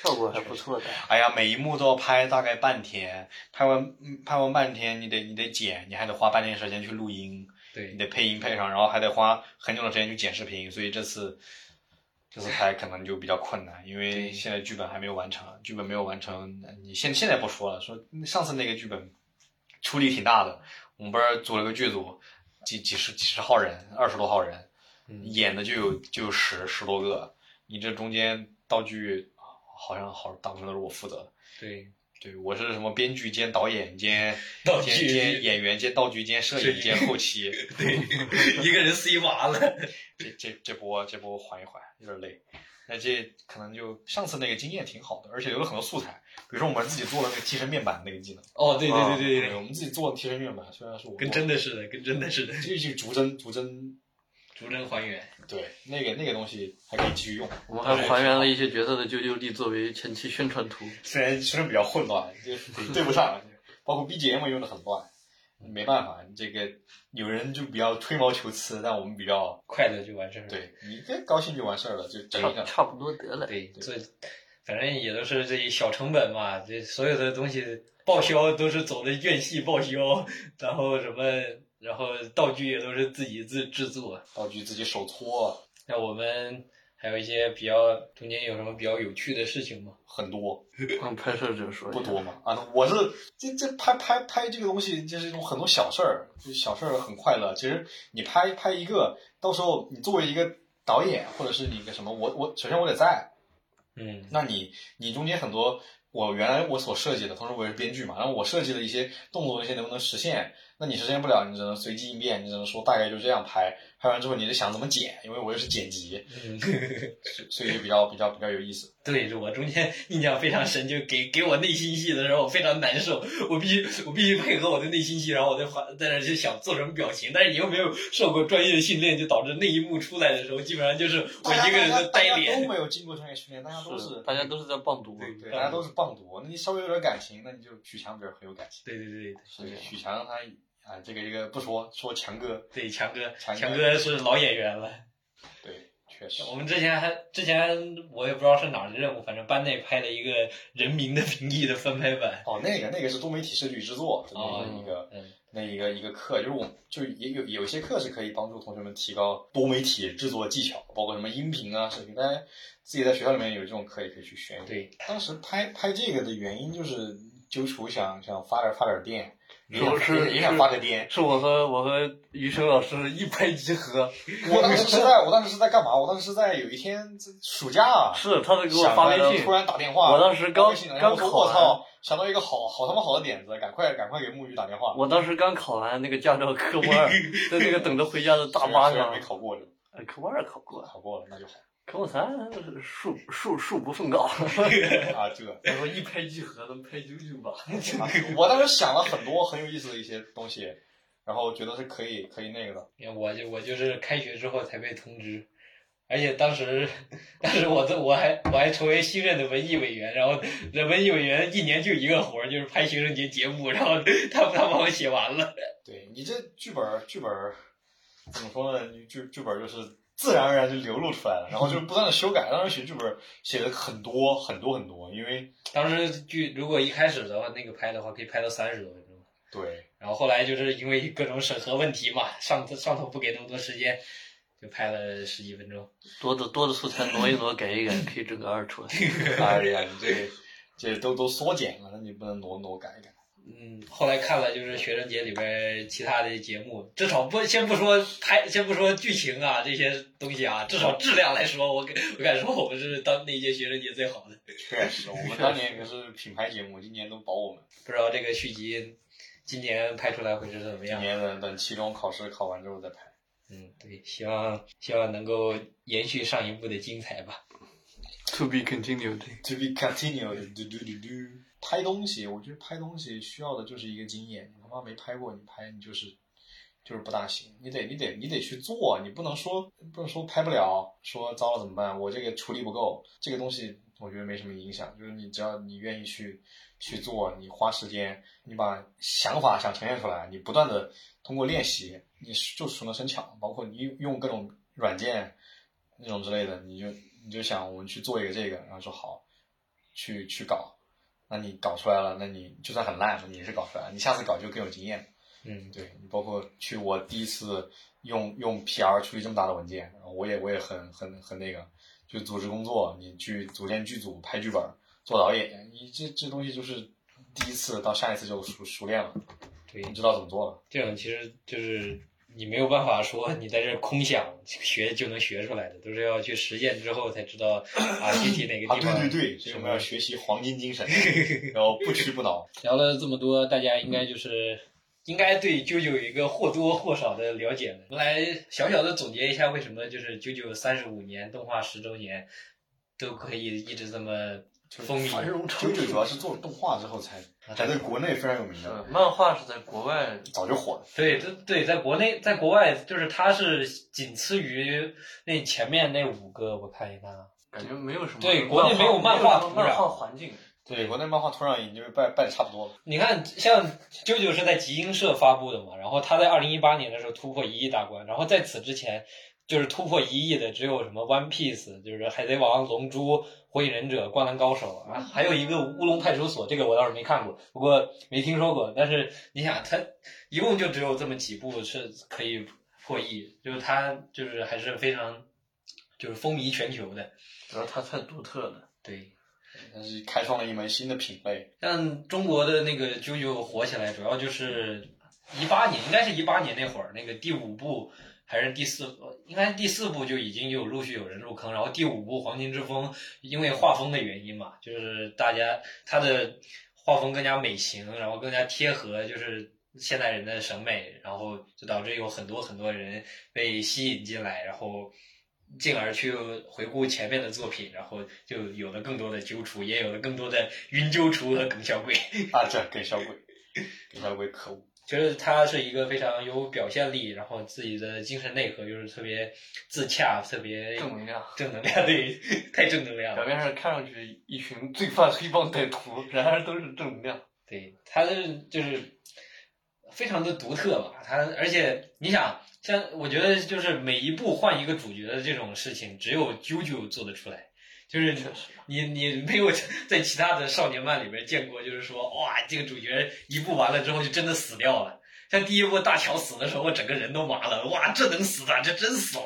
[SPEAKER 2] 效果还不错的。
[SPEAKER 1] 哎呀，每一幕都要拍大概半天，拍完嗯拍完半天，你得你得剪，你还得花半天时间去录音，
[SPEAKER 3] 对
[SPEAKER 1] 你，得配音配上，然后还得花很久的时间去剪视频，所以这次这次拍可能就比较困难，因为现在剧本还没有完成，剧本没有完成，你现现在不说了，说上次那个剧本出力挺大的，我们不是组了个剧组，几几十几十号人，二十多号人，
[SPEAKER 3] 嗯
[SPEAKER 1] 演的就有就有十十多个，你这中间道具好像好大部分都是我负责的。
[SPEAKER 3] 对，
[SPEAKER 1] 对，我是什么编剧兼导演兼
[SPEAKER 3] 道
[SPEAKER 1] 兼
[SPEAKER 3] 具
[SPEAKER 1] 兼演员兼道具兼摄
[SPEAKER 3] 摄影
[SPEAKER 1] 影兼后期，
[SPEAKER 3] 对，一个人 C 麻了。
[SPEAKER 1] 这这这波这波缓一缓，有点累。那这可能就上次那个经验挺好的，而且有了很多素材，比如说我们自己做了那个替身面板那个技能，
[SPEAKER 3] 哦，对对对对
[SPEAKER 1] 对，
[SPEAKER 3] 对，
[SPEAKER 1] 我们自己做的替身面板，虽然是我
[SPEAKER 3] 跟真的似的，跟真的似的，
[SPEAKER 1] 就就逐帧逐帧，
[SPEAKER 3] 逐帧还原。
[SPEAKER 1] 对，那个那个东西还可以继续用。
[SPEAKER 2] 我们还还原了一些角色的啾啾力作为前期宣传图。
[SPEAKER 1] 虽然虽然比较混乱， 就对不上，包括 BGM 用的很乱，没办法，这个有人就比较吹毛求疵，但我们比较
[SPEAKER 3] 快乐就完事儿了。
[SPEAKER 1] 对你这高兴就完事儿了，就整一
[SPEAKER 2] 差
[SPEAKER 1] 整。
[SPEAKER 2] 差不多得了。
[SPEAKER 3] 对，
[SPEAKER 1] 对
[SPEAKER 3] 所以反正也都是这一小成本嘛，这所有的东西报销都是走的院系报销，然后什么，然后道具也都是自己自制作。
[SPEAKER 1] 道具自己手搓
[SPEAKER 3] 那我们还有一些比较中间有什么比较有趣的事情吗？
[SPEAKER 1] 很多，
[SPEAKER 2] 让拍摄者说一下
[SPEAKER 1] 不多嘛啊！我是这这拍拍拍这个东西，就是一种很多小事儿，就是小事儿很快乐。其实你拍拍一个，到时候你作为一个导演或者是你一个什么，我我首先我得在，
[SPEAKER 3] 嗯，
[SPEAKER 1] 那你你中间很多，我原来我所设计的，同时我也是编剧嘛，然后我设计的一些动作那些能不能实现？那你实现不了，你只能随机应变，你只能说大概就这样拍，拍完之后你得想怎么剪，因为我又是剪辑，
[SPEAKER 3] 嗯
[SPEAKER 1] 所所以就比较比较比较有意思。
[SPEAKER 3] 对，我中间印象非常深，就给给我内心戏的时候，我非常难受，我必须我必须配合我的内心戏，然后我在画在那就想做什么表情，但是你又没有受过专业的训练，就导致那一幕出来的时候，基本上就是我一个人的
[SPEAKER 1] 大家大
[SPEAKER 3] 呆
[SPEAKER 1] 家
[SPEAKER 3] 脸
[SPEAKER 1] 都。没有经过专业训练，大家都
[SPEAKER 2] 是
[SPEAKER 1] 是
[SPEAKER 2] 大家都是在棒读。
[SPEAKER 3] 对
[SPEAKER 1] 嗯对，大家都是棒读。那你稍微有点感情，那你就许强比较很有感情。
[SPEAKER 3] 对对对
[SPEAKER 1] 所以许强他啊，这个这个不说说强哥，
[SPEAKER 3] 对，强哥，
[SPEAKER 1] 强哥
[SPEAKER 3] 强哥是老演员了。
[SPEAKER 1] 对，确实
[SPEAKER 3] 我们之前还之前我也不知道是哪儿的任务，反正班内拍了一个《人民的名义》的翻拍版。
[SPEAKER 1] 哦，那个那个是多媒体视觉制作的那
[SPEAKER 3] 哦
[SPEAKER 1] 一个。
[SPEAKER 3] 嗯，
[SPEAKER 1] 那一个一个课，就是我们就也有有一些课是可以帮助同学们提高多媒体制作技巧，包括什么音频啊、视频，大家自己在学校里面有这种课也可以去学。，
[SPEAKER 3] 对，
[SPEAKER 1] 当时拍拍这个的原因就是揪厨想想发点发点电，也想
[SPEAKER 2] 是是
[SPEAKER 1] 也想发个癫。
[SPEAKER 2] 是我和我和于生老师一拍即合，
[SPEAKER 1] 我当时是在我当时是在干嘛？我当时是在有一天这暑假啊，
[SPEAKER 2] 是他在给我
[SPEAKER 1] 想
[SPEAKER 2] 发
[SPEAKER 1] 来了
[SPEAKER 2] 微信
[SPEAKER 1] 突，然打电话，
[SPEAKER 2] 我当时刚
[SPEAKER 1] 微信打电话我
[SPEAKER 2] 刚
[SPEAKER 1] 说
[SPEAKER 2] 考
[SPEAKER 1] 我
[SPEAKER 2] 完，
[SPEAKER 1] 操，想到一个好好他妈好的点子，赶快赶快给木鱼打电话。
[SPEAKER 2] 我当时刚考完那个驾照 科目二，在那个等着回家的大巴
[SPEAKER 1] 虽然
[SPEAKER 2] 上
[SPEAKER 1] 没，考过，
[SPEAKER 2] 呃科目二考过，
[SPEAKER 1] 考过了那就好。
[SPEAKER 2] 口才啊树树树不甚高，
[SPEAKER 1] 啊，这个
[SPEAKER 2] 然后一拍即合，能拍九九吧？
[SPEAKER 1] 我当时想了很多很有意思的一些东西，然后觉得是可以可以那个的。
[SPEAKER 3] 我就我就是开学之后才被通知，而且当时当时我都我还我还成为新任的文艺委员，然后这文艺委员一年就一个活儿，就是拍学生节节目，然后他他帮我写完了。
[SPEAKER 1] 对你这剧本儿剧本儿怎么说呢？你剧剧本儿就是自然而然就流露出来了，然后就是不断的修改。当时写剧本儿写的很多很多很多，因为
[SPEAKER 3] 当时剧如果一开始的话，那个拍的话可以拍到三十多分钟。
[SPEAKER 1] 对
[SPEAKER 3] 然后后来就是因为各种审核问题嘛，上头上头不给那么多时间，就拍了十几分钟。
[SPEAKER 2] 多的多的素材挪一挪，改一改，可以整个二出来。
[SPEAKER 1] 哎呀，你这个这都都缩减了，那你不能挪挪改一改。
[SPEAKER 3] 嗯，后来看了就是学生节里边其他的节目，至少不先不说拍，先不说剧情啊这些东西啊，至少质量来说，我敢我敢说我们是当那届学生节最好的。
[SPEAKER 1] 确实，我们当年可是品牌节目，今年都保我们。
[SPEAKER 3] 不知道这个续集今年拍出来会是怎么
[SPEAKER 1] 今
[SPEAKER 3] 样？
[SPEAKER 1] 年等等期中考试考完之后再拍。
[SPEAKER 3] 嗯，对，希望希望能够延续上一部的精彩吧。
[SPEAKER 2] To be continued。
[SPEAKER 1] To be continued，嘟嘟 嘟嘟。拍东西，我觉得拍东西需要的就是一个经验。你他妈没拍过，你拍你就是就是不大行。你得你得你得去做，你不能说不能说拍不了，说糟了怎么办？我这个处理不够，这个东西我觉得没什么影响。就是你只要你愿意去去做，你花时间，你把想法想呈现出来，你不断的通过练习，你就熟能生巧。包括你用用各种软件那种之类的，你就你就想我们去做一个这个，然后说好。去去搞，那你搞出来了，那你就算很烂，你也是搞出来了，你下次搞就更有经验。
[SPEAKER 3] 嗯，
[SPEAKER 1] 对你包括去我第一次用用 PR 处理这么大的文件，然后我也我也很很很那个，就组织工作，你去组建剧组、拍剧本、做导演，你这这东西就是第一次到下一次就熟熟练了，
[SPEAKER 3] 对，
[SPEAKER 1] 你知道怎么做了。
[SPEAKER 3] 这种其实就是你没有办法说你在这空想学就能学出来的，都是要去实践之后才知道啊具体哪个
[SPEAKER 1] 啊，
[SPEAKER 3] 地
[SPEAKER 1] 对
[SPEAKER 3] 方。
[SPEAKER 1] 对对，所以
[SPEAKER 3] 什
[SPEAKER 1] 我
[SPEAKER 3] 么
[SPEAKER 1] 们要学习黄金 精神，然后不屈不挠。
[SPEAKER 3] 聊了这么多，大家
[SPEAKER 2] 嗯
[SPEAKER 3] 应该就是应该对啾啾有一个或多或少的了解了。我们来小小的总结一下，为什么就是啾啾三十五年动画十周年都可以一直这么风
[SPEAKER 2] 繁
[SPEAKER 3] 靡。
[SPEAKER 2] 荣
[SPEAKER 1] 九
[SPEAKER 2] 昌
[SPEAKER 1] 九
[SPEAKER 2] 盛
[SPEAKER 1] 主要是做动画之后才才在国内非常有名的，
[SPEAKER 2] 漫画是在国外，
[SPEAKER 1] 早就火了。
[SPEAKER 3] 对，这对，在国内，在国外，就是它是仅次于那前面那五个，我看一看啊，
[SPEAKER 2] 感觉没有什么
[SPEAKER 3] 对国内没有漫
[SPEAKER 2] 漫
[SPEAKER 3] 画
[SPEAKER 2] 没有什么
[SPEAKER 3] 土壤
[SPEAKER 2] 漫画啊环境。
[SPEAKER 1] 对，国内漫画土壤已经被败败的差不多了。
[SPEAKER 3] 你看，像啾啾是在集英社发布的嘛，然后他在二零一八年的时候突破一亿大关，然后在此之前，就是突破一亿的只有什么 One Piece，就是海贼王、龙珠、火影忍者、灌篮高手啊，还有一个乌龙派出所，这个我倒是没看过，不过没听说过。但是你想，他一共就只有这么几部是可以破亿，就是他就是还是非常就是风靡全球的，
[SPEAKER 2] 主要它太独特了。
[SPEAKER 3] 对。
[SPEAKER 1] 但是开创了一门新的品类。
[SPEAKER 3] 像中国的那个啾啾火起来，主要就是一八年，应该是一八年那会儿，那个第五部还是第四，呃应该是第四部就已经有陆续有人入坑，然后第五部《黄金之风》，因为画风的原因嘛，就是大家它的画风更加美型，然后更加贴合，就是。现代人的审美，然后就导致有很多很多人被吸引进来，然后进而去回顾前面的作品，然后就有了更多的揪出，也有了更多的云揪出和耿小鬼。
[SPEAKER 1] 啊，这耿小鬼，耿小鬼可恶。
[SPEAKER 3] 其实他是一个非常有表现力，然后自己的精神内核又是特别自洽、特别
[SPEAKER 2] 正能量，
[SPEAKER 3] 正能量，对，太正能量了
[SPEAKER 2] 表。面上看上去一群罪犯、黑帮歹徒，然而都是正能量。
[SPEAKER 3] 对，他是就是非常的独特吧。他而且你想，像我觉得就是每一部换一个主角的这种事情，只有啾啾做得出来。就是
[SPEAKER 2] 确实
[SPEAKER 3] 你你没有 在其他的少年漫里边见过，就是说哇，这个主角一部完了之后就真的死掉了。像第一部大乔死的时候，我整个人都麻了，哇，这能死啊的，这真死了。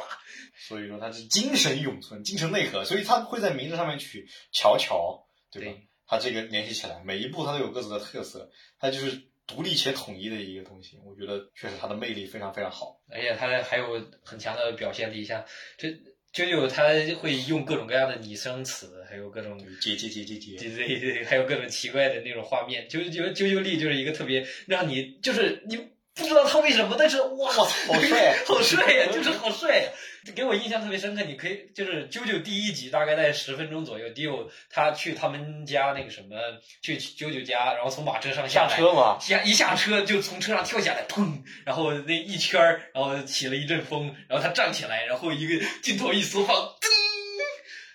[SPEAKER 1] 所以说他是精神永存，精神内核，所以他会在名字上面取乔乔，对吧？
[SPEAKER 3] 对
[SPEAKER 1] 他这个联系起来，每一步他都有各自的特色，他就是独立且统一的一个东西。我觉得确实他的魅力非常非常好。
[SPEAKER 3] 而且他还有很强的表现力，像这啾啾他会用各种各样的拟声词，还有各种
[SPEAKER 1] 对接接接接接，
[SPEAKER 3] 对对对，还有各种奇怪的那种画面，就是觉得啾啾力就是一个特别让你就是你不知道他为什么，但是哇，
[SPEAKER 1] 我操，好帅！啊
[SPEAKER 3] 好帅呀，就是好帅呀，给我印象特别深刻。你可以就是啾啾第一集大概在十分钟左右，迪欧他去他们家那个什么，去啾啾家，然后从马车上下
[SPEAKER 2] 下
[SPEAKER 3] 来，
[SPEAKER 2] 车嘛，
[SPEAKER 3] 下一下车就从车上跳下来，砰！然后那一圈儿，然后起了一阵风，然后他站起来，然后一个镜头一缩放，噔！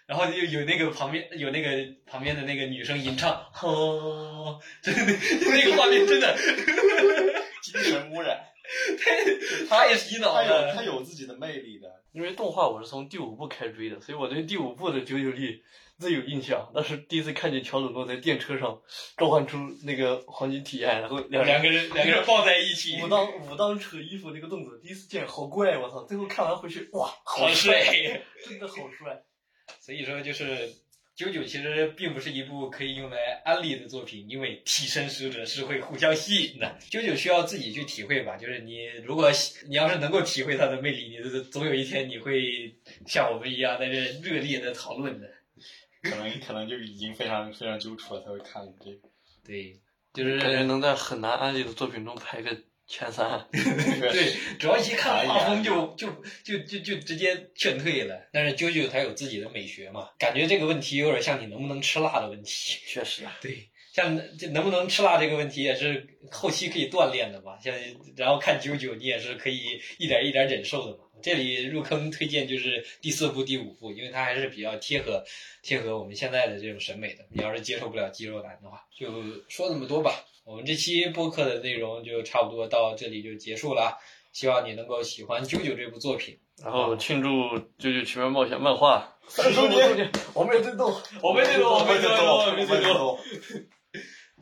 [SPEAKER 3] 然后就有那个旁边有那个旁边的那个女生吟唱，哦，真的那个画面真的
[SPEAKER 1] 精神污 染，
[SPEAKER 3] 太洗脑
[SPEAKER 1] 他有他
[SPEAKER 3] 了。
[SPEAKER 1] 有自己的魅力的。
[SPEAKER 2] 因为动画我是从第五部开追的，所以我对第五部的九九力最有印象。当时第一次看见乔佐诺在电车上召唤出那个黄金体验，然后两
[SPEAKER 3] 两
[SPEAKER 2] 人
[SPEAKER 3] 个人两个人抱在一起
[SPEAKER 2] 武，当武当扯衣服那个动作，第一次见好怪，我操！最后看完回去，哇，好
[SPEAKER 3] 好
[SPEAKER 2] 帅，
[SPEAKER 3] 帅。
[SPEAKER 2] 真的好帅。
[SPEAKER 3] 所以说就是。九九其实并不是一部可以用来安利的作品，因为替身使者是会互相吸引的。九九需要自己去体会吧，就是你如果喜你要是能够体会它的魅力，你总有一天你会像我们一样在这热烈的讨论的。
[SPEAKER 1] 可能可能就已经非常非常揪出了才会看这个。
[SPEAKER 3] 对，就是
[SPEAKER 2] 感觉能在很难安利的作品中排个前三，
[SPEAKER 3] 对，主要一看画风
[SPEAKER 1] 哎
[SPEAKER 3] 就就就就就直接劝退了。但是啾啾它有自己的美学嘛，感觉这个问题有点像你能不能吃辣的问题。
[SPEAKER 2] 确实啊，
[SPEAKER 3] 对，像这能不能吃辣这个问题也是后期可以锻炼的嘛。像然后看九九，你也是可以一点一点忍受的嘛。这里入坑推荐就是第四部、第五部，因为它还是比较贴合贴合我们现在的这种审美的。你要是接受不了肌肉男的话，就说那么多吧。我们这期播客的内容就差不多到这里就结束了啊，希望你能够喜欢九九这部作品。
[SPEAKER 2] 然后庆祝《九九奇妙冒险》漫画
[SPEAKER 1] 三周年
[SPEAKER 2] 35我们也在动，
[SPEAKER 3] 我没最 多，我没最多，我没最多。
[SPEAKER 1] 多。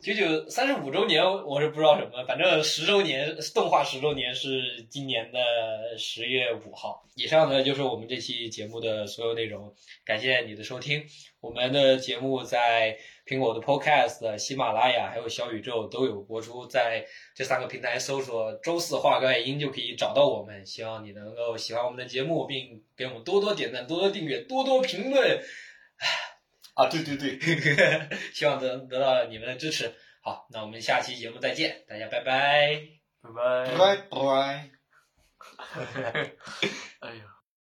[SPEAKER 3] 九九三十五周年，我是不知道什么，反正十周年动画十周年是今年的十月五号。以上呢就是我们这期节目的所有内容，感谢你的收听。我们的节目在苹果的 Podcast、喜马拉雅还有小宇宙都有播出，在这三个平台搜索“周四话外音”就可以找到我们。希望你能够喜欢我们的节目，并给我们多多点赞、多多订阅、多多评论。
[SPEAKER 1] 啊，对对对，
[SPEAKER 3] 希望得得到你们的支持。好，那我们下期节目再见，大家拜拜。
[SPEAKER 2] 拜拜
[SPEAKER 1] 拜拜。
[SPEAKER 2] 哎